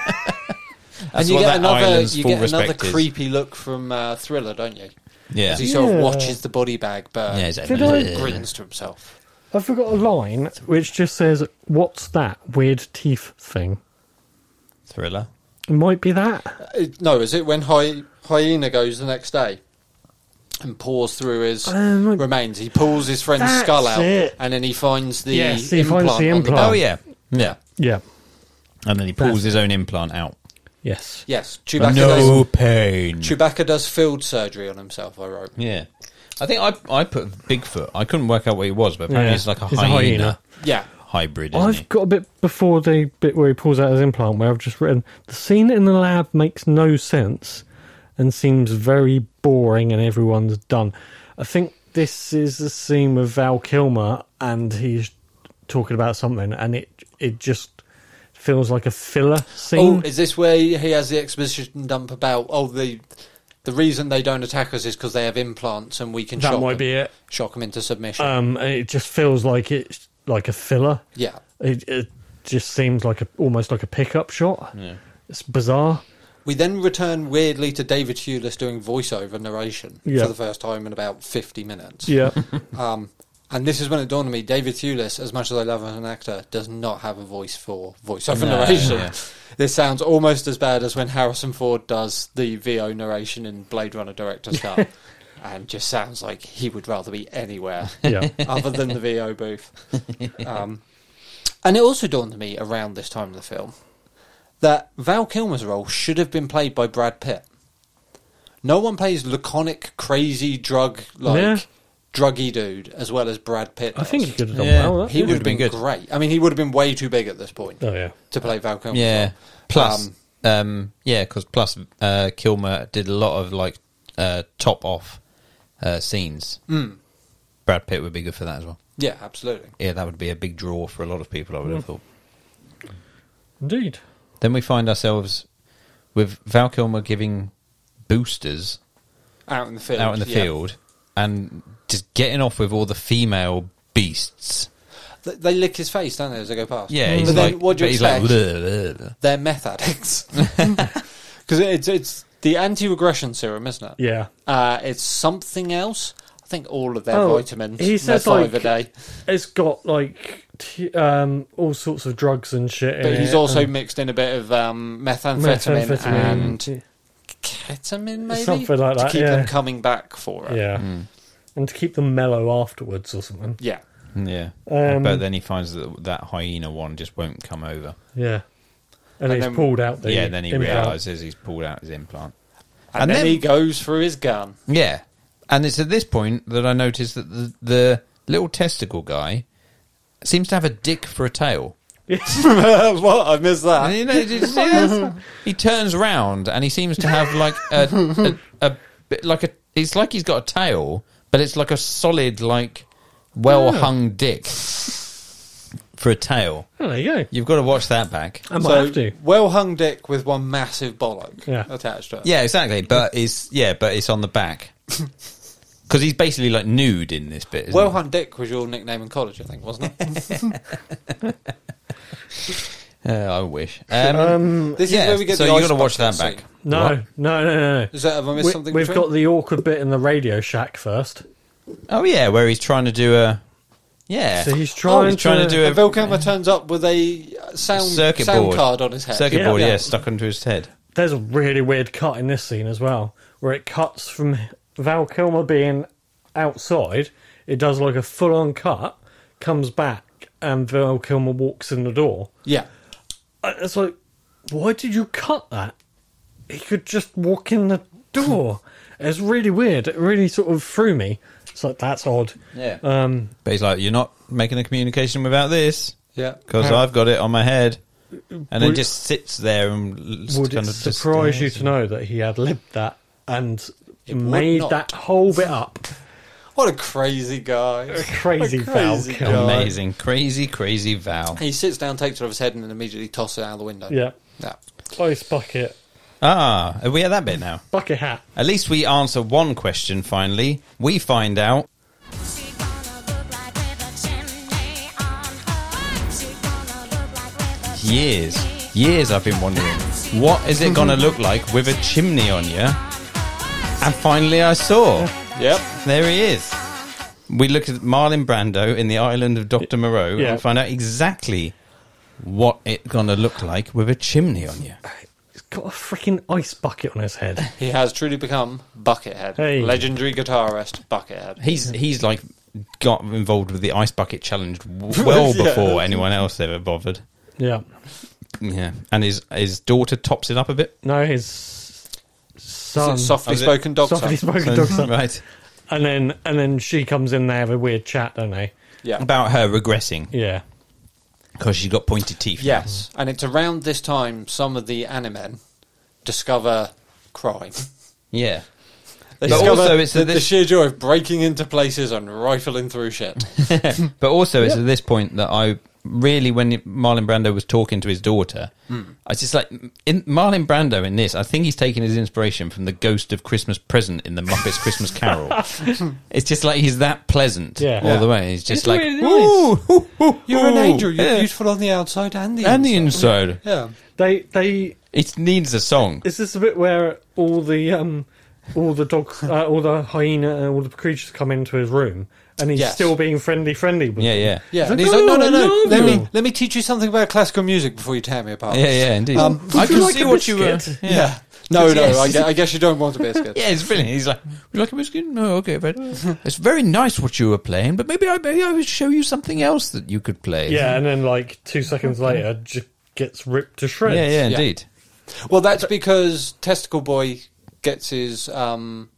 Speaker 4: what
Speaker 9: get
Speaker 4: that
Speaker 9: another
Speaker 4: island's
Speaker 9: you
Speaker 4: full
Speaker 9: get another
Speaker 4: respect is.
Speaker 9: creepy look from uh, Thriller, don't you?
Speaker 4: Yeah.
Speaker 9: As he sort of
Speaker 2: Yeah.
Speaker 9: watches the body bag burn.
Speaker 4: Yeah, exactly.
Speaker 2: Did I-
Speaker 4: Yeah.
Speaker 9: grins to himself.
Speaker 2: I forgot a line which just says, "What's that weird teeth thing?"
Speaker 4: Thriller.
Speaker 2: It might be that.
Speaker 9: Uh, no, is it when Hy- hyena goes the next day? And pours through his
Speaker 2: Um,
Speaker 9: remains. He pulls his friend's
Speaker 2: That's
Speaker 9: skull out,
Speaker 2: it.
Speaker 9: and then he finds the
Speaker 2: Yes, he
Speaker 9: implant.
Speaker 2: finds the
Speaker 9: on
Speaker 2: implant.
Speaker 9: back.
Speaker 4: Oh, yeah. Yeah.
Speaker 2: Yeah.
Speaker 4: And then he pulls his own implant out.
Speaker 2: Yes.
Speaker 9: Yes, Chewbacca,
Speaker 4: no
Speaker 9: does,
Speaker 4: pain.
Speaker 9: Chewbacca does field surgery on himself. I wrote.
Speaker 4: yeah. I think I I put Bigfoot. I couldn't work out what he was, but apparently
Speaker 2: Yeah.
Speaker 4: it's like a
Speaker 2: He's
Speaker 4: hyena,
Speaker 2: a hyena.
Speaker 9: Yeah,
Speaker 4: hybrid. Isn't he?
Speaker 2: I've got a bit before the bit where he pulls out his implant where I've just written the scene in the lab makes no sense and seems very boring and everyone's done. I think this is the scene with Val Kilmer and he's talking about something and it it just feels like a filler
Speaker 9: Oh,
Speaker 2: scene.
Speaker 9: is this where he has the exposition dump about? Oh, the the reason they don't attack us is because they have implants, and we can
Speaker 2: that
Speaker 9: shock
Speaker 2: might
Speaker 9: them,
Speaker 2: be it.
Speaker 9: shock them into submission.
Speaker 2: Um, it just feels like it's like a filler.
Speaker 9: yeah,
Speaker 2: It, it just seems like a almost like a pickup shot. It's bizarre.
Speaker 9: we then return weirdly to David Hewlett doing voiceover narration
Speaker 2: Yeah.
Speaker 9: for the first time in about fifty minutes.
Speaker 2: Yeah.
Speaker 9: Um, and this is when it dawned on me: David Thewlis, as much as I love him as an actor, does not have a voice for voiceover
Speaker 4: No,
Speaker 9: narration.
Speaker 4: yeah.
Speaker 9: This sounds almost as bad as when Harrison Ford does the VO narration in Blade Runner director's
Speaker 4: <laughs>
Speaker 9: cut, and just sounds like he would rather be anywhere
Speaker 2: yeah.
Speaker 9: other than the VO booth. Um, and it also dawned on me around this time of the film that Val Kilmer's role should have been played by Brad Pitt. No one plays laconic, crazy, drug like
Speaker 2: Yeah.
Speaker 9: druggy dude as well as Brad Pitt.
Speaker 2: I think he
Speaker 9: does.
Speaker 2: could have done
Speaker 4: Yeah,
Speaker 2: well.
Speaker 9: he
Speaker 2: yeah.
Speaker 9: would have been,
Speaker 4: been good.
Speaker 9: great. I mean, he would have been way too big at this point
Speaker 2: Oh yeah.
Speaker 9: to play Val Kilmer.
Speaker 4: Yeah. Plus,
Speaker 9: Um,
Speaker 4: um, yeah, because plus uh, Kilmer did a lot of like uh, top off uh, scenes.
Speaker 9: Hmm.
Speaker 4: Brad Pitt would be good for that as well.
Speaker 9: yeah, absolutely.
Speaker 4: Yeah, that would be a big draw for a lot of people. I would have thought.
Speaker 2: Indeed.
Speaker 4: Then we find ourselves with Val Kilmer giving boosters
Speaker 9: Out in the field.
Speaker 4: out in the
Speaker 9: yeah.
Speaker 4: field and just getting off with all the female beasts.
Speaker 9: Th- They lick his face, don't they, as they go past?
Speaker 4: Yeah,
Speaker 9: but
Speaker 4: he's
Speaker 9: then
Speaker 4: like,
Speaker 9: what do you
Speaker 4: Mm. but he's
Speaker 9: expect?
Speaker 4: like, "Bleh, bleh, bleh."
Speaker 9: They're
Speaker 4: <laughs>
Speaker 9: meth addicts <laughs> because it's it's the anti-regression serum, isn't it?
Speaker 2: Yeah.
Speaker 9: Uh, it's something else. I think all of their
Speaker 2: Oh,
Speaker 9: vitamins.
Speaker 2: he
Speaker 9: He
Speaker 2: says,
Speaker 9: says five
Speaker 2: like-
Speaker 9: a day,
Speaker 2: It's got like t- um, all sorts of drugs and shit.
Speaker 9: but
Speaker 2: in
Speaker 9: he's
Speaker 2: it,
Speaker 9: also
Speaker 2: and
Speaker 9: mixed in a bit of um, methamphetamine,
Speaker 2: Oh, methamphetamine
Speaker 9: and ketamine, maybe
Speaker 2: Something like that,
Speaker 9: to keep
Speaker 2: yeah.
Speaker 9: them coming back for it.
Speaker 2: yeah, and to keep them mellow afterwards or something.
Speaker 9: yeah.
Speaker 4: yeah.
Speaker 2: Um,
Speaker 4: but then he finds that that hyena one just won't come over.
Speaker 2: Yeah, and,
Speaker 9: And
Speaker 2: he's
Speaker 9: then-
Speaker 2: pulled out the
Speaker 4: yeah, then he
Speaker 2: implant.
Speaker 4: realizes he's pulled out his implant.
Speaker 9: And,
Speaker 4: And
Speaker 9: then,
Speaker 4: then-
Speaker 9: he goes for his <laughs> gun.
Speaker 4: Yeah, and it's at this point that I notice that the, the little testicle guy seems to have a dick for a tail.
Speaker 9: what? I missed that.
Speaker 4: And, you know, it just- yes. he turns round and he seems to have like a, a, a bit like a. It's like he's got a tail, but it's like a solid, like well hung dick for a tail.
Speaker 2: Oh, there you go.
Speaker 4: You've got to watch that back.
Speaker 2: I might have to.
Speaker 9: well hung dick with one massive bollock
Speaker 2: Yeah.
Speaker 9: attached to it.
Speaker 4: Yeah, exactly. But it's yeah, but it's on the back because he's basically like nude in this bit. Isn't
Speaker 9: Well
Speaker 4: he?
Speaker 9: hung dick was your nickname in college, I think, wasn't it? <laughs>
Speaker 4: Uh, I wish. Um,
Speaker 9: This
Speaker 4: yeah,
Speaker 9: is where we get
Speaker 4: so
Speaker 9: the
Speaker 4: you
Speaker 9: ice
Speaker 4: got to watch that
Speaker 9: bucket
Speaker 4: back.
Speaker 9: scene.
Speaker 2: No,
Speaker 4: What?
Speaker 2: no, no, no, no.
Speaker 9: Is that have I missed something?
Speaker 2: We, have
Speaker 9: between?
Speaker 2: got the awkward bit in the Radio Shack first.
Speaker 4: Oh yeah, where he's trying to do a yeah.
Speaker 2: So Oh, he's
Speaker 9: Oh,
Speaker 2: trying
Speaker 4: he's trying to,
Speaker 2: to-
Speaker 4: do a
Speaker 9: And Val Kilmer turns up with a uh, sound
Speaker 4: circuit
Speaker 9: sound
Speaker 4: board
Speaker 9: card on his head.
Speaker 4: Circuit
Speaker 2: Yeah.
Speaker 4: board,
Speaker 2: Yeah.
Speaker 4: yeah. stuck onto his head.
Speaker 2: There's a really weird cut in this scene as well, where it cuts from Val Kilmer being outside. It does like a full-on cut, comes back, and Val Kilmer walks in the door.
Speaker 9: Yeah.
Speaker 2: I- It's like, why did you cut that? He could just walk in the
Speaker 9: <laughs>
Speaker 2: door. it's really weird. It really sort of threw me. It's like that's odd.
Speaker 4: Yeah. Um, but he's like, "You're not making a communication without this,
Speaker 9: Yeah.
Speaker 4: because I've got it on my head." And then
Speaker 2: Would-
Speaker 4: just sits there and l-
Speaker 2: Would it
Speaker 4: kind of just
Speaker 2: surprise
Speaker 4: stares.
Speaker 2: you to know that he had lived that and
Speaker 9: would
Speaker 2: made
Speaker 9: not.
Speaker 2: that whole bit
Speaker 9: <laughs>
Speaker 2: up?
Speaker 9: What a crazy guy. <laughs> A
Speaker 2: crazy Val Kilmer.
Speaker 4: Amazing, crazy, crazy Val.
Speaker 9: He sits down, takes it off his head, and then immediately tosses it out the window.
Speaker 2: Yeah,
Speaker 9: Yeah.
Speaker 2: ice bucket,
Speaker 4: Ah, are we at that bit now?
Speaker 2: bucket hat.
Speaker 4: At least we answer one question finally. We find out
Speaker 11: She gonna look like with a chimney on her. She gonna look like with a
Speaker 4: years, years I've been wondering, what is it going to look like with a chimney on you? And finally I saw.
Speaker 9: Yep.
Speaker 4: There he is. We look at Marlon Brando in the island of Dr. Moreau
Speaker 2: Yeah.
Speaker 4: and find out exactly what it's going to look like with a chimney on you.
Speaker 2: He's got a freaking ice bucket on his
Speaker 4: <laughs>
Speaker 2: head.
Speaker 9: He has truly become Buckethead.
Speaker 2: Hey.
Speaker 9: Legendary guitarist Buckethead.
Speaker 4: He's he's like got involved with the ice bucket challenge w- well
Speaker 9: Yeah.
Speaker 4: before anyone else ever bothered.
Speaker 2: yeah.
Speaker 4: Yeah. And his his daughter tops it up a bit.
Speaker 2: No, his son.
Speaker 9: Softly
Speaker 4: is it-
Speaker 9: spoken dog
Speaker 2: Softly
Speaker 9: song.
Speaker 2: spoken dog son.
Speaker 4: <laughs> right.
Speaker 2: And then and then she comes in. They have a weird chat, don't they?
Speaker 9: Yeah.
Speaker 4: About her regressing
Speaker 2: Yeah.
Speaker 4: because she's got pointed teeth. now.
Speaker 9: Yes, and it's around this time some of the animen discover crime. <laughs>
Speaker 4: Yeah.
Speaker 9: They
Speaker 4: But
Speaker 9: discover
Speaker 4: also it's
Speaker 9: the,
Speaker 4: that this-
Speaker 9: the sheer joy of breaking into places and rifling through shit.
Speaker 4: But also, it's at this point that I really, when Marlon Brando was talking to his daughter, I was just like, in, Marlon Brando in this, I think he's taking his inspiration from the ghost of Christmas present in the Muppets Christmas Carol. it's just like he's that pleasant
Speaker 2: Yeah.
Speaker 4: all the way. He's just
Speaker 2: It's
Speaker 4: like,
Speaker 2: really
Speaker 4: "Ooh, ooh, ooh,
Speaker 9: <laughs> <laughs> You're an
Speaker 4: ooh,
Speaker 9: angel. You're
Speaker 4: yeah."
Speaker 9: beautiful on the outside and the
Speaker 4: And
Speaker 9: inside.
Speaker 4: the inside.
Speaker 9: yeah.
Speaker 2: They they
Speaker 4: It needs
Speaker 2: <laughs>
Speaker 4: a song.
Speaker 2: Is this a bit where all the um, all the <laughs> dogs, uh, all the hyena, and all the creatures come into his room, and he's
Speaker 9: Yes.
Speaker 2: still being friendly, friendly with
Speaker 4: Yeah,
Speaker 2: them?
Speaker 4: yeah.
Speaker 9: Yeah,
Speaker 2: He's
Speaker 9: and
Speaker 2: like, "Oh,
Speaker 9: he's like, no, no, no.
Speaker 2: "No,
Speaker 9: Let
Speaker 2: no."
Speaker 9: me let me teach you something about classical music before you tear me apart.
Speaker 4: Yeah, yeah, indeed.
Speaker 9: Um,
Speaker 4: I
Speaker 2: would you
Speaker 4: can
Speaker 2: like
Speaker 4: see
Speaker 2: a
Speaker 4: what you were.
Speaker 2: biscuit?
Speaker 4: Yeah.
Speaker 9: yeah. No, no.
Speaker 4: Yes.
Speaker 9: I, gue- I guess you don't want a biscuit.
Speaker 4: Yeah, it's brilliant. He's like, "Would you like a biscuit? No, okay, but it's very nice what you were playing, but maybe I maybe I would show you something else that you could play."
Speaker 2: yeah. And then like two seconds later, just gets ripped to shreds.
Speaker 4: Yeah, <laughs> yeah,
Speaker 9: Yeah.
Speaker 4: indeed.
Speaker 9: Well, that's because Testicle Boy gets his um,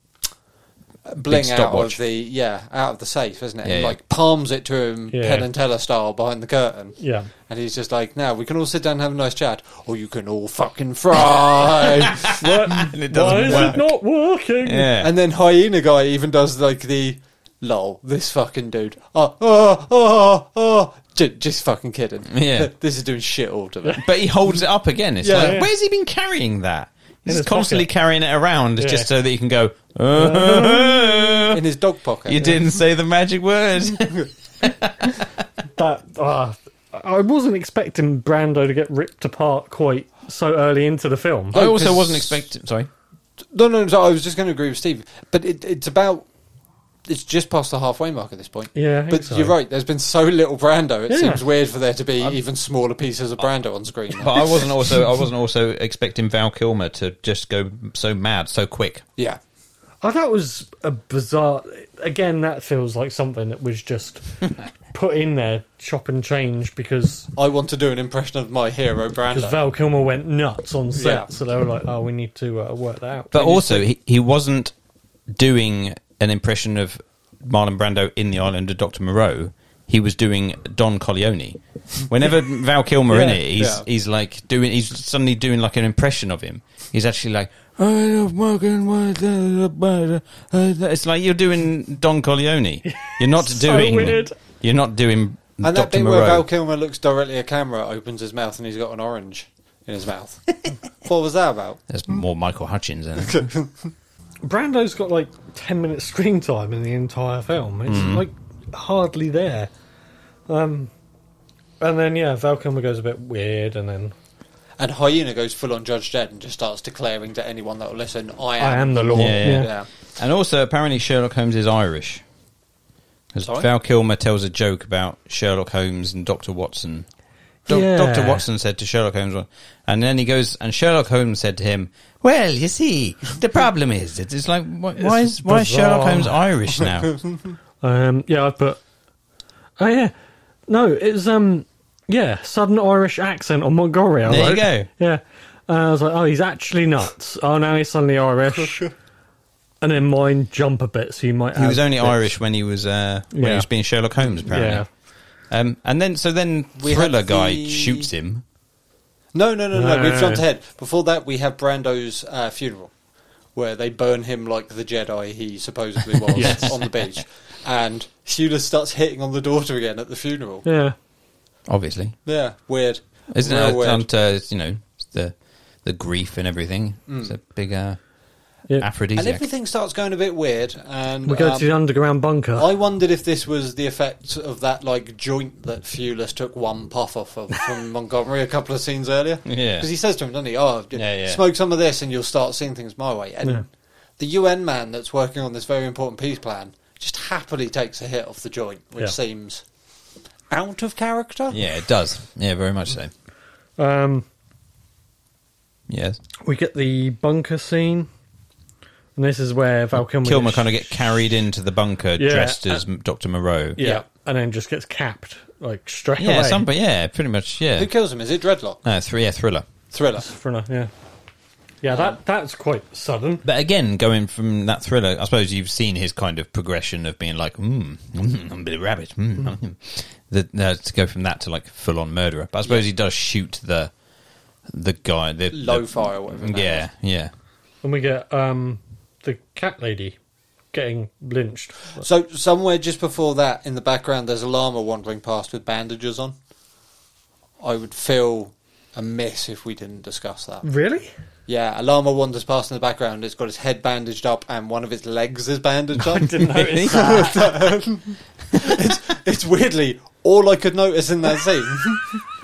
Speaker 9: bling out of
Speaker 4: stopwatch.
Speaker 9: the yeah out of the safe, isn't it?
Speaker 4: Yeah,
Speaker 9: and
Speaker 4: yeah.
Speaker 9: like palms it to him,
Speaker 2: Yeah.
Speaker 9: Penn and Teller style, behind the curtain.
Speaker 2: Yeah.
Speaker 9: And he's just like, now we can all sit down and have a nice chat, or you can all
Speaker 4: <laughs>
Speaker 9: fucking fry.
Speaker 4: <laughs> and
Speaker 2: Why
Speaker 4: it doesn't
Speaker 2: is
Speaker 4: work.
Speaker 2: it not working?
Speaker 4: yeah.
Speaker 9: and then hyena guy even does like the lol, this fucking dude. Oh, oh, oh, oh. J- just fucking kidding.
Speaker 4: Yeah.
Speaker 9: <laughs> this is doing shit all to me.
Speaker 4: but he holds it up again. It's
Speaker 9: Yeah,
Speaker 4: like,
Speaker 2: yeah.
Speaker 4: where's he been carrying that? He's
Speaker 2: his
Speaker 4: constantly
Speaker 2: pocket.
Speaker 4: carrying it around
Speaker 2: Yeah.
Speaker 4: just so that he can go, "Uh,
Speaker 2: <laughs>
Speaker 9: In his dog pocket.
Speaker 4: you didn't say the magic word. <laughs>
Speaker 2: That ah, I wasn't expecting Brando to get ripped apart quite so early into the film.
Speaker 4: I
Speaker 9: No,
Speaker 4: also
Speaker 9: 'cause-
Speaker 4: wasn't expecting. Sorry.
Speaker 9: No, no, no. I was just going to agree with Steve, but it, it's about it's just past the halfway mark at this point.
Speaker 2: Yeah, I think
Speaker 9: but
Speaker 2: so.
Speaker 9: you're right. There's been so little Brando. It
Speaker 2: Yeah.
Speaker 9: seems weird for there to be even smaller pieces of Brando
Speaker 4: <laughs>
Speaker 9: on screen.
Speaker 4: But I wasn't also I wasn't also expecting Val Kilmer to just go so mad so quick.
Speaker 9: yeah,
Speaker 2: Oh, that was a bizarre. Again, that feels like something that was
Speaker 4: <laughs>
Speaker 2: just put in there, chop and change, because
Speaker 9: I want to do an impression of my hero
Speaker 2: because
Speaker 9: Brando.
Speaker 2: Val Kilmer went nuts on set,
Speaker 9: Yeah.
Speaker 2: so they were like, "Oh, we need to uh, work that out."
Speaker 4: But also he, he wasn't doing an impression of Marlon Brando in The Island of Dr. Moreau. He was doing Don Corleone.
Speaker 9: <laughs>
Speaker 4: Whenever Val Kilmer in
Speaker 2: Yeah,
Speaker 4: it, he's
Speaker 9: yeah.
Speaker 4: he's like doing he's suddenly doing like an impression of him. He's actually like "I love fucking white, uh, uh, uh, uh," it's like you're doing Don Corleone. You're
Speaker 9: <laughs>
Speaker 4: not
Speaker 2: So
Speaker 4: doing
Speaker 2: weird.
Speaker 4: you're not doing
Speaker 9: and that
Speaker 4: Dr.
Speaker 9: bit where Val
Speaker 4: Moreau.
Speaker 9: Kilmer looks directly at camera, opens his mouth, and he's got an orange in
Speaker 2: <laughs>
Speaker 9: his mouth. what was that about?
Speaker 4: There's more Michael Hutchins in it.
Speaker 2: Brando's got like ten minutes screen time in the entire film. It's
Speaker 4: Mm-hmm.
Speaker 2: like hardly there. Um, and then yeah, Val Kilmer goes a bit weird, and then
Speaker 9: And Hyena goes full on Judge Dredd and just starts declaring to anyone that will listen, "I am."
Speaker 2: I am the law.
Speaker 4: Yeah, yeah.
Speaker 9: yeah.
Speaker 4: And also, apparently, Sherlock Holmes is Irish. 'Cause
Speaker 9: Sorry?
Speaker 4: Val Kilmer tells a joke about Sherlock Holmes and Dr. Watson. Do-
Speaker 2: Yeah.
Speaker 4: Dr. Watson said to Sherlock Holmes, one- and then he goes, and Sherlock Holmes said to him, Well, you see, the problem is, that it's like, why, why,
Speaker 2: It's
Speaker 4: is, why is Sherlock
Speaker 2: bizarre.
Speaker 4: Holmes
Speaker 2: <laughs>
Speaker 4: Irish now?
Speaker 2: Um, yeah, I put. Oh yeah, no, it's um, yeah, sudden Irish accent on Montgomery. I
Speaker 4: There you
Speaker 2: wrote.
Speaker 4: go.
Speaker 2: Yeah, uh, I was like, oh, he's actually nuts. Oh, now he's suddenly Irish. and then mine jump a bit, so you might.
Speaker 4: he was
Speaker 2: have
Speaker 4: only
Speaker 2: bits-
Speaker 4: Irish when he was uh, when
Speaker 2: Yeah.
Speaker 4: he was being Sherlock Holmes, apparently.
Speaker 2: Yeah,
Speaker 4: Um, and then, so then,
Speaker 9: We had
Speaker 4: thriller guy
Speaker 9: the-
Speaker 4: shoots him.
Speaker 9: No, no, no, no.
Speaker 2: No.
Speaker 9: We've jumped ahead. Before that, we have Brando's uh, funeral, where they burn him like the Jedi
Speaker 2: <laughs>
Speaker 9: he supposedly was
Speaker 2: Yes.
Speaker 9: on the beach, and Hewlett starts hitting on the daughter again at the funeral. Yeah,
Speaker 2: yeah.
Speaker 4: Obviously,
Speaker 9: weird.
Speaker 4: isn't
Speaker 9: Real
Speaker 4: it? uh,
Speaker 9: weird.
Speaker 4: down to you know the the grief and everything. It's
Speaker 9: Mm.
Speaker 4: a big uh,
Speaker 2: Yeah.
Speaker 4: aphrodisiac.
Speaker 9: and everything starts going a bit weird. And
Speaker 2: We go
Speaker 9: um,
Speaker 2: to the underground bunker.
Speaker 9: I wondered if this was the effect of that like joint that Fulis took one puff off of
Speaker 4: <laughs>
Speaker 9: from Montgomery a couple of scenes earlier.
Speaker 4: Yeah.
Speaker 9: because he says to him, doesn't he? Oh,
Speaker 4: Yeah, yeah.
Speaker 9: smoke some of this and you'll start seeing things my way. And
Speaker 2: Yeah.
Speaker 9: the UN man that's working on this very important peace plan just happily takes a hit off the joint, which
Speaker 2: Yeah.
Speaker 9: seems out of character.
Speaker 4: Yeah, it does. Yeah, very much so.
Speaker 2: um,
Speaker 4: Yes.
Speaker 2: we get the bunker scene, and this is where Val Kilmer,
Speaker 4: Kilmer
Speaker 2: gets-
Speaker 4: kind of get carried into the bunker
Speaker 2: Yeah,
Speaker 4: dressed
Speaker 2: uh,
Speaker 4: as Dr. Moreau.
Speaker 2: yeah.
Speaker 9: Yeah.
Speaker 2: and then just gets capped like straight
Speaker 4: Yeah,
Speaker 2: away.
Speaker 4: somebody, yeah, pretty much, yeah.
Speaker 9: Who kills him? Is it Dreadlock?
Speaker 4: No, three, yeah, thriller.
Speaker 9: Thriller.
Speaker 2: For no- yeah, yeah. That that's quite sudden.
Speaker 4: But again, going from that thriller, I suppose you've seen his kind of progression of being like, mm, mm I'm Billy Rabbit. Mm, mm. The, uh, to go from that to like full on murderer. But I suppose he does shoot the the guy. The,
Speaker 9: Low
Speaker 4: the-
Speaker 9: fire, whatever. that
Speaker 4: Yeah,
Speaker 9: is.
Speaker 4: yeah.
Speaker 2: And we get um, the cat lady getting lynched.
Speaker 9: So somewhere just before that, in the background, there's a llama wandering past with bandages on. I would feel amiss if we didn't discuss that. <laughs>
Speaker 2: Really?
Speaker 9: Yeah, a llama wanders past in the background. It's got its head bandaged up and one of its legs
Speaker 2: <laughs>
Speaker 9: is bandaged up.
Speaker 2: Didn't
Speaker 4: <laughs>
Speaker 2: notice Oh,
Speaker 9: <laughs>
Speaker 2: that.
Speaker 9: it's weirdly all I could notice in
Speaker 2: <laughs>
Speaker 9: that scene.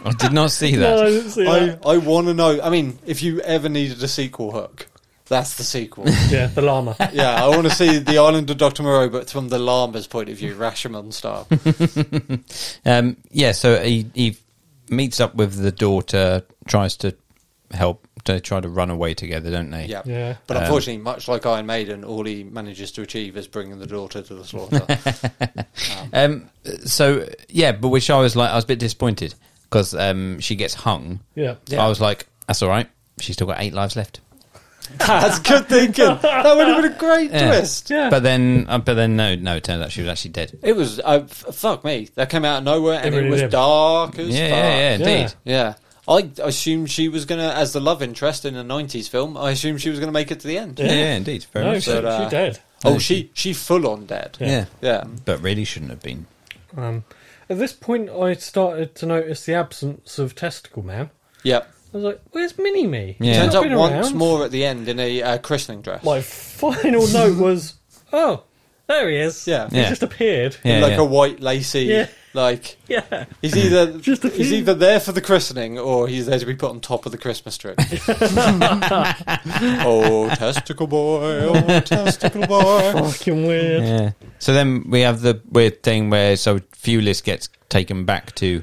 Speaker 4: I did not see
Speaker 2: No, I
Speaker 4: that.
Speaker 2: didn't see
Speaker 9: I,
Speaker 2: that.
Speaker 9: I want to know. I mean, if you ever needed a sequel hook, that's
Speaker 2: <laughs>
Speaker 9: the sequel.
Speaker 2: Yeah, the llama.
Speaker 9: <laughs> yeah, I want to see the Island of Doctor Moreau, but from the llama's point of view, Rashomon style.
Speaker 4: Um, yeah, so he, he meets up with the daughter, tries to help. They try to run away together, don't they?
Speaker 9: <laughs> Yeah.
Speaker 2: Yeah.
Speaker 9: But
Speaker 4: Um,
Speaker 9: unfortunately, much like Iron Maiden, all he manages to achieve is bringing the daughter to
Speaker 4: <laughs>
Speaker 9: the slaughter.
Speaker 4: Um, so yeah, but which I was like, I was a bit disappointed because um, she gets hung.
Speaker 2: Yeah.
Speaker 4: I was like, that's all right. She's still got eight lives left.
Speaker 9: That's good thinking. That would have been a great
Speaker 4: Yeah.
Speaker 9: twist. Yeah.
Speaker 4: But then, uh, but then, no, no. It turned out she was actually dead.
Speaker 9: It was uh, f- fuck me. That came out of nowhere, and
Speaker 2: It
Speaker 9: it,
Speaker 2: really
Speaker 9: was
Speaker 2: did.
Speaker 9: dark as
Speaker 4: Yeah,
Speaker 9: fuck.
Speaker 4: yeah, yeah, indeed.
Speaker 9: Yeah. I assumed she was gonna, as the love interest in a '90s film. I assumed she was gonna make it to the end.
Speaker 4: Yeah, yeah, indeed. Very
Speaker 2: No,
Speaker 4: much
Speaker 2: she,
Speaker 4: so.
Speaker 9: But, uh,
Speaker 2: she dead.
Speaker 9: Oh, she she full on dead.
Speaker 4: Yeah.
Speaker 9: Yeah.
Speaker 4: but really shouldn't have been.
Speaker 2: Um, at this point, I started to notice the absence of Testicle Man.
Speaker 9: Yep.
Speaker 2: I was like, "Where's Mini Me?"
Speaker 4: Yeah.
Speaker 9: Turns
Speaker 2: Not
Speaker 9: up
Speaker 2: been
Speaker 9: once
Speaker 2: around.
Speaker 9: more at the end in a uh, christening dress.
Speaker 2: My final note was, "Oh, there he is."
Speaker 9: Yeah.
Speaker 2: he
Speaker 4: Yeah.
Speaker 2: just appeared.
Speaker 4: Yeah,
Speaker 9: like
Speaker 4: yeah.
Speaker 9: a white lacy,
Speaker 2: Yeah.
Speaker 9: like
Speaker 2: <laughs> Yeah.
Speaker 9: he's either
Speaker 2: <laughs> Just a
Speaker 9: he's
Speaker 2: few.
Speaker 9: either there for the christening or he's there to be put on top of the
Speaker 4: <laughs>
Speaker 9: Christmas tree. <laughs> oh, testicle boy! Oh, testicle boy!
Speaker 2: Fucking weird.
Speaker 4: Yeah. So then we have the weird thing where so Fulis gets taken back to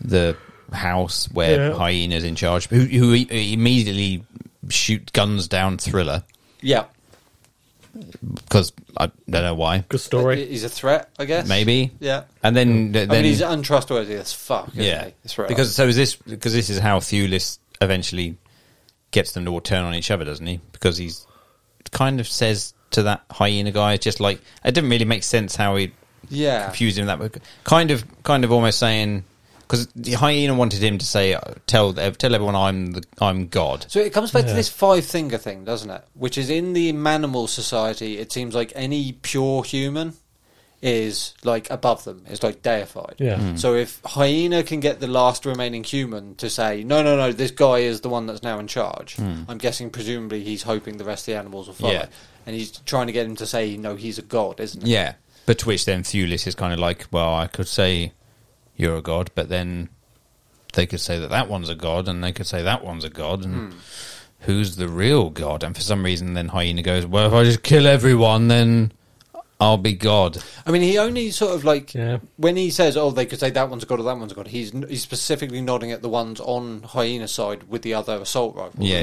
Speaker 4: the house where
Speaker 2: Yeah.
Speaker 4: Hyena's in charge, who, who i- immediately shoot guns down Thriller
Speaker 9: Yeah,
Speaker 4: because I don't know why.
Speaker 2: Good story.
Speaker 9: he's a threat, I guess.
Speaker 4: Maybe.
Speaker 9: Yeah.
Speaker 4: And then then
Speaker 9: I mean, he's untrustworthy as fuck. Isn't
Speaker 4: yeah,
Speaker 9: he? That's right.
Speaker 4: Because so is this because this is how Thulis eventually gets them to all turn on each other, doesn't he? Because he's kind of says to that hyena guy, just like it didn't really make sense how he
Speaker 9: yeah,
Speaker 4: confused him that way. Kind of, kind of almost saying because the hyena wanted him to say, tell tell everyone I'm the I'm God.
Speaker 9: So it comes back to this five finger thing, doesn't it? Which is in the manimal society, it seems like any pure human is like above them, is like deified.
Speaker 2: Yeah.
Speaker 4: Hmm.
Speaker 2: Mm.
Speaker 9: So if hyena can get the last remaining human to say, no, no, no, this guy is the one that's now in charge, I'm guessing presumably he's hoping the rest of the animals will follow.
Speaker 4: Hmm. Yeah.
Speaker 9: And he's trying to get him to say, no, he's a god, isn't he?
Speaker 4: Yeah, but to which then Thulis is kind of like, well, I could say you're a god, but then they could say that that one's a god, and they could say that one's a god, and who's the real god? And for some reason, then Hyena goes, well, if I just kill everyone, then I'll be god.
Speaker 9: I mean, he only sort of like
Speaker 2: Yeah.
Speaker 9: when he says, "Oh, they could say that one's a god or that one's a god." He's he's specifically nodding at the ones on hyena side with the other assault rifle.
Speaker 4: Yeah,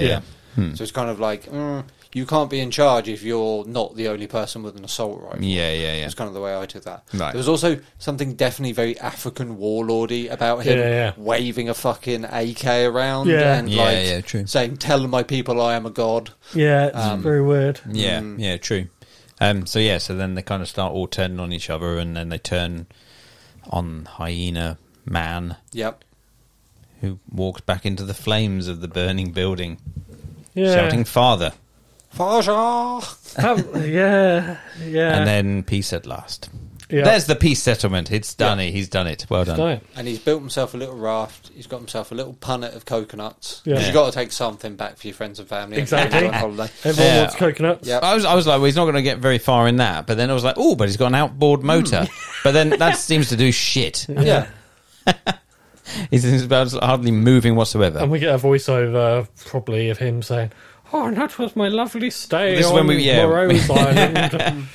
Speaker 4: yeah.
Speaker 9: So it's kind of like mm, you can't be in charge if you're not the only person with an assault rifle.
Speaker 4: Yeah, yeah, yeah.
Speaker 9: It's kind of the way I took that.
Speaker 4: Right.
Speaker 9: There was also something definitely very African warlordy about him
Speaker 2: Yeah, yeah.
Speaker 9: waving a fucking AK around
Speaker 2: Yeah.
Speaker 9: and
Speaker 4: Yeah,
Speaker 9: like
Speaker 4: yeah, true.
Speaker 9: saying, "Tell my people I am a god."
Speaker 2: Yeah, it's very weird.
Speaker 4: Yeah, yeah, true. Um, so yeah, so then they kind of start all turning on each other, and then they turn on Hyena Man,
Speaker 9: Yep.
Speaker 4: who walks back into the flames of the burning building,
Speaker 2: Yeah.
Speaker 4: shouting "Father."
Speaker 9: Fajar.
Speaker 2: Have- yeah. <laughs> Yeah.
Speaker 4: and then peace at last.
Speaker 2: Yeah.
Speaker 4: There's the peace settlement. It's done. It. He's done it. Well done.
Speaker 2: Don't.
Speaker 9: And he's built himself a little raft. He's got himself a little punnet of coconuts.
Speaker 2: Yeah.
Speaker 9: Because
Speaker 2: Yeah.
Speaker 9: you've got to take something back for your friends and family.
Speaker 2: <laughs>
Speaker 9: and
Speaker 2: Exactly.
Speaker 9: go on holiday.
Speaker 2: Everyone
Speaker 4: Yeah.
Speaker 2: wants coconuts.
Speaker 9: Yeah.
Speaker 4: I was, I was like, well, he's not going to get very far in that. But then I was like, oh, but he's got an outboard motor. but then that seems to do shit.
Speaker 9: Yeah.
Speaker 4: He's about hardly moving whatsoever.
Speaker 2: And we get a voiceover, probably, of him saying, Oh, and that was my lovely stay
Speaker 4: This is
Speaker 2: on
Speaker 4: when we- yeah. <laughs>
Speaker 2: Morose Island.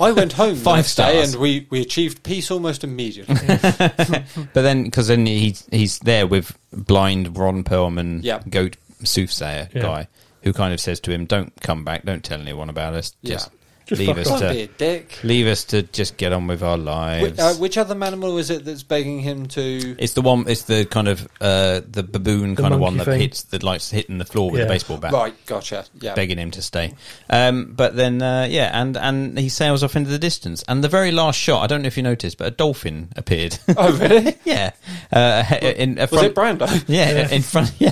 Speaker 9: I went home
Speaker 4: Five
Speaker 9: five day
Speaker 4: stars.
Speaker 9: and we, we achieved peace almost immediately.
Speaker 4: <laughs> But then, because then he, he's there with blind Ron Perlman,
Speaker 9: Yeah.
Speaker 4: goat soothsayer
Speaker 2: Yeah.
Speaker 4: guy, who kind of says to him, don't come back. Don't tell anyone about us.
Speaker 9: Yeah.
Speaker 4: Just
Speaker 2: Just
Speaker 4: leave
Speaker 2: fuck
Speaker 4: us
Speaker 2: off.
Speaker 9: Don't be a
Speaker 4: to.
Speaker 9: dick.
Speaker 4: Leave us to just get on with our
Speaker 9: Which,
Speaker 4: lives.
Speaker 9: uh, which other animal is it that's begging him to?
Speaker 4: It's the one. It's the kind of uh, the baboon kind of
Speaker 2: monkey
Speaker 4: one that
Speaker 2: thing.
Speaker 4: hits that likes hitting the floor with a
Speaker 2: Yeah.
Speaker 4: baseball bat,
Speaker 9: Right, gotcha. Yeah,
Speaker 4: begging him to stay. Um, but then, uh, yeah, and and he sails off into the distance. And the very last shot, I don't know if you noticed, but a dolphin appeared.
Speaker 9: Oh, really?
Speaker 4: <laughs> yeah, uh, in a
Speaker 9: Was
Speaker 4: front,
Speaker 9: it Brando?
Speaker 4: yeah, in
Speaker 9: <laughs>
Speaker 4: front, yeah,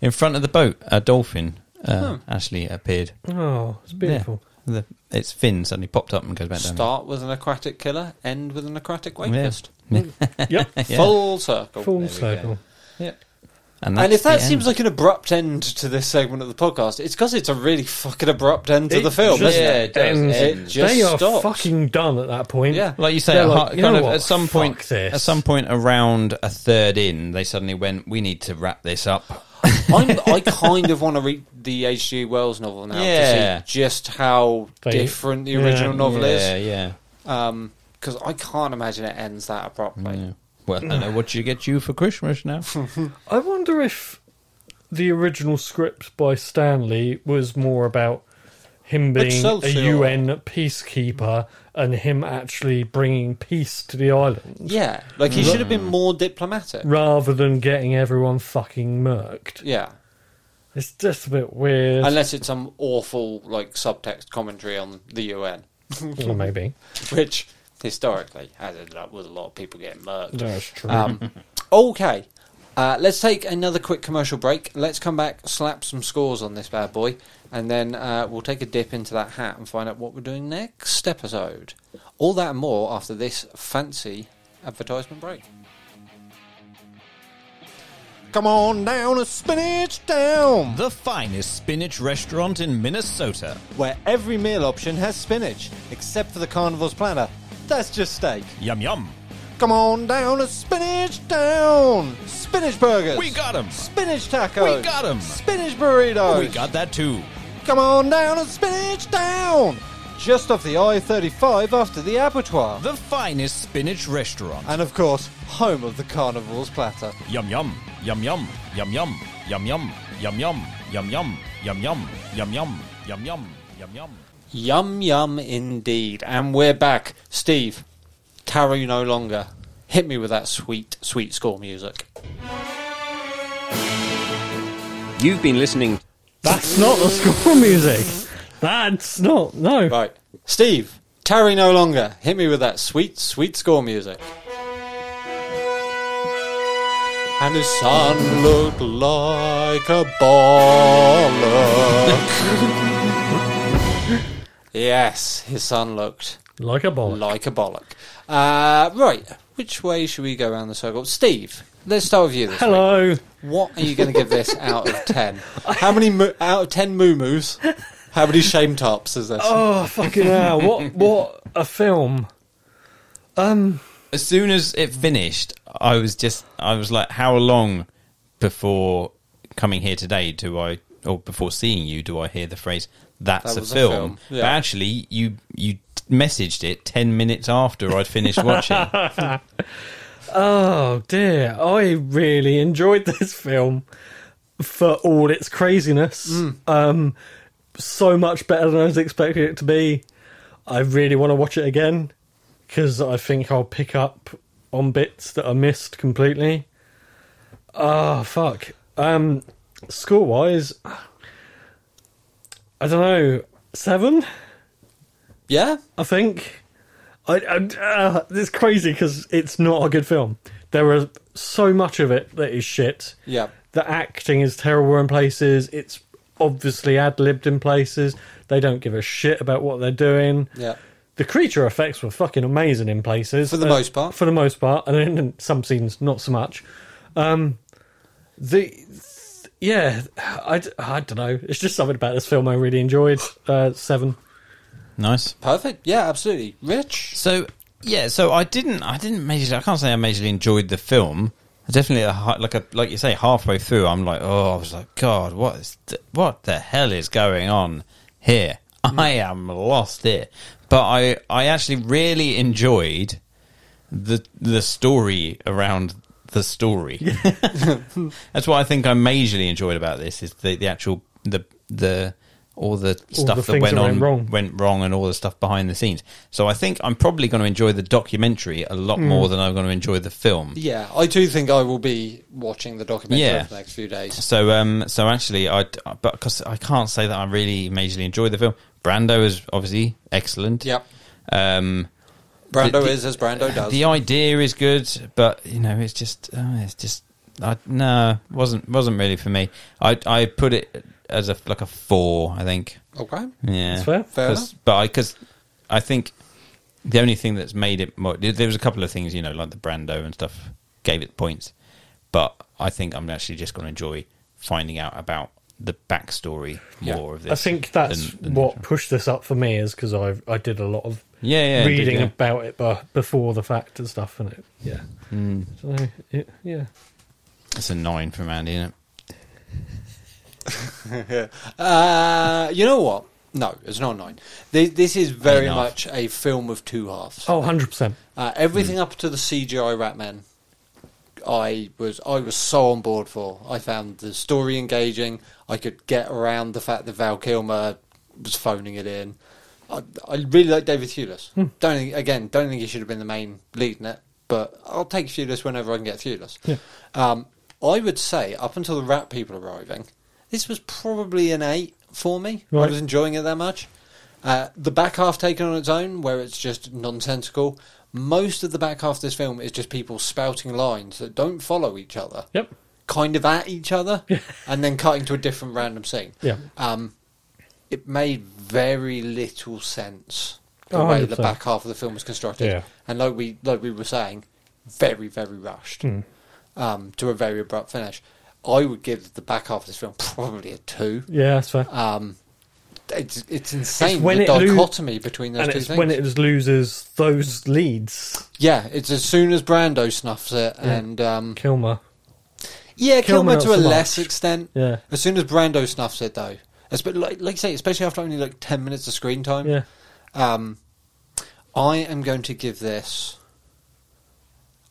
Speaker 4: in front of the boat, a dolphin uh, actually appeared.
Speaker 2: oh, it's beautiful.
Speaker 4: Yeah. The, its fin suddenly popped up and goes back down.
Speaker 9: Start with an aquatic killer, end with an aquatic
Speaker 4: Yeah.
Speaker 9: rapist.
Speaker 4: <laughs>
Speaker 2: Yep.
Speaker 4: Yeah.
Speaker 9: Full circle.
Speaker 2: Full
Speaker 9: There we go.
Speaker 2: circle.
Speaker 4: that's
Speaker 9: and if
Speaker 4: the
Speaker 9: that
Speaker 4: end.
Speaker 9: seems like an abrupt end to this segment of the podcast, it's because it's a really fucking abrupt end to the film,
Speaker 2: just
Speaker 9: isn't it?
Speaker 4: it does
Speaker 2: ends.
Speaker 9: end. It just
Speaker 2: they are
Speaker 9: stops.
Speaker 2: fucking done at that point.
Speaker 9: Yeah.
Speaker 4: like you say,
Speaker 2: They're
Speaker 4: a
Speaker 2: like,
Speaker 4: hu-
Speaker 2: "You
Speaker 4: kind
Speaker 2: know
Speaker 4: of
Speaker 2: what?
Speaker 4: at some point,
Speaker 2: Fuck this."
Speaker 4: at some point around a third in, they suddenly went, "We need to wrap this up."
Speaker 2: <laughs>
Speaker 9: I'm, I kind of want to read the H.G. Wells novel now
Speaker 4: Yeah.
Speaker 9: to see just how
Speaker 2: They-
Speaker 9: different the
Speaker 2: yeah.
Speaker 9: original novel
Speaker 4: yeah,
Speaker 9: is.
Speaker 4: yeah.
Speaker 9: Because I can't imagine it ends that
Speaker 4: Mm.
Speaker 9: abruptly.
Speaker 4: Well, I don't know what you get you for Christmas now.
Speaker 2: I wonder if the original script by Stanley was more about him
Speaker 9: But
Speaker 2: being
Speaker 9: so
Speaker 2: a
Speaker 9: sure.
Speaker 2: UN peacekeeper and him actually bringing peace to the island
Speaker 9: Yeah, like he should
Speaker 2: Mm.
Speaker 9: have been more diplomatic.
Speaker 2: rather than getting everyone fucking murked.
Speaker 9: Yeah.
Speaker 2: It's just a bit weird.
Speaker 9: Unless it's some awful like subtext commentary on the UN,
Speaker 2: Well, maybe.
Speaker 9: <laughs> which historically has ended up with a lot of people getting murked.
Speaker 2: That's true.
Speaker 9: Um, okay, uh, let's take another quick commercial break. Let's come back, slap some scores on this bad boy, and then uh, we'll take a dip into that hat and find out what we're doing next episode. All that and more after this fancy advertisement break.
Speaker 4: Come on down to Spinach Down, <laughs> the finest spinach restaurant in Minnesota.
Speaker 9: where every meal option has spinach, except for the carnival's platter. That's just steak.
Speaker 4: Yum yum.
Speaker 9: Come on down to Spinach Down! Spinach burgers!
Speaker 4: We got 'em.
Speaker 9: Spinach tacos!
Speaker 4: We got 'em.
Speaker 9: Spinach burritos!
Speaker 4: We got that too.
Speaker 9: Come on down to Spinach Down! Just off the I 35 after the abattoir.
Speaker 4: The finest spinach restaurant.
Speaker 9: And of course, home of the carnival's platter.
Speaker 4: Yum yum. Yum yum. Yum yum. Yum yum. Yum yum. Yum yum. Yum yum. Yum yum. Yum yum. Yum yum.
Speaker 9: Yum yum indeed. And we're back. Steve, carry no longer. Hit me with that sweet, sweet score music.
Speaker 12: You've been listening
Speaker 2: That's not the school music. That's not. No.
Speaker 9: Right. Steve, tarry no longer. Hit me with that sweet, sweet score music. And his son looked like a bollock. <laughs> yes, his son looked
Speaker 2: Like a bollock.
Speaker 9: like a bollock. Uh, right, which way should we go around the circle? Steve, let's start with you. This week.
Speaker 2: Hello.
Speaker 9: What are you going to give this out of 10?
Speaker 4: <laughs>
Speaker 9: How many mo- out of 10 moo How many shame tops is this?
Speaker 2: Oh fucking hell! What what a film. Um.
Speaker 4: as soon as it finished, I was just I was like, how long before coming here today do I or before seeing you do I hear the phrase that's a
Speaker 9: That was a
Speaker 4: film?
Speaker 9: film, yeah.
Speaker 4: But actually, you you messaged it ten minutes after I'd finished watching.
Speaker 2: Oh dear. I really enjoyed this film for all its craziness.
Speaker 9: Mm.
Speaker 2: Um. So much better than I was expecting it to be. I really want to watch it again because I think I'll pick up on bits that I missed completely. Oh fuck. Um. Score wise, I don't know. Seven.
Speaker 9: Yeah?
Speaker 2: I think. I, I uh, it's crazy because it's not a good film. There is so much of it that is shit.
Speaker 9: Yeah.
Speaker 2: The acting is terrible in places. It's obviously ad libbed in places. They don't give a shit about what they're doing.
Speaker 9: Yeah.
Speaker 2: The creature effects were fucking amazing in places. Uh,
Speaker 9: For the most part.
Speaker 2: For the most part. And in in some scenes, not so much. Um, the. th- yeah, I, d- I don't know. It's just something about this film I really enjoyed. Uh, seven.
Speaker 4: nice.
Speaker 9: Perfect. Yeah, absolutely. Rich.
Speaker 4: So yeah, so I didn't I didn't majorly I can't say I majorly enjoyed the film. Definitely, a, hi- like a, like you say, halfway through, I'm like, oh, I was like, God, what is th- what the hell is going on here?
Speaker 2: Mm.
Speaker 4: I am lost here. But I I actually really enjoyed the the story around
Speaker 2: <laughs>
Speaker 4: the story. That's what I think I majorly enjoyed about this is the, the actual the the all the
Speaker 2: the
Speaker 4: stuff that
Speaker 2: things
Speaker 4: went
Speaker 2: that
Speaker 4: on
Speaker 2: went wrong.
Speaker 4: went wrong and all the stuff behind the scenes. So I think I'm probably going to enjoy the documentary a
Speaker 9: Hmm.
Speaker 4: lot more than I'm going to enjoy the film.
Speaker 9: Yeah, I do think I will be watching the documentary
Speaker 4: Yeah.
Speaker 9: over the next few days.
Speaker 4: So um so actually I but because I can't say that I really majorly enjoyed the film. Brando is obviously excellent.
Speaker 9: Yep.
Speaker 4: Um
Speaker 9: Brando
Speaker 4: The- the-
Speaker 9: is as Brando does.
Speaker 4: the idea is good, but you know, it's just, uh, it's just, I, no, wasn't wasn't really for me. I I put it as a like a four, I think.
Speaker 9: okay.
Speaker 4: Yeah,
Speaker 2: That's fair.
Speaker 9: Fair
Speaker 4: 'Cause- But I because I think the only thing that's made it more there there was a couple of things you know like the Brando and stuff gave it points, but I think I'm actually just going to enjoy finding out about the backstory
Speaker 9: Yeah.
Speaker 4: more of this.
Speaker 2: I think that's
Speaker 4: than- than-
Speaker 2: what pushed this up for me is because I I did a lot of
Speaker 4: Yeah, yeah, indeed,
Speaker 2: reading
Speaker 4: yeah.
Speaker 2: about it bu- before the fact and stuff, and it yeah,
Speaker 4: Hmm.
Speaker 2: so, it, yeah.
Speaker 4: It's a nine from Andy, isn't it?
Speaker 9: Uh, you know what? No, it's not nine. This, this is very
Speaker 4: Enough.
Speaker 9: much a film of two halves.
Speaker 2: Oh, 100 percent.
Speaker 9: Uh, everything up to the CGI Ratman, I was I was so on board for. I found the story engaging. I could get around the fact that Val Kilmer was phoning it in. I, I really like David Thewlis. Don't think, again, don't think he should have been the main lead in it, but I'll take Thewlis whenever I can get Thewlis. Um, I would say up until the Rat people arriving, This was probably an eight for me. I
Speaker 2: Right.
Speaker 9: was enjoying it that much. Uh, the back half taken on its own, where it's just nonsensical. Most of the back half of this film is just people spouting lines that don't follow each other
Speaker 2: Yep.
Speaker 9: kind of at each
Speaker 2: <laughs>
Speaker 9: other and then cutting to a different random scene.
Speaker 2: Yeah.
Speaker 9: Um, it made very little sense the
Speaker 2: Oh,
Speaker 9: way the
Speaker 2: 100%.
Speaker 9: back half of the film was constructed.
Speaker 2: Yeah.
Speaker 9: And like we like we were saying, very, very rushed
Speaker 2: Hmm.
Speaker 9: um, to a very abrupt finish. I would give the back half of this film probably a two.
Speaker 2: Yeah, that's fair.
Speaker 9: Um, it's it's insane
Speaker 2: when
Speaker 9: the
Speaker 2: it lo-
Speaker 9: dichotomy between those
Speaker 2: and
Speaker 9: two
Speaker 2: it's
Speaker 9: things.
Speaker 2: when it loses those leads,
Speaker 9: yeah, it's as soon as Brando snuffs it, and um,
Speaker 2: Kilmer.
Speaker 9: Yeah,
Speaker 2: Kilmer
Speaker 9: Kilmer,
Speaker 2: not
Speaker 9: to a
Speaker 2: so much.
Speaker 9: less extent.
Speaker 2: Yeah.
Speaker 9: As soon as Brando snuffs it, though, it's but like, like you say, especially after only like ten minutes of screen time.
Speaker 2: Yeah.
Speaker 9: Um, I am going to give this.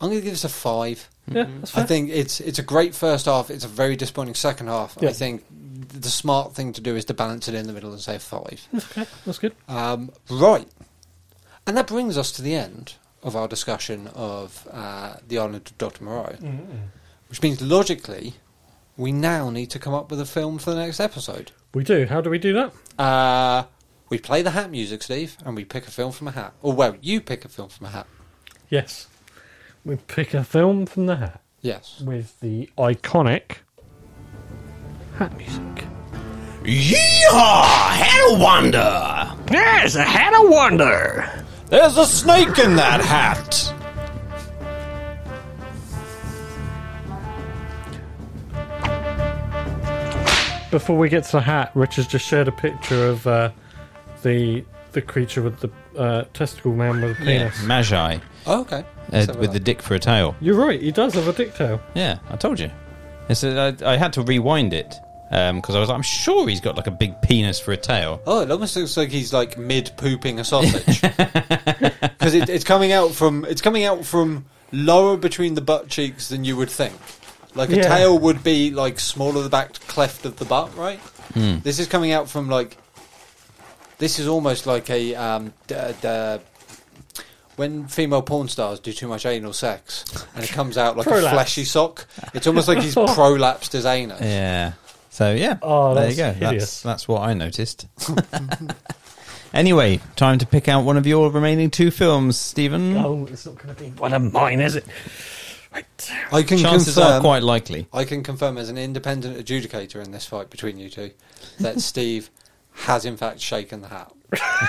Speaker 9: I'm going to give this a five. Mm-hmm.
Speaker 2: Yeah, that's fair.
Speaker 9: I think it's it's a great first half. It's a very disappointing second half.
Speaker 2: Yeah.
Speaker 9: I think the smart thing to do is to balance it in the middle and say five.
Speaker 2: okay, that's good.
Speaker 9: Um, right. And that brings us to the end of our discussion of uh, The Island of Dr. Moreau. Which means, logically, we now need to come up with a film for the next episode.
Speaker 2: We do. How do we do that?
Speaker 9: Uh, we play the hat music, Steve, and we pick a film from a hat. Or, well, you pick a film from a hat.
Speaker 2: Yes. We pick a film from the hat
Speaker 9: Yes.
Speaker 2: with the iconic hat music.
Speaker 4: Yeehaw! Had a wonder!
Speaker 2: Yes, a hat of wonder.
Speaker 4: There's a snake in that hat!
Speaker 2: Before we get to the hat, Richard's just shared a picture of uh, the the creature with the uh, testicle man with a
Speaker 4: Yeah,
Speaker 2: penis.
Speaker 4: Magi.
Speaker 9: Oh, okay.
Speaker 4: Uh,
Speaker 9: Let's have a
Speaker 4: with the
Speaker 9: look.
Speaker 4: dick for a tail.
Speaker 2: You're right. He does have a dick tail.
Speaker 4: Yeah, I told you. It's a, I, I had to rewind it because I was like, I'm sure he's got like a big penis for a tail.
Speaker 9: Oh, it almost looks like he's like mid pooping a sausage <laughs> because it, it's coming out from it's coming out from lower between the butt cheeks than you would think. Like a
Speaker 2: Yeah.
Speaker 9: tail would be like smaller the back cleft of the butt, right?
Speaker 4: Hmm.
Speaker 9: This is coming out from like this is almost like a um, d- d- when female porn stars do too much anal sex and it comes out like a
Speaker 2: Prolapse.
Speaker 9: fleshy sock. It's almost like
Speaker 2: <laughs>
Speaker 9: he's prolapsed his anus.
Speaker 4: Yeah. So yeah.
Speaker 2: Oh,
Speaker 4: there
Speaker 2: that's
Speaker 4: you go.
Speaker 2: hideous.
Speaker 4: That's that's what
Speaker 2: <laughs>
Speaker 4: I noticed. <laughs> anyway, time to pick out one of your remaining two films, Stephen.
Speaker 2: Oh, it's not going to be one of mine, is it? Right.
Speaker 9: I can
Speaker 4: Chances are
Speaker 9: confirm
Speaker 2: <laughs>
Speaker 4: quite likely.
Speaker 9: I can confirm as an independent adjudicator in this fight between you two
Speaker 2: <laughs>
Speaker 9: that Steve has in fact shaken the hat.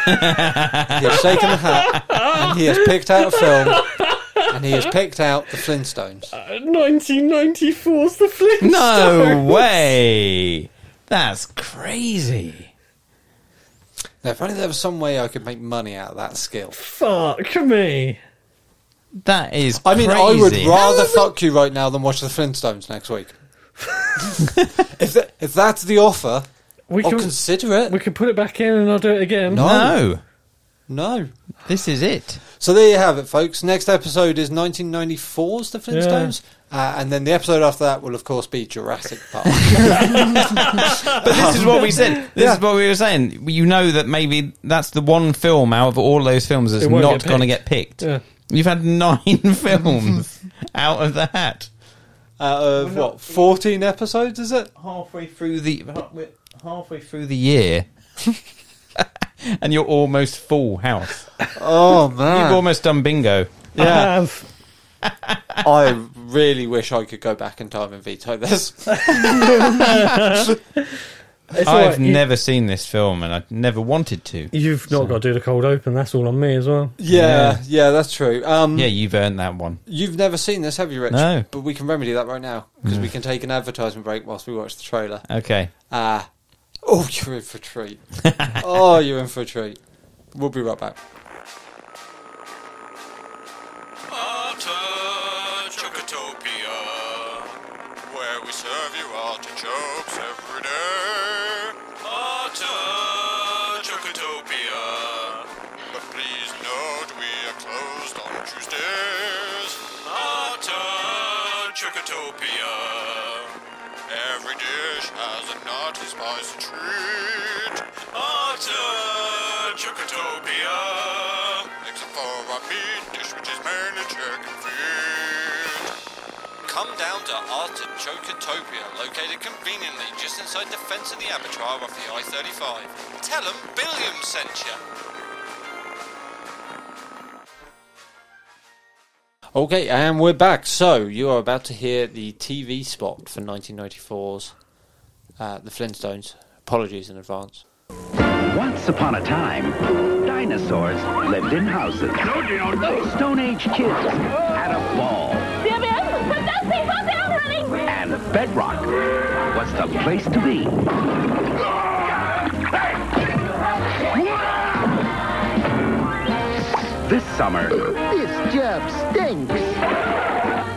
Speaker 9: he has shaken the hat and he has picked out a film and he has picked out the Flintstones.
Speaker 2: 1994's The Flintstones.
Speaker 4: No way. That's crazy.
Speaker 9: Now, if only there was some way I could make money out of that skill.
Speaker 2: Fuck me.
Speaker 4: That is.
Speaker 9: I mean, I would
Speaker 4: crazy.
Speaker 9: rather fuck you right now than watch the Flintstones next
Speaker 2: <laughs>
Speaker 9: week. if, tha- if that's the offer,
Speaker 2: We
Speaker 9: I'll
Speaker 2: can,
Speaker 9: consider it.
Speaker 2: we can put it back in and I'll do it again.
Speaker 4: Oh, No,
Speaker 9: no.
Speaker 4: this is it.
Speaker 9: So there you have it, folks. Next episode is 1994's The Flintstones. Uh, and then the episode after that will, of course, be Jurassic
Speaker 4: <laughs>
Speaker 9: Park. Uh,
Speaker 4: But this is what we said. <laughs> This is what we were saying. You know that maybe that's the one film out of all those films that's
Speaker 2: It won't
Speaker 4: not
Speaker 2: get
Speaker 4: going to get picked.
Speaker 2: Yeah.
Speaker 4: You've had nine
Speaker 2: <laughs>
Speaker 4: <laughs> films out of the hat.
Speaker 9: Out of what, 14 episodes, is it?
Speaker 4: halfway through the halfway through the year, <laughs> and you're almost full house.
Speaker 9: Oh,
Speaker 4: You've
Speaker 9: man.
Speaker 4: almost done bingo.
Speaker 2: I
Speaker 9: Yeah.
Speaker 2: have.
Speaker 9: I really wish I could go back in time and veto this. <laughs>
Speaker 2: It's all
Speaker 4: I've
Speaker 2: right, you-
Speaker 4: never seen this film, and I never wanted to.
Speaker 2: You've not got to do the cold open. That's all on me as well.
Speaker 9: Yeah, yeah, that's true. Um,
Speaker 4: Yeah, you've earned that one.
Speaker 9: You've never seen this, have you, Rich?
Speaker 4: No.
Speaker 9: But we can remedy that right now because we can take an advertisement break whilst we watch
Speaker 4: <laughs>
Speaker 9: the trailer.
Speaker 4: Okay.
Speaker 9: Uh, oh, you're in for a treat. oh, you're in for a treat. We'll be right back.
Speaker 8: Chocotopia, where we serve you artichokes every day. Otter Chocotopia, but please note we are closed on Tuesdays. Otter Chocotopia, every dish has a naughty spicy treat. Otter Chocotopia, except for our meat dish which is mainly chicken feet.
Speaker 1: Come down to Artichokotopia, located conveniently just inside the fence of the abattoir off the I-35. Tell 'em Billiam sent you.
Speaker 9: Okay, and we're back. So you are about to hear the TV spot for 1994's uh, The Flintstones. Apologies in advance.
Speaker 13: Once upon a time, dinosaurs lived in houses. Stone Age kids had a ball.
Speaker 11: Put those people down, honey!
Speaker 13: And bedrock was the place to be. This summer, this job stinks.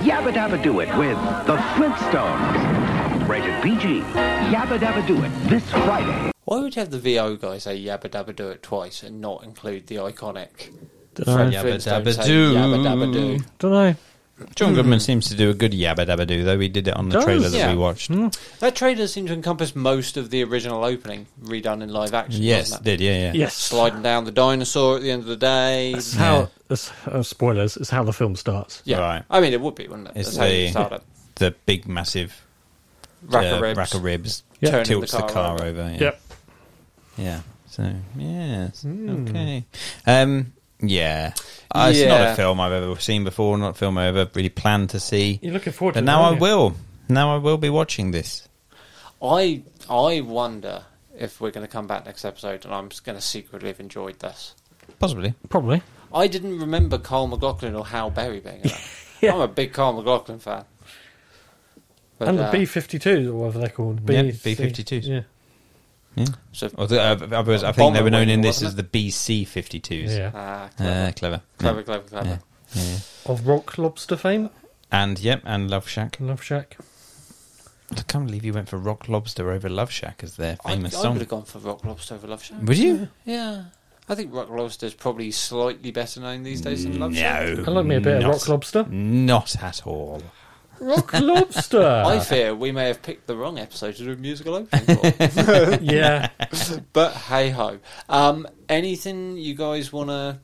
Speaker 13: Yabba Dabba Do It with the Flintstones. Rated PG. Yabba Dabba Do It this Friday.
Speaker 9: Why would you have the VO guy say Yabba Dabba Do It twice and not include the iconic
Speaker 4: Yabba
Speaker 9: Flintstone
Speaker 4: dabba
Speaker 9: saying
Speaker 4: do.
Speaker 9: Yabba Dabba Do?
Speaker 2: Uh, Don't know.
Speaker 4: John Goodman seems to do a good yabba dabba do, though he did it on the
Speaker 2: Does, Hmm.
Speaker 4: trailer that
Speaker 9: yeah.
Speaker 4: we watched.
Speaker 9: That trailer seemed to encompass most of the original opening, redone in live action.
Speaker 4: Yes,
Speaker 9: doesn't
Speaker 4: it
Speaker 9: it?
Speaker 4: did yeah, yeah.
Speaker 2: Yes.
Speaker 9: sliding down the dinosaur at the end of the day.
Speaker 2: It's how. It's, uh, spoilers. It's how the film starts.
Speaker 9: Yeah,
Speaker 4: Right.
Speaker 9: I mean it would be, wouldn't it?
Speaker 4: It's
Speaker 9: That's how you
Speaker 4: the-
Speaker 9: start it.
Speaker 4: The big massive
Speaker 9: Rack
Speaker 4: uh,
Speaker 9: of ribs.
Speaker 4: rack of ribs
Speaker 2: Yeah.
Speaker 9: Turning
Speaker 4: tilts the car, over. yeah.
Speaker 2: Yep.
Speaker 4: Yeah. So yes.
Speaker 2: Hmm.
Speaker 4: Okay. Um. Yeah. Uh, It's not
Speaker 9: Yeah.
Speaker 4: a film I've ever seen before. Not a film I ever really planned to see.
Speaker 2: You're looking forward to
Speaker 4: But
Speaker 2: it,
Speaker 4: now I
Speaker 2: aren't you?
Speaker 4: will. Now I will be watching this.
Speaker 9: I I wonder if we're going to come back next episode and I'm going to secretly have enjoyed this.
Speaker 4: Possibly.
Speaker 2: Probably.
Speaker 9: I didn't remember Carl McLaughlin or Hal Berry being in it.
Speaker 2: <laughs> Yeah.
Speaker 9: I'm a big Carl McLaughlin fan. But,
Speaker 2: and
Speaker 9: uh,
Speaker 2: the B-52s or whatever they're called.
Speaker 4: Yeah,
Speaker 2: B-
Speaker 4: B-52s.
Speaker 2: Yeah.
Speaker 9: so-
Speaker 4: Or the, uh, otherwise, I think
Speaker 9: Bomber
Speaker 4: they were known in
Speaker 9: wing,
Speaker 4: this as
Speaker 9: wasn't
Speaker 4: the BC 52s.
Speaker 2: Yeah.
Speaker 9: ah, clever,
Speaker 4: Uh, clever.
Speaker 9: clever, clever, clever.
Speaker 4: yeah.
Speaker 2: Of rock lobster fame.
Speaker 4: And yep, and Love Shack.
Speaker 2: Love Shack.
Speaker 4: I can't believe you went for Rock Lobster over Love Shack as their
Speaker 9: I, I would
Speaker 4: famous song. Mm.
Speaker 9: have gone for Rock Lobster over Love Shack.
Speaker 4: Would you?
Speaker 9: Yeah. I think Rock Lobster is probably slightly better known these days than Love Shack.
Speaker 2: I like me a bit
Speaker 4: not-
Speaker 2: of rock lobster.
Speaker 4: Not at all.
Speaker 2: Rock
Speaker 4: <laughs>
Speaker 2: lobster.
Speaker 9: I fear we may have picked the wrong episode to do a musical opening for.
Speaker 4: <laughs>
Speaker 2: yeah.
Speaker 9: but hey ho. Um, anything you guys want to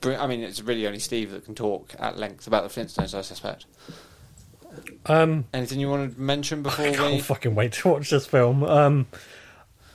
Speaker 9: bring? I mean, it's really only Steve that can talk at length about the Flintstones, I suspect.
Speaker 2: Um,
Speaker 9: Anything you want to mention before
Speaker 2: can't
Speaker 9: we.
Speaker 2: fucking wait to watch this film. Um,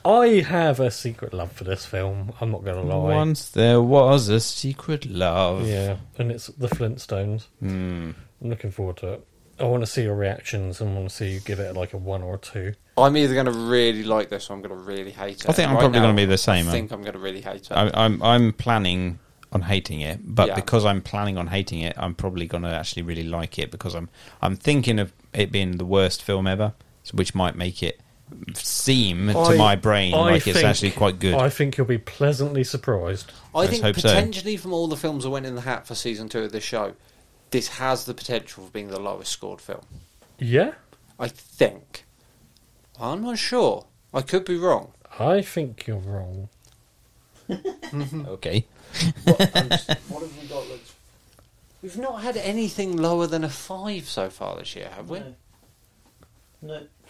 Speaker 2: I have a secret love for this film. I'm not going to lie.
Speaker 4: Once there was a secret love.
Speaker 2: Yeah, and it's the Flintstones.
Speaker 4: Hmm.
Speaker 2: I'm looking forward to it. I want to see your reactions and want to see you give it like a one or a two.
Speaker 9: I'm either going to really like this or I'm going to really hate it.
Speaker 4: I think I'm probably
Speaker 9: now,
Speaker 4: gonna be the same,
Speaker 9: I
Speaker 4: man.
Speaker 9: think I'm going to really hate it.
Speaker 4: I, I'm I'm planning on hating it, but
Speaker 9: Yeah.
Speaker 4: because I'm planning on hating it, I'm probably going to actually really like it because I'm I'm thinking of it being the worst film ever, so- which might make it seem to
Speaker 2: I-
Speaker 4: my brain
Speaker 2: I
Speaker 4: like it's
Speaker 2: think-
Speaker 4: actually quite good.
Speaker 2: I think you'll be pleasantly surprised.
Speaker 9: I
Speaker 4: Let's
Speaker 9: think
Speaker 4: hope so.
Speaker 9: potentially from all the films that went in the hat for season two of this show, this has the potential for being the lowest scored film.
Speaker 2: Yeah,
Speaker 9: I think. I'm not sure. I could be wrong.
Speaker 2: I think you're wrong.
Speaker 4: okay,
Speaker 9: What have we got? That's... We've not had anything lower than a five so far this year, have we? No.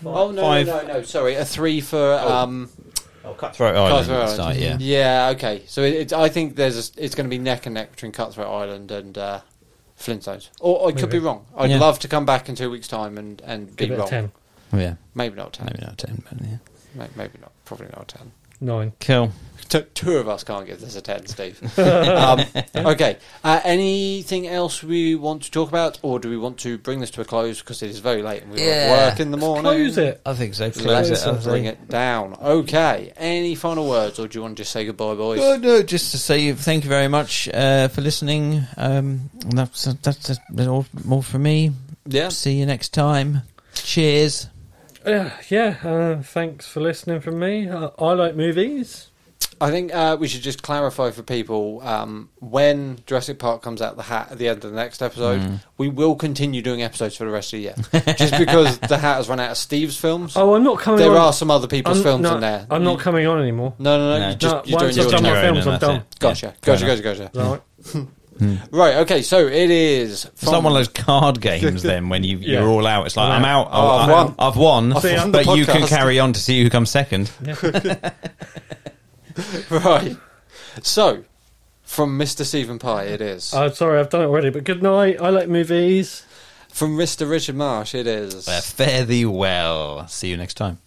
Speaker 9: Oh no,
Speaker 4: Five.
Speaker 9: no, no, no! Sorry, a three for um.
Speaker 4: Cutthroat Island.
Speaker 9: Cutthroat
Speaker 4: at the Oh, start, yeah.
Speaker 9: Island. Yeah. Okay. So it, it, I think there's a, it's going to be neck and neck between Cutthroat Island and uh, Flintstones. Or I could be
Speaker 2: Maybe.
Speaker 9: wrong. I'd
Speaker 4: Yeah.
Speaker 9: love to come back in two weeks' time and and
Speaker 2: Give
Speaker 9: be
Speaker 2: it
Speaker 9: wrong.
Speaker 2: a ten,
Speaker 4: Oh, yeah,
Speaker 9: Maybe not ten.
Speaker 4: maybe not ten, but yeah.
Speaker 9: Ma- Maybe not. Probably not a ten.
Speaker 2: nine.
Speaker 4: Cool.
Speaker 9: T- two of us can't give this a 10, Steve. <laughs> um, okay. Uh, anything else we want to talk about, or do we want to bring this to a close because it is very late and we
Speaker 4: Yeah.
Speaker 9: yeah. work in the morning?
Speaker 2: Close it.
Speaker 4: I think so.
Speaker 9: Let's
Speaker 4: Close it. I
Speaker 9: bring
Speaker 4: think.
Speaker 9: it down. Okay. Any final words, or do you want to just say goodbye, boys?
Speaker 4: Oh, no, just to say thank you very much uh, for listening. Um, and that's that's all, all for me.
Speaker 9: Yeah.
Speaker 4: See you next time. Cheers.
Speaker 2: Uh, yeah, uh, thanks for listening from me. Uh, I like movies.
Speaker 9: I think uh, we should just clarify for people um, when Jurassic Park comes out the hat at the end of the next episode.
Speaker 4: Mm.
Speaker 9: We will continue doing episodes for the rest of the year,
Speaker 4: <laughs>
Speaker 9: just because the hat has run out of Steve's films.
Speaker 2: Oh, I'm not coming.
Speaker 9: there
Speaker 2: on.
Speaker 9: are some other people's
Speaker 2: I'm,
Speaker 9: films
Speaker 2: no,
Speaker 9: in there.
Speaker 2: I'm
Speaker 9: You-
Speaker 2: not coming on
Speaker 9: <laughs>
Speaker 2: anymore.
Speaker 9: No, no, no.
Speaker 4: No.
Speaker 9: you Just
Speaker 2: No,
Speaker 9: you're
Speaker 2: once
Speaker 9: doing
Speaker 2: I've done
Speaker 9: your job.
Speaker 2: my
Speaker 4: Your own
Speaker 2: films,
Speaker 4: and
Speaker 2: I'm
Speaker 4: that's
Speaker 2: done.
Speaker 4: it.
Speaker 9: Gotcha,
Speaker 4: Fair
Speaker 9: gotcha, gotcha, gotcha.
Speaker 2: Is that all right?
Speaker 9: Right, okay, so it is.
Speaker 4: It's like one of those card
Speaker 2: <laughs>
Speaker 4: games. Then when you
Speaker 2: Yeah.
Speaker 4: you're all out, it's like I'm out.
Speaker 9: Oh, I've
Speaker 4: I-
Speaker 9: won.
Speaker 4: I've won.
Speaker 9: I've won the
Speaker 4: but you can
Speaker 9: podcast.
Speaker 4: carry on to see who comes second.
Speaker 9: <laughs> right. So, from Mr. Stephen Pye, it is.
Speaker 2: Uh, I'm sorry, I've done it already. But good night. I like movies.
Speaker 9: From Mr. Richard Marsh, it is.
Speaker 4: Uh, fare thee well. See you next time.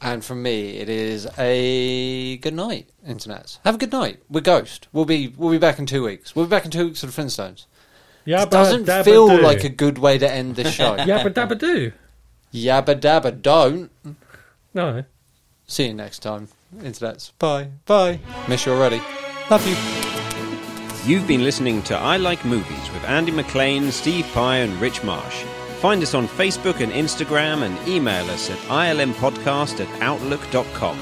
Speaker 9: And from me, it is a good night, internet. Have a good night. We're Ghost. We'll be we'll be back in two weeks. We'll be back in two weeks for the Flintstones.
Speaker 2: Yabba
Speaker 9: it doesn't
Speaker 2: dabba
Speaker 9: feel
Speaker 2: doo.
Speaker 9: like a good way to end the
Speaker 2: <laughs>
Speaker 9: show.
Speaker 2: Yabba dabba
Speaker 9: <laughs>
Speaker 2: do.
Speaker 9: Yabba dabba don't.
Speaker 2: No.
Speaker 9: See you next time, internets. Bye. Bye. Miss you already. Love you.
Speaker 5: You've been listening to I Like Movies with Andy McLean, Steve Pye, and Rich Marsh. Find us on Facebook and Instagram and email us at ilmpodcast at outlook.com.